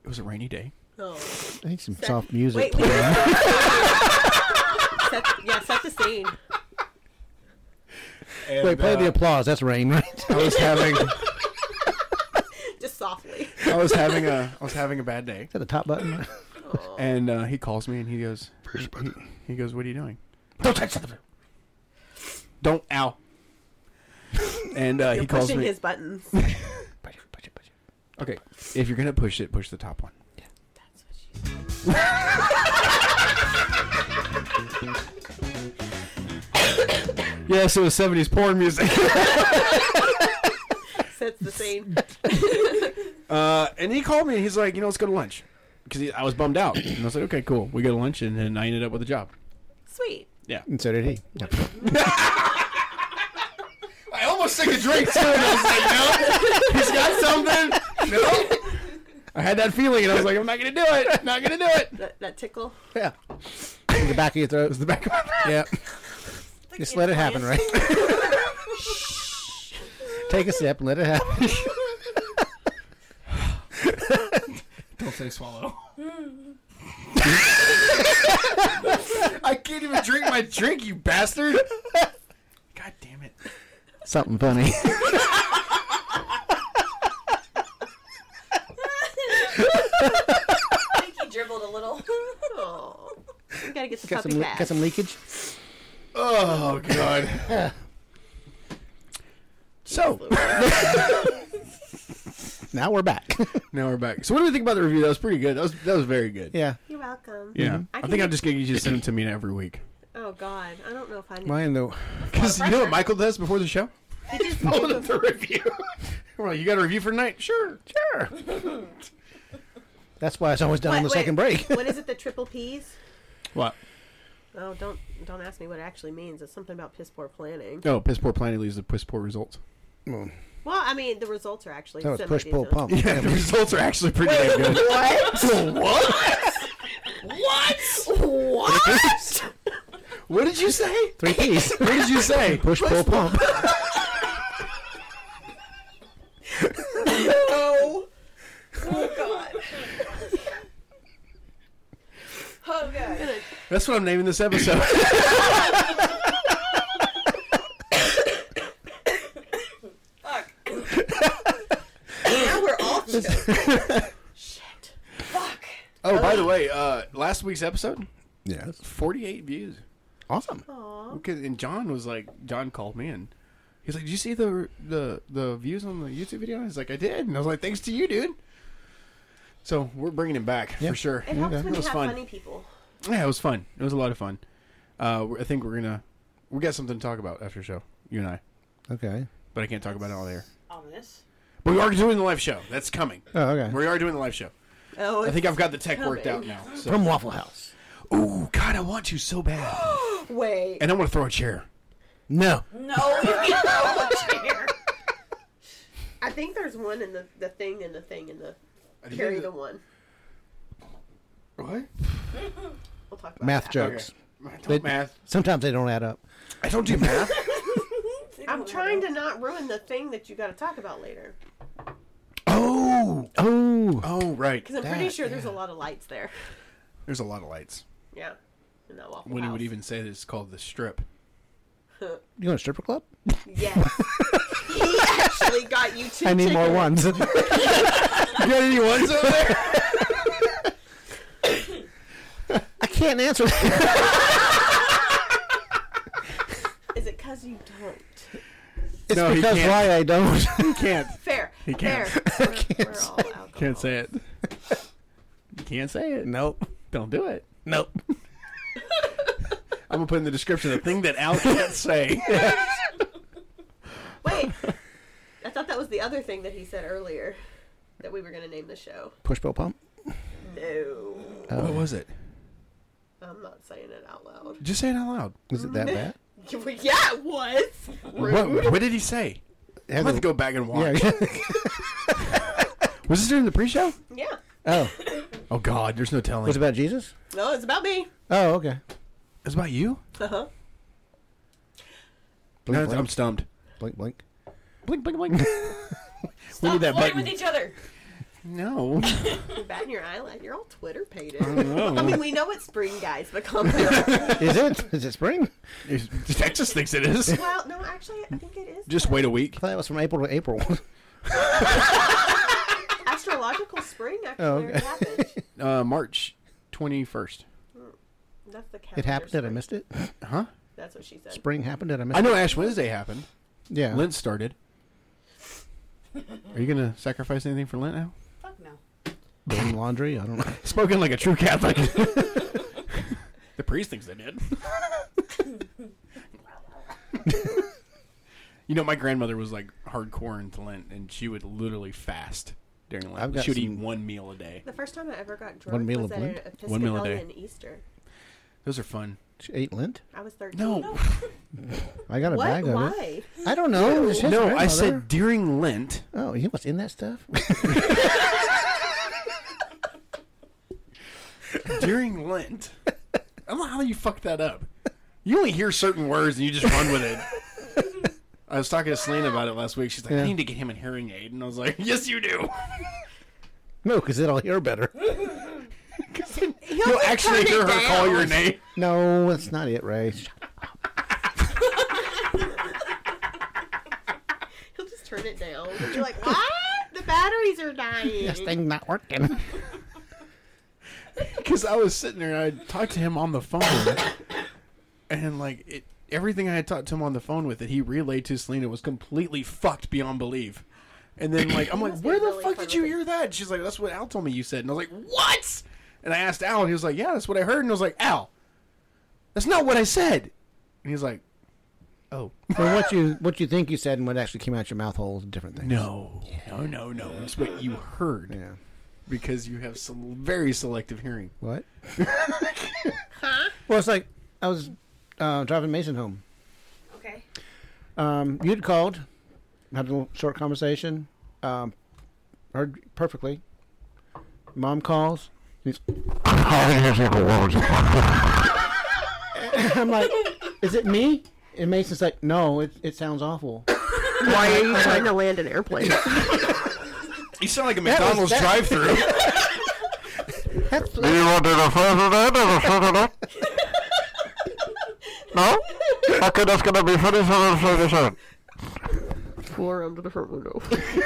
Speaker 3: it was a rainy day.
Speaker 1: Oh.
Speaker 4: I need some soft music.
Speaker 1: Wait,
Speaker 4: please.
Speaker 1: wait. set, yeah, set the scene.
Speaker 3: And,
Speaker 4: Wait, play
Speaker 3: uh,
Speaker 4: the applause. That's rain, right?
Speaker 3: I was having
Speaker 1: Just softly.
Speaker 3: I was having a I was having a bad day,
Speaker 4: Is that the top button?
Speaker 3: and uh, he calls me and he goes he, he goes What are you doing?
Speaker 4: Don't touch that.
Speaker 3: Don't ow. And uh, he calls
Speaker 1: Pushing
Speaker 3: me.
Speaker 1: his buttons.
Speaker 4: Push it, push it, push it.
Speaker 3: okay, if you're gonna push it, push the top one. Yeah, so it was 70s porn music.
Speaker 1: Sets the scene.
Speaker 3: Uh, and he called me and he's like, you know, let's go to lunch. Because I was bummed out. And I was like, okay, cool. We go to lunch. And then I ended up with a job.
Speaker 1: Sweet.
Speaker 3: Yeah.
Speaker 4: And so did he. Yeah.
Speaker 3: I almost took a drink too. And I was like, no, he's got something. No. I had that feeling and I was like, I'm not going to do it. Not going to do it.
Speaker 1: That, that tickle.
Speaker 4: yeah. In the back of your throat. the back of my throat. Yep. Just let it happen, right? Take a sip and let it happen.
Speaker 3: Don't say swallow. I can't even drink my drink, you bastard. God damn it.
Speaker 5: Something funny.
Speaker 2: I think he dribbled a little.
Speaker 1: Oh, we gotta get the
Speaker 5: got
Speaker 1: puppy
Speaker 5: some le-
Speaker 1: back.
Speaker 5: got some leakage.
Speaker 3: Oh god. so
Speaker 5: Now we're back.
Speaker 3: now we're back. So what do we think about the review? That was pretty good. That was that was very good. Mm-hmm.
Speaker 5: yeah.
Speaker 1: You're welcome.
Speaker 3: Yeah.
Speaker 1: I
Speaker 3: I
Speaker 1: can
Speaker 3: think
Speaker 1: get-
Speaker 3: I'm just gonna get you to send it to me every week.
Speaker 1: Oh God, I don't know if I need.
Speaker 4: Mine though.
Speaker 3: Because you know what Michael does before the show?
Speaker 1: He just
Speaker 3: Pulling up the review. well, you got a review for tonight? Sure, sure.
Speaker 5: That's why it's always done on the
Speaker 1: Wait, wait.
Speaker 5: second break.
Speaker 1: what is it? The triple P's?
Speaker 3: What?
Speaker 1: Oh, don't don't ask me what it actually means. It's something about piss poor planning.
Speaker 3: Oh, piss poor planning leads to piss poor results.
Speaker 1: Well, I mean, the results are actually.
Speaker 4: That was push pull
Speaker 1: semi-decent.
Speaker 4: pump.
Speaker 3: Yeah, the results are actually pretty damn good. What? what?
Speaker 1: What?
Speaker 3: What did you say?
Speaker 5: Three P's.
Speaker 3: What did you say?
Speaker 4: Push pull pump.
Speaker 1: no.
Speaker 2: Oh god. oh god.
Speaker 3: That's what I'm naming this episode.
Speaker 2: Fuck.
Speaker 1: Now we're all
Speaker 2: Shit. Fuck.
Speaker 3: oh, by the way, uh, last week's episode,
Speaker 4: Yes.
Speaker 3: 48 views.
Speaker 4: Awesome.
Speaker 1: Aw.
Speaker 3: Okay, and John was like, John called me and he's like, "Did you see the the the views on the YouTube video?" And I was like, "I did," and I was like, "Thanks to you, dude." So we're bringing him back
Speaker 4: Yeah.
Speaker 3: for sure.
Speaker 1: It helps
Speaker 4: Okay.
Speaker 1: when
Speaker 3: That
Speaker 1: you
Speaker 3: was
Speaker 1: have
Speaker 3: fun.
Speaker 1: funny people.
Speaker 3: Yeah, it was fun. It was a lot of fun. Uh, we're- I think we're gonna we got something to talk about after the show, you and I,
Speaker 4: Okay.
Speaker 3: but I can't talk about it all there.
Speaker 2: Ominous.
Speaker 3: But we are doing the live show. That's coming.
Speaker 4: Oh, okay.
Speaker 3: We are doing the live show.
Speaker 1: Oh,
Speaker 3: I think I've got the tech worked out
Speaker 1: coming.
Speaker 3: now. So.
Speaker 5: From Waffle House.
Speaker 3: Ooh, God, I want to so bad,
Speaker 1: wait.
Speaker 3: and I want to throw a chair.
Speaker 5: No.
Speaker 2: No. chair.
Speaker 1: I think there's one in the the thing and the thing and the
Speaker 3: I think
Speaker 1: carry
Speaker 3: it-
Speaker 1: the one.
Speaker 3: What?
Speaker 1: We'll talk about
Speaker 4: Math
Speaker 1: that.
Speaker 4: jokes.
Speaker 3: Okay. I don't
Speaker 4: They-
Speaker 3: math.
Speaker 4: Sometimes they don't add up.
Speaker 3: I don't do math.
Speaker 1: I'm trying to not ruin the thing that you got to talk about later
Speaker 3: oh.
Speaker 4: Oh.
Speaker 3: Oh, right.
Speaker 1: because I'm pretty
Speaker 4: That,
Speaker 1: sure there's a lot of lights there.
Speaker 3: There's a lot of lights.
Speaker 1: Yeah, in that waffle
Speaker 3: Winnie
Speaker 1: house.
Speaker 3: would even say that it's called the strip.
Speaker 4: You going to stripper club?
Speaker 1: Yes, he actually got you two.
Speaker 4: I need more
Speaker 1: tickets.
Speaker 4: ones.
Speaker 3: You got any ones over there?
Speaker 5: I can't answer that.
Speaker 1: Is it because you don't?
Speaker 4: It's
Speaker 3: No, he
Speaker 4: because
Speaker 3: can't.
Speaker 4: why I don't.
Speaker 3: Can't.
Speaker 1: Fair.
Speaker 3: He can't.
Speaker 1: Fair. We're, we're all alcohol.
Speaker 3: Can't say it. You can't say it.
Speaker 4: nope.
Speaker 3: Don't do it.
Speaker 4: Nope.
Speaker 3: I'm gonna put in the description the thing that Al can't say.
Speaker 1: Wait, I thought that was the other thing that he said earlier that we were going to name the show.
Speaker 4: Push pull pump.
Speaker 1: No,
Speaker 3: What was it?
Speaker 1: I'm not saying it out loud.
Speaker 3: Just say it out loud.
Speaker 4: Was it that bad?
Speaker 1: Yeah, it was.
Speaker 3: What, what did he say? I'm gonna
Speaker 4: Had the-
Speaker 3: have to go back and
Speaker 4: yeah.
Speaker 3: watch. Was this during the pre-show?
Speaker 1: Yeah.
Speaker 4: oh,
Speaker 3: Oh God, there's no telling.
Speaker 4: was it about Jesus?
Speaker 1: No, it's about me.
Speaker 4: Oh, okay.
Speaker 3: It's about you.
Speaker 1: Uh huh.
Speaker 4: Blink,
Speaker 3: I'm
Speaker 4: blink,
Speaker 3: stumped.
Speaker 4: blink, blink.
Speaker 3: Blink, blink, blink. we need that
Speaker 2: Fight
Speaker 3: button.
Speaker 2: with each other.
Speaker 3: no.
Speaker 1: You're batting your eyelid. You're all Twitter pated. I mean, we know it's spring, guys, but come on.
Speaker 4: Is it? Is it spring?
Speaker 3: Texas thinks it is.
Speaker 1: well, no, actually, I think it is.
Speaker 3: Just wait a week.
Speaker 4: I thought it was from April to April.
Speaker 1: Astrological spring actually
Speaker 4: Oh,
Speaker 1: already
Speaker 4: okay.
Speaker 1: happened.
Speaker 3: Uh, March 21st.
Speaker 1: That's the calendar.
Speaker 4: it happened and I
Speaker 1: spring.
Speaker 4: missed it.
Speaker 3: Huh?
Speaker 1: That's what she said.
Speaker 4: Spring happened and I missed
Speaker 3: I
Speaker 4: it.
Speaker 3: know Ash Wednesday happened.
Speaker 4: Yeah.
Speaker 3: Lent started. Are you gonna sacrifice anything for Lent now?
Speaker 2: Fuck no.
Speaker 4: Doing laundry. I don't know.
Speaker 3: Spoken like a true Catholic. the priest thinks they did. you know, my grandmother was like hardcore into Lent, and she would literally fast during Lent.
Speaker 4: I've got
Speaker 3: she would eat
Speaker 4: some-
Speaker 3: one meal a day.
Speaker 1: The first time I ever got drunk
Speaker 4: One meal
Speaker 1: was
Speaker 4: a
Speaker 1: at an
Speaker 4: blend?
Speaker 3: One meal a day.
Speaker 1: Episcopalian Easter.
Speaker 3: Those are fun.
Speaker 4: She ate lint.
Speaker 1: I was 13.
Speaker 3: No,
Speaker 4: I got a
Speaker 1: What?
Speaker 4: bag of it.
Speaker 1: Why?
Speaker 4: I don't know. It's his
Speaker 3: no, I
Speaker 4: grandmother.
Speaker 3: said during Lent.
Speaker 4: Oh, you know what's in that stuff?
Speaker 3: During Lent. I don't know how you fucked that up. You only hear certain words and you just run with it. I was talking to Selena about it last week. She's like, I
Speaker 4: Yeah.
Speaker 3: need to get him a hearing aid. And I was like, Yes, you do.
Speaker 4: no, because it'll hear better.
Speaker 3: Because then
Speaker 1: He'll
Speaker 3: you'll
Speaker 1: just
Speaker 3: actually
Speaker 1: turn
Speaker 3: hear her
Speaker 1: it
Speaker 3: call
Speaker 1: down.
Speaker 3: your name.
Speaker 4: No, that's not it, Ray. Shut up.
Speaker 1: He'll just turn it down. You're like, what? The batteries are dying.
Speaker 4: This thing's not working.
Speaker 3: Because I was sitting there and I talked to him on the phone, and like it, everything I had talked to him on the phone with that he relayed to Selena was completely fucked beyond belief. And then like I'm like,
Speaker 1: must be
Speaker 3: where the
Speaker 1: really
Speaker 3: fuck did you
Speaker 1: fucking-
Speaker 3: hear that? And she's like, that's what Al told me you said. And I was like, what? And I asked Al, and he was like, yeah, that's what I heard. And I was like, Al, that's not what I said. And he's like, oh
Speaker 4: Well, what you what you think you said and what actually came out your mouth hole is a different thing.
Speaker 3: no, no, no, no, it's what you heard
Speaker 4: Yeah.
Speaker 3: because you have some very selective hearing.
Speaker 4: What? Well, it's like I was uh, driving Mason home.
Speaker 2: Okay.
Speaker 4: Um, you'd called, had a little short conversation, um, heard perfectly. Mom calls. he's- I'm like, is it me? And Mason's like, no, it, it sounds awful.
Speaker 1: Why are you trying to land an airplane?
Speaker 3: You sound like a
Speaker 4: was-
Speaker 3: McDonald's
Speaker 4: that-
Speaker 3: drive-through.
Speaker 4: That's,
Speaker 6: Do you want to refer to that as a photo? No? Okay, that's gonna be 37 37.
Speaker 1: Floor under the front window.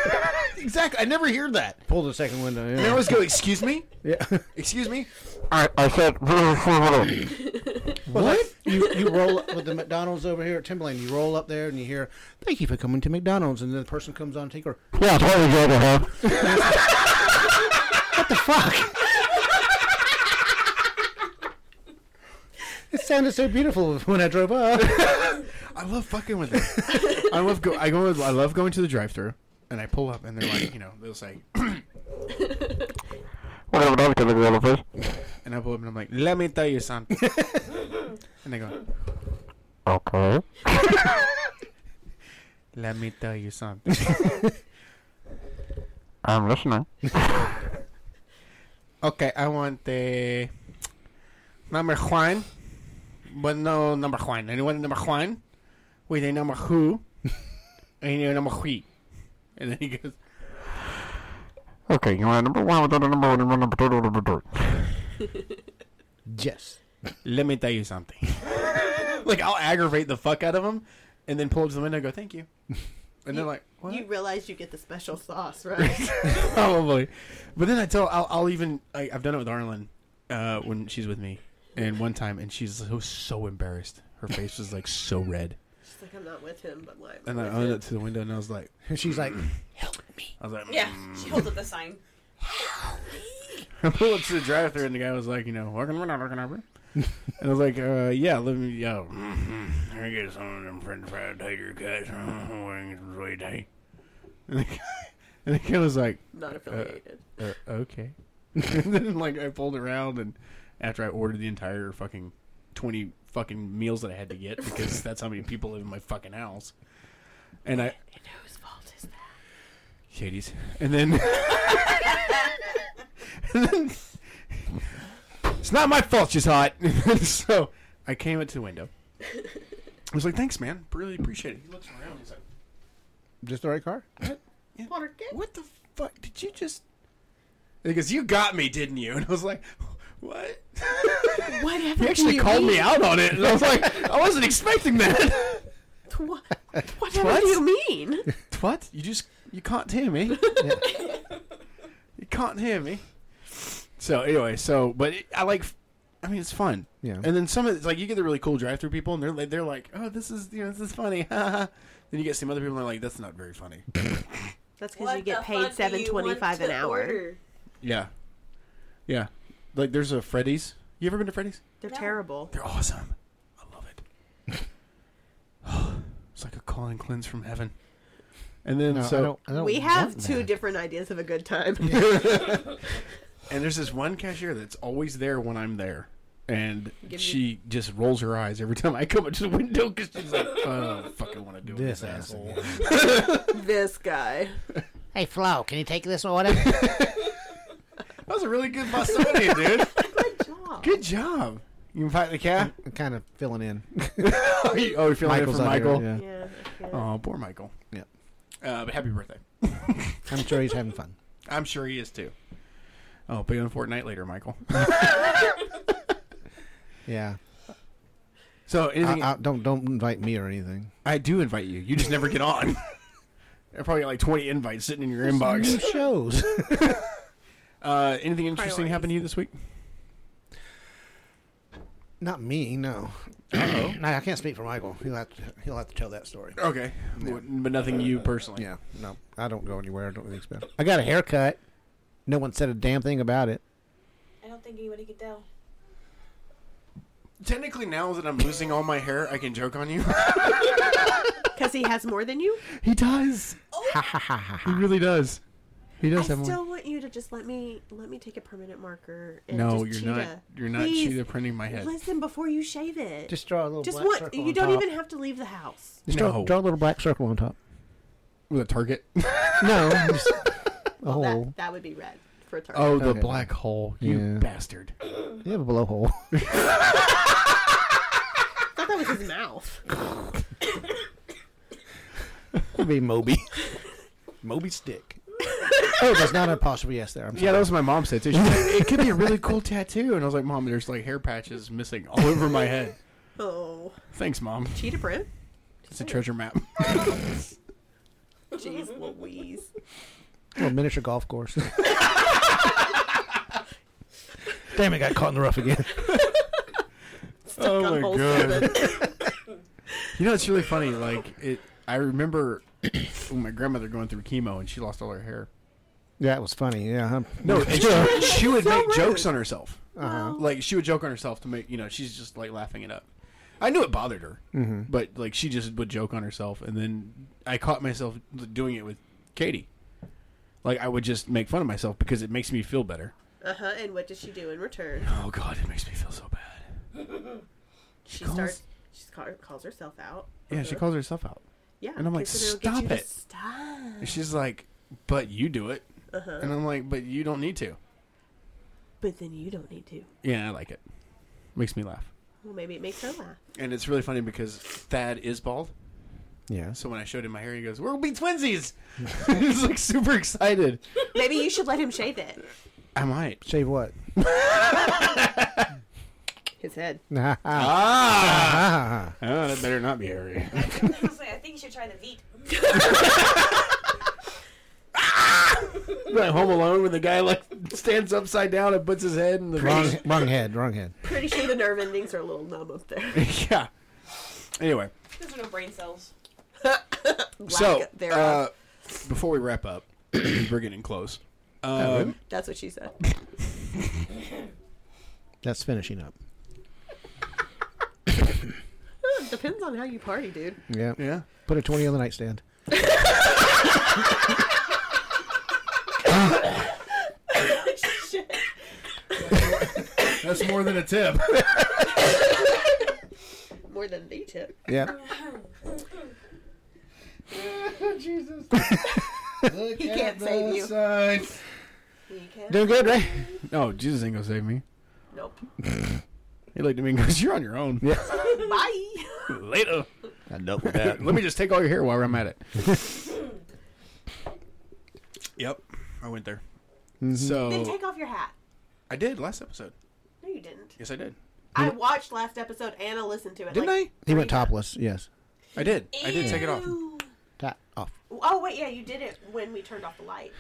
Speaker 3: exactly. I never hear that.
Speaker 4: pull the second window.
Speaker 3: I
Speaker 4: Yeah.
Speaker 3: always go, excuse me?
Speaker 4: yeah.
Speaker 3: Excuse me?
Speaker 6: I, I said 37
Speaker 4: What? you you roll up with the McDonald's over here at Timberland. You roll up there and you hear, "Thank you for coming to McDonald's," and then the person comes on and take her.
Speaker 6: Yeah, 20 data, huh?
Speaker 4: It sounded so beautiful when I drove up.
Speaker 3: I love fucking with it. I love go I go I love going to the drive thru and I pull up and they're like, you know, they'll say
Speaker 6: What have I done to the developers?
Speaker 3: and I pull up and I'm like, Let me tell you something And they go,
Speaker 6: Okay.
Speaker 3: Let me tell you something.
Speaker 6: I'm listening.
Speaker 3: okay, I want a number one. But no number one. Anyone number one? With a number who? And a number three. And then he goes
Speaker 6: Okay, you want a number one without a number one, you want a number two, without a number two.
Speaker 4: Yes.
Speaker 3: let me tell you something. like I'll aggravate the fuck out of them, and then pull up to the window and go, "Thank you," and they're like, "What?"
Speaker 1: you realize you get the special sauce, right?
Speaker 3: Probably, but then I tell I'll, I'll even I, I've done it with Arlen uh, when she's with me, and one time, and she's so, so embarrassed. Her face was like so red,
Speaker 1: She's like, I'm not with him, but like.
Speaker 3: and I went up to the window and I was like,
Speaker 4: And she's like,
Speaker 3: I was like,
Speaker 2: Yeah. She holds up the sign.
Speaker 3: I pulled up to the drive thru and the guy was like, you know, working, we're not working over. And I was like, uh, yeah, let me, yeah. I get some of them french fried tater cuts. Mm-hmm. Wings and sweet tea. And the guy- and the guy was like,
Speaker 1: Not affiliated.
Speaker 3: uh, okay. and then, like, I pulled around and after I ordered the entire fucking 20 fucking meals that I had to get because that's how many people live in my fucking house. And I,
Speaker 1: and whose fault is that?
Speaker 3: Shady's. And then. and then it's not my fault she's hot. so I came up to the window. I was like, thanks, man. Really appreciate it. He looks around. He's like,
Speaker 4: "Just the right car."
Speaker 1: Water kid?
Speaker 3: what the fuck? Did you just. And he goes, you got me, didn't you? And I was like, what?
Speaker 1: What happened?
Speaker 3: he actually
Speaker 1: to
Speaker 3: called
Speaker 1: you
Speaker 3: me out on it. And I was like, I wasn't expecting that.
Speaker 1: What, what
Speaker 3: What?
Speaker 1: happened do you mean?
Speaker 3: What? You just you can't hear me. you can't hear me. So anyway, so but it, I like. I mean, it's fun.
Speaker 4: Yeah.
Speaker 3: And then some of it's like you get the really cool drive-through people, and they're like, they're like, oh, this is you know this is funny. then you get some other people, and they're like, that's not very funny.
Speaker 1: That's because
Speaker 2: What
Speaker 1: you
Speaker 2: the
Speaker 1: get paid
Speaker 2: fuck do
Speaker 1: seven
Speaker 2: you want
Speaker 1: twenty-five an
Speaker 2: to
Speaker 1: hour.
Speaker 2: order?
Speaker 3: yeah. Yeah. Like there's a Freddy's. You ever been to Freddy's?
Speaker 1: They're
Speaker 2: No.
Speaker 1: terrible.
Speaker 3: They're awesome. I love it. it's like a call and cleanse from heaven. And then
Speaker 4: No,
Speaker 3: so
Speaker 4: I don't, I don't
Speaker 1: We have
Speaker 4: want
Speaker 1: two
Speaker 4: that.
Speaker 1: different ideas of a good time.
Speaker 3: And there's this one cashier that's always there when I'm there. And
Speaker 1: Give
Speaker 3: she just rolls her eyes every time I come up to the window because she's like, oh, I fucking want to do this,
Speaker 4: This
Speaker 3: this
Speaker 4: ass
Speaker 3: asshole.
Speaker 1: this guy.
Speaker 5: Hey, Flo, can you take this order?
Speaker 3: That was a really good Bostonian, dude.
Speaker 1: Good job.
Speaker 3: Good job. You invite the cat?
Speaker 4: I'm kind of filling in.
Speaker 3: oh, you, oh, you feeling it for
Speaker 4: out here,
Speaker 3: Michael?
Speaker 4: yeah.
Speaker 1: Yeah. yeah.
Speaker 3: Oh, poor Michael.
Speaker 4: Yeah.
Speaker 3: Uh, but happy birthday.
Speaker 4: I'm sure he's having fun.
Speaker 3: I'm sure he is too. Oh, play on Fortnite later, Michael.
Speaker 4: Yeah.
Speaker 3: so
Speaker 4: I,
Speaker 3: anything, I,
Speaker 4: I, don't don't invite me or anything.
Speaker 3: do invite you. You just never get on. I probably got like twenty invites sitting in your inbox.
Speaker 4: New shows.
Speaker 3: Uh, anything interesting
Speaker 1: Priorities.
Speaker 3: happened to you this week?
Speaker 4: Not me. No.
Speaker 3: Uh-oh.
Speaker 4: No, I can't speak for Michael. He'll have to, he'll have to tell that story.
Speaker 3: Okay, but nothing you personally.
Speaker 4: Uh, Yeah. No, I don't go anywhere. I don't really expect. I got a haircut. No one said a damn thing about it.
Speaker 2: I don't think anybody could tell.
Speaker 3: Technically, now that I'm losing all my hair, I can joke on you.
Speaker 1: Because he has more than you.
Speaker 3: he does.
Speaker 4: Ha ha ha ha.
Speaker 3: He
Speaker 4: ha.
Speaker 3: really does.
Speaker 4: He
Speaker 1: I
Speaker 4: does have
Speaker 1: still
Speaker 4: one.
Speaker 1: want you to just let me let me take a permanent marker. And
Speaker 3: No,
Speaker 1: just
Speaker 3: you're
Speaker 1: cheetah.
Speaker 3: not. You're not
Speaker 1: Please,
Speaker 3: cheetah printing my head.
Speaker 1: Listen before you shave it. Just,
Speaker 4: Just draw a little.
Speaker 1: just
Speaker 4: black
Speaker 1: what
Speaker 4: circle
Speaker 1: you
Speaker 4: on
Speaker 1: don't
Speaker 4: top.
Speaker 1: even have to leave the house.
Speaker 4: Just draw,
Speaker 3: No.
Speaker 4: draw a little black circle on top.
Speaker 3: With a target.
Speaker 4: No. just a
Speaker 1: Well,
Speaker 4: hole.
Speaker 1: that that would be red for a target.
Speaker 3: Oh, the
Speaker 4: Okay.
Speaker 3: black hole, you
Speaker 4: Yeah.
Speaker 3: bastard!
Speaker 4: You have a blowhole.
Speaker 1: I thought that was his mouth.
Speaker 4: It'd be Moby. Moby stick. oh, that's not a possible yes there. I'm sorry.
Speaker 3: Yeah, that was my mom said too. She's like, it could be a really cool tattoo, and I was like, Mom, there's like hair patches missing all over my head.
Speaker 1: Oh,
Speaker 3: Thanks, Mom.
Speaker 1: cheetah print.
Speaker 3: It's a treasure map.
Speaker 1: Jeez Louise.
Speaker 4: Little miniature golf course. Damn it, got caught in the rough again. Oh,
Speaker 3: Oh
Speaker 1: Stuck on holes in the-
Speaker 3: you know, it's really funny. Like it, I remember when my grandmother going through chemo, and she lost all her hair.
Speaker 4: That was funny. Yeah. huh?
Speaker 3: No, and she, she would
Speaker 1: So
Speaker 3: make
Speaker 1: rude.
Speaker 3: jokes on herself.
Speaker 1: Well,
Speaker 3: Like she would joke on herself to make you know she's just like laughing it up. I knew it bothered her, but like she just would joke on herself, and then I caught myself doing it with Katie. Like I would just make fun of myself because it makes me feel better.
Speaker 1: uh huh. And what does she do in return?
Speaker 3: Oh God, it makes me feel so bad.
Speaker 1: She
Speaker 3: calls-
Speaker 1: starts. She ca- calls herself out.
Speaker 3: Yeah, she calls herself out.
Speaker 1: Yeah,
Speaker 3: and I'm like,
Speaker 1: 'cause it'll get you
Speaker 3: "Stop
Speaker 1: to
Speaker 3: it."
Speaker 1: Stop.
Speaker 3: And she's like, "But you do it,"
Speaker 1: Uh-huh.
Speaker 3: and I'm like, "But you don't need to."
Speaker 1: But then you don't need to.
Speaker 3: Yeah, I like it. Makes me laugh,
Speaker 1: Well, maybe it makes her laugh.
Speaker 3: and it's really funny because Thad is bald.
Speaker 4: Yeah.
Speaker 3: So when I showed him my hair, he goes, "We'll be twinsies." He's like super excited.
Speaker 1: Maybe you should let him shave it.
Speaker 3: I might.
Speaker 4: Shave what?
Speaker 1: His head.
Speaker 4: Ah, ah,
Speaker 3: Ah,
Speaker 4: ah, ah.
Speaker 3: that better not be hairy.
Speaker 2: Honestly, I think you should try the Veet.
Speaker 3: like Home Alone, when the guy like stands upside down and puts his head in the
Speaker 4: wrong, wrong head. Wrong head.
Speaker 1: Pretty sure the nerve endings are a little numb up there.
Speaker 3: yeah. Anyway,
Speaker 2: Those are no brain cells.
Speaker 3: so
Speaker 1: Lack thereof.
Speaker 3: uh, before we wrap up, we're getting close. Um,
Speaker 1: That's what she said.
Speaker 4: That's finishing up.
Speaker 1: Depends on how you party, dude.
Speaker 4: Yeah.
Speaker 3: yeah.
Speaker 4: Put a twenty on the nightstand.
Speaker 3: That's more than a tip.
Speaker 1: More than they tip.
Speaker 4: Yeah.
Speaker 3: Jesus.
Speaker 1: He can't save you. He can.
Speaker 4: Doing good, right?
Speaker 3: No, Jesus ain't gonna save me.
Speaker 1: Nope.
Speaker 3: He looked at me and goes, "You're on your own."
Speaker 4: Yeah.
Speaker 1: Bye.
Speaker 3: Later.
Speaker 4: I dealt with that.
Speaker 3: Let me just take all your hair while I'm at it. yep, I went there. Mm-hmm.
Speaker 1: Then
Speaker 3: So
Speaker 1: take off your hat.
Speaker 3: I did last episode.
Speaker 1: No, you didn't.
Speaker 3: Yes, I did.
Speaker 1: I watched last episode and I listened to it.
Speaker 3: Didn't
Speaker 1: like,
Speaker 4: He went topless. Yes.
Speaker 3: I? I did. I did take it off.
Speaker 1: Ew.
Speaker 4: Top off.
Speaker 1: Oh wait, yeah, you did it when we turned off the lights.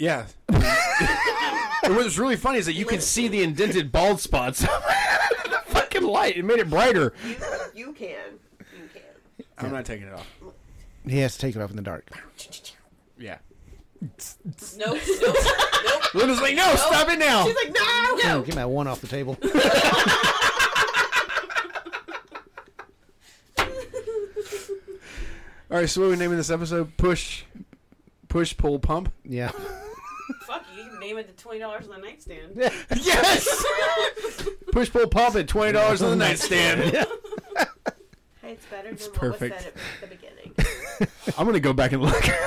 Speaker 3: Yeah. and what was really funny is that you could see the indented bald spots. the fucking light. It made it brighter.
Speaker 1: You, you can. You can.
Speaker 3: I'm not taking it off.
Speaker 4: He has to take it off in the dark.
Speaker 3: Yeah.
Speaker 2: Nope. nope.
Speaker 3: Linda's like, no, stop it now.
Speaker 1: She's like, no,
Speaker 4: Oh,
Speaker 1: no.
Speaker 4: get my one off the table.
Speaker 3: All right, so what are we naming this episode? Push, push, pull, pump.
Speaker 4: yeah.
Speaker 2: Fuck you. You can name it the twenty dollars on the nightstand.
Speaker 3: Yes. push, pull, pump at twenty dollars on the nightstand.
Speaker 1: It's better than
Speaker 3: perfect.
Speaker 1: what was said at the beginning.
Speaker 3: I'm gonna go back and look.
Speaker 1: Okay,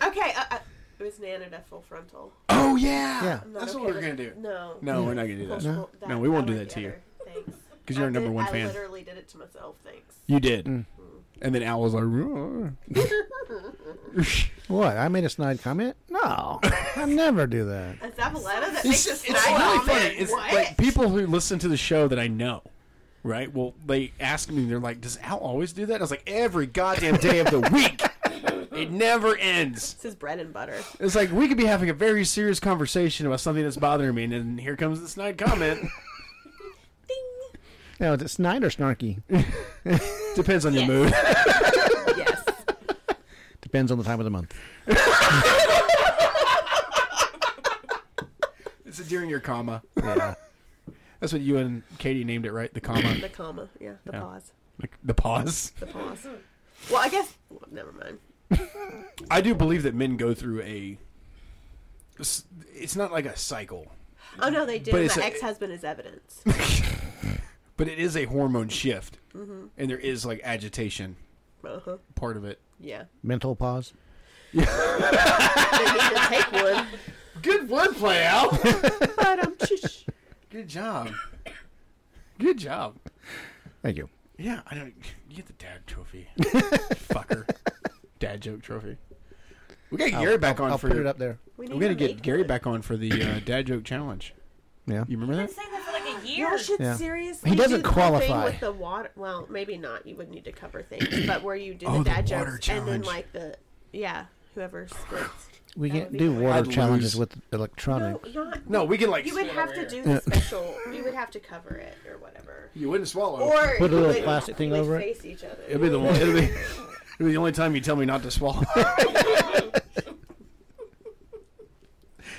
Speaker 1: uh, uh, it was Nanada full frontal.
Speaker 3: oh yeah.
Speaker 4: Yeah.
Speaker 1: I'm not
Speaker 3: That's
Speaker 1: okay
Speaker 3: what we're
Speaker 1: with-
Speaker 3: gonna do.
Speaker 1: No.
Speaker 3: No, we're not gonna do
Speaker 1: Full
Speaker 3: that
Speaker 1: frontal-
Speaker 3: No, we won't
Speaker 1: I
Speaker 3: do
Speaker 1: like
Speaker 3: that to
Speaker 1: the
Speaker 3: you.
Speaker 1: other. Thanks.
Speaker 3: because you're
Speaker 1: I
Speaker 3: a number
Speaker 1: did-
Speaker 3: one
Speaker 1: I
Speaker 3: fan.
Speaker 1: literally did it to myself. Thanks.
Speaker 3: You did. And then Al was like, "Roar."
Speaker 4: What? I made a snide comment? No, I never do that.
Speaker 1: A Zabaleta that makes
Speaker 3: it's,
Speaker 1: a
Speaker 3: it's
Speaker 1: snide
Speaker 3: really
Speaker 1: comment.
Speaker 3: funny. It's
Speaker 1: what?
Speaker 3: like people who listen to the show that I know, right? Well, they ask me, they're like, "Does Al always do that?" I was like, "Every goddamn day of the week, it never ends."
Speaker 1: this is bread and butter.
Speaker 3: It's like we could be having a very serious conversation about something that's bothering me, and then here comes the snide comment.
Speaker 4: Now, is it snide or snarky?
Speaker 3: Depends on your mood.
Speaker 1: Yes.
Speaker 4: Depends on the time of the month.
Speaker 3: It's during your comma.
Speaker 4: Yeah.
Speaker 3: That's what you and Katie named it, right? The comma,
Speaker 1: The comma. Yeah. The
Speaker 3: Yeah.
Speaker 1: pause.
Speaker 3: the, the pause.
Speaker 1: The pause. Well, I guess. Well, never mind.
Speaker 3: I do believe that men go through a. It's not like a cycle,
Speaker 1: Oh no, they did.
Speaker 3: But
Speaker 1: My
Speaker 3: it's a-
Speaker 1: ex-husband is evidence.
Speaker 3: but it is a hormone shift, and there is like agitation
Speaker 1: Uh-huh.
Speaker 3: part of it.
Speaker 1: Yeah.
Speaker 4: Mental pause.
Speaker 1: They need to take one.
Speaker 3: Good wordplay, Al.
Speaker 1: But um, shush.
Speaker 3: Good job. Good job.
Speaker 4: Thank you.
Speaker 3: Yeah, I don't. You get the dad trophy, fucker. Dad joke trophy. We got Gary back on
Speaker 4: I'll
Speaker 3: for
Speaker 4: put it up there.
Speaker 1: We
Speaker 3: We're gonna
Speaker 1: to
Speaker 3: get
Speaker 1: make
Speaker 3: Gary
Speaker 1: one.
Speaker 3: back on for the uh, dad joke challenge.
Speaker 4: Yeah.
Speaker 3: You remember
Speaker 2: I've
Speaker 3: that?
Speaker 2: been saying that for like a year.
Speaker 1: Y'all should
Speaker 4: Yeah.
Speaker 1: seriously.
Speaker 4: He
Speaker 1: do
Speaker 4: doesn't
Speaker 1: the whole thing
Speaker 4: qualify.
Speaker 1: with the water. Well, maybe not. You would need to cover things, but where you do
Speaker 3: Oh,
Speaker 1: the
Speaker 3: the
Speaker 1: dad
Speaker 3: water
Speaker 1: jokes and then
Speaker 3: challenge.
Speaker 1: like the yeah, whoever splits.
Speaker 4: We
Speaker 1: That
Speaker 4: can't
Speaker 1: would be
Speaker 4: do
Speaker 1: great.
Speaker 4: water
Speaker 3: I'd
Speaker 4: challenges
Speaker 3: lose.
Speaker 4: with electronic.
Speaker 1: No, not.
Speaker 3: No, we can like.
Speaker 1: You would
Speaker 3: spin
Speaker 1: have
Speaker 3: over
Speaker 1: to
Speaker 3: here.
Speaker 1: do the special. You would have to cover it or whatever.
Speaker 3: You wouldn't swallow.
Speaker 1: Or
Speaker 4: Put a
Speaker 1: you
Speaker 4: little
Speaker 1: would-
Speaker 4: plastic thing
Speaker 1: you would
Speaker 4: over it.
Speaker 1: face each other.
Speaker 3: it'll be the one. It'll be, it'll be the only time you tell me not to swallow.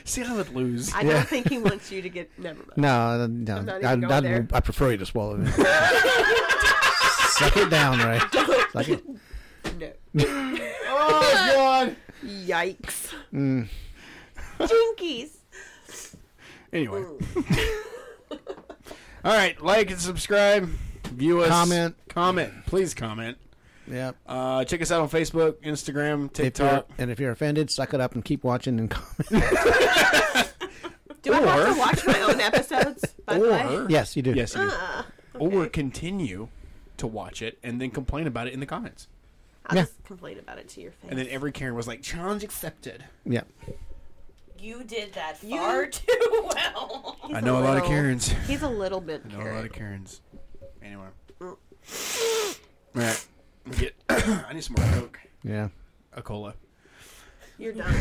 Speaker 3: See, I would lose.
Speaker 1: I don't think he wants you to get. Never mind.
Speaker 4: No, no,
Speaker 1: not
Speaker 4: no.
Speaker 1: even
Speaker 4: I,
Speaker 1: going
Speaker 4: I,
Speaker 1: there.
Speaker 4: I prefer you to swallow it. Suck it down, Ray. Suck it.
Speaker 1: No.
Speaker 3: oh God.
Speaker 1: Yikes.
Speaker 4: Mm.
Speaker 1: Jinkies.
Speaker 3: Anyway. All right, like and subscribe. View us.
Speaker 4: Comment.
Speaker 3: Comment. Please comment.
Speaker 4: Yeah.
Speaker 3: Uh, check us out on Facebook, Instagram,
Speaker 4: If you're,
Speaker 3: TikTok.
Speaker 4: and if you're offended, suck it up and keep watching and comment.
Speaker 1: Do I have
Speaker 3: Or-
Speaker 1: to watch my own episodes? By the way?
Speaker 3: Or
Speaker 4: yes, you do.
Speaker 3: yes, you do.
Speaker 1: Uh,
Speaker 3: or continue to watch it and then complain about it in the comments.
Speaker 1: I'll
Speaker 4: Yeah.
Speaker 1: just complain about it to your face.
Speaker 3: And then every Karen was like, "Challenge accepted."
Speaker 4: Yeah.
Speaker 2: You did that far too well.
Speaker 1: He's
Speaker 3: I know a lot of
Speaker 1: little-
Speaker 3: Karens.
Speaker 1: He's a little bit
Speaker 3: I know a lot of
Speaker 1: Karen.
Speaker 3: Karens. Mm. Anyway. All right. Let me Get. I need some more Coke.
Speaker 4: Yeah.
Speaker 3: A cola.
Speaker 1: You're done.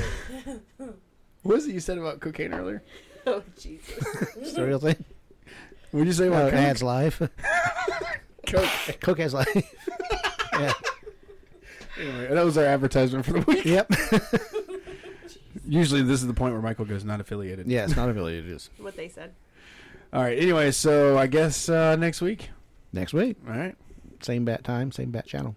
Speaker 3: What was it you said about cocaine earlier?
Speaker 1: Oh Jesus.
Speaker 4: It's the real thing.
Speaker 3: What did you say
Speaker 4: Uh,
Speaker 3: about
Speaker 4: adds life.
Speaker 3: Coke?
Speaker 4: Coke has life. yeah.
Speaker 3: Anyway, that was our advertisement for the week.
Speaker 4: Yep.
Speaker 3: Usually, this is the point where Michael goes not affiliated.
Speaker 4: yeah, it's not affiliated. It is.
Speaker 1: What they said.
Speaker 3: All right. Anyway, so I guess uh, next week.
Speaker 4: Next week,
Speaker 3: All right.
Speaker 4: same bat time, same bat channel.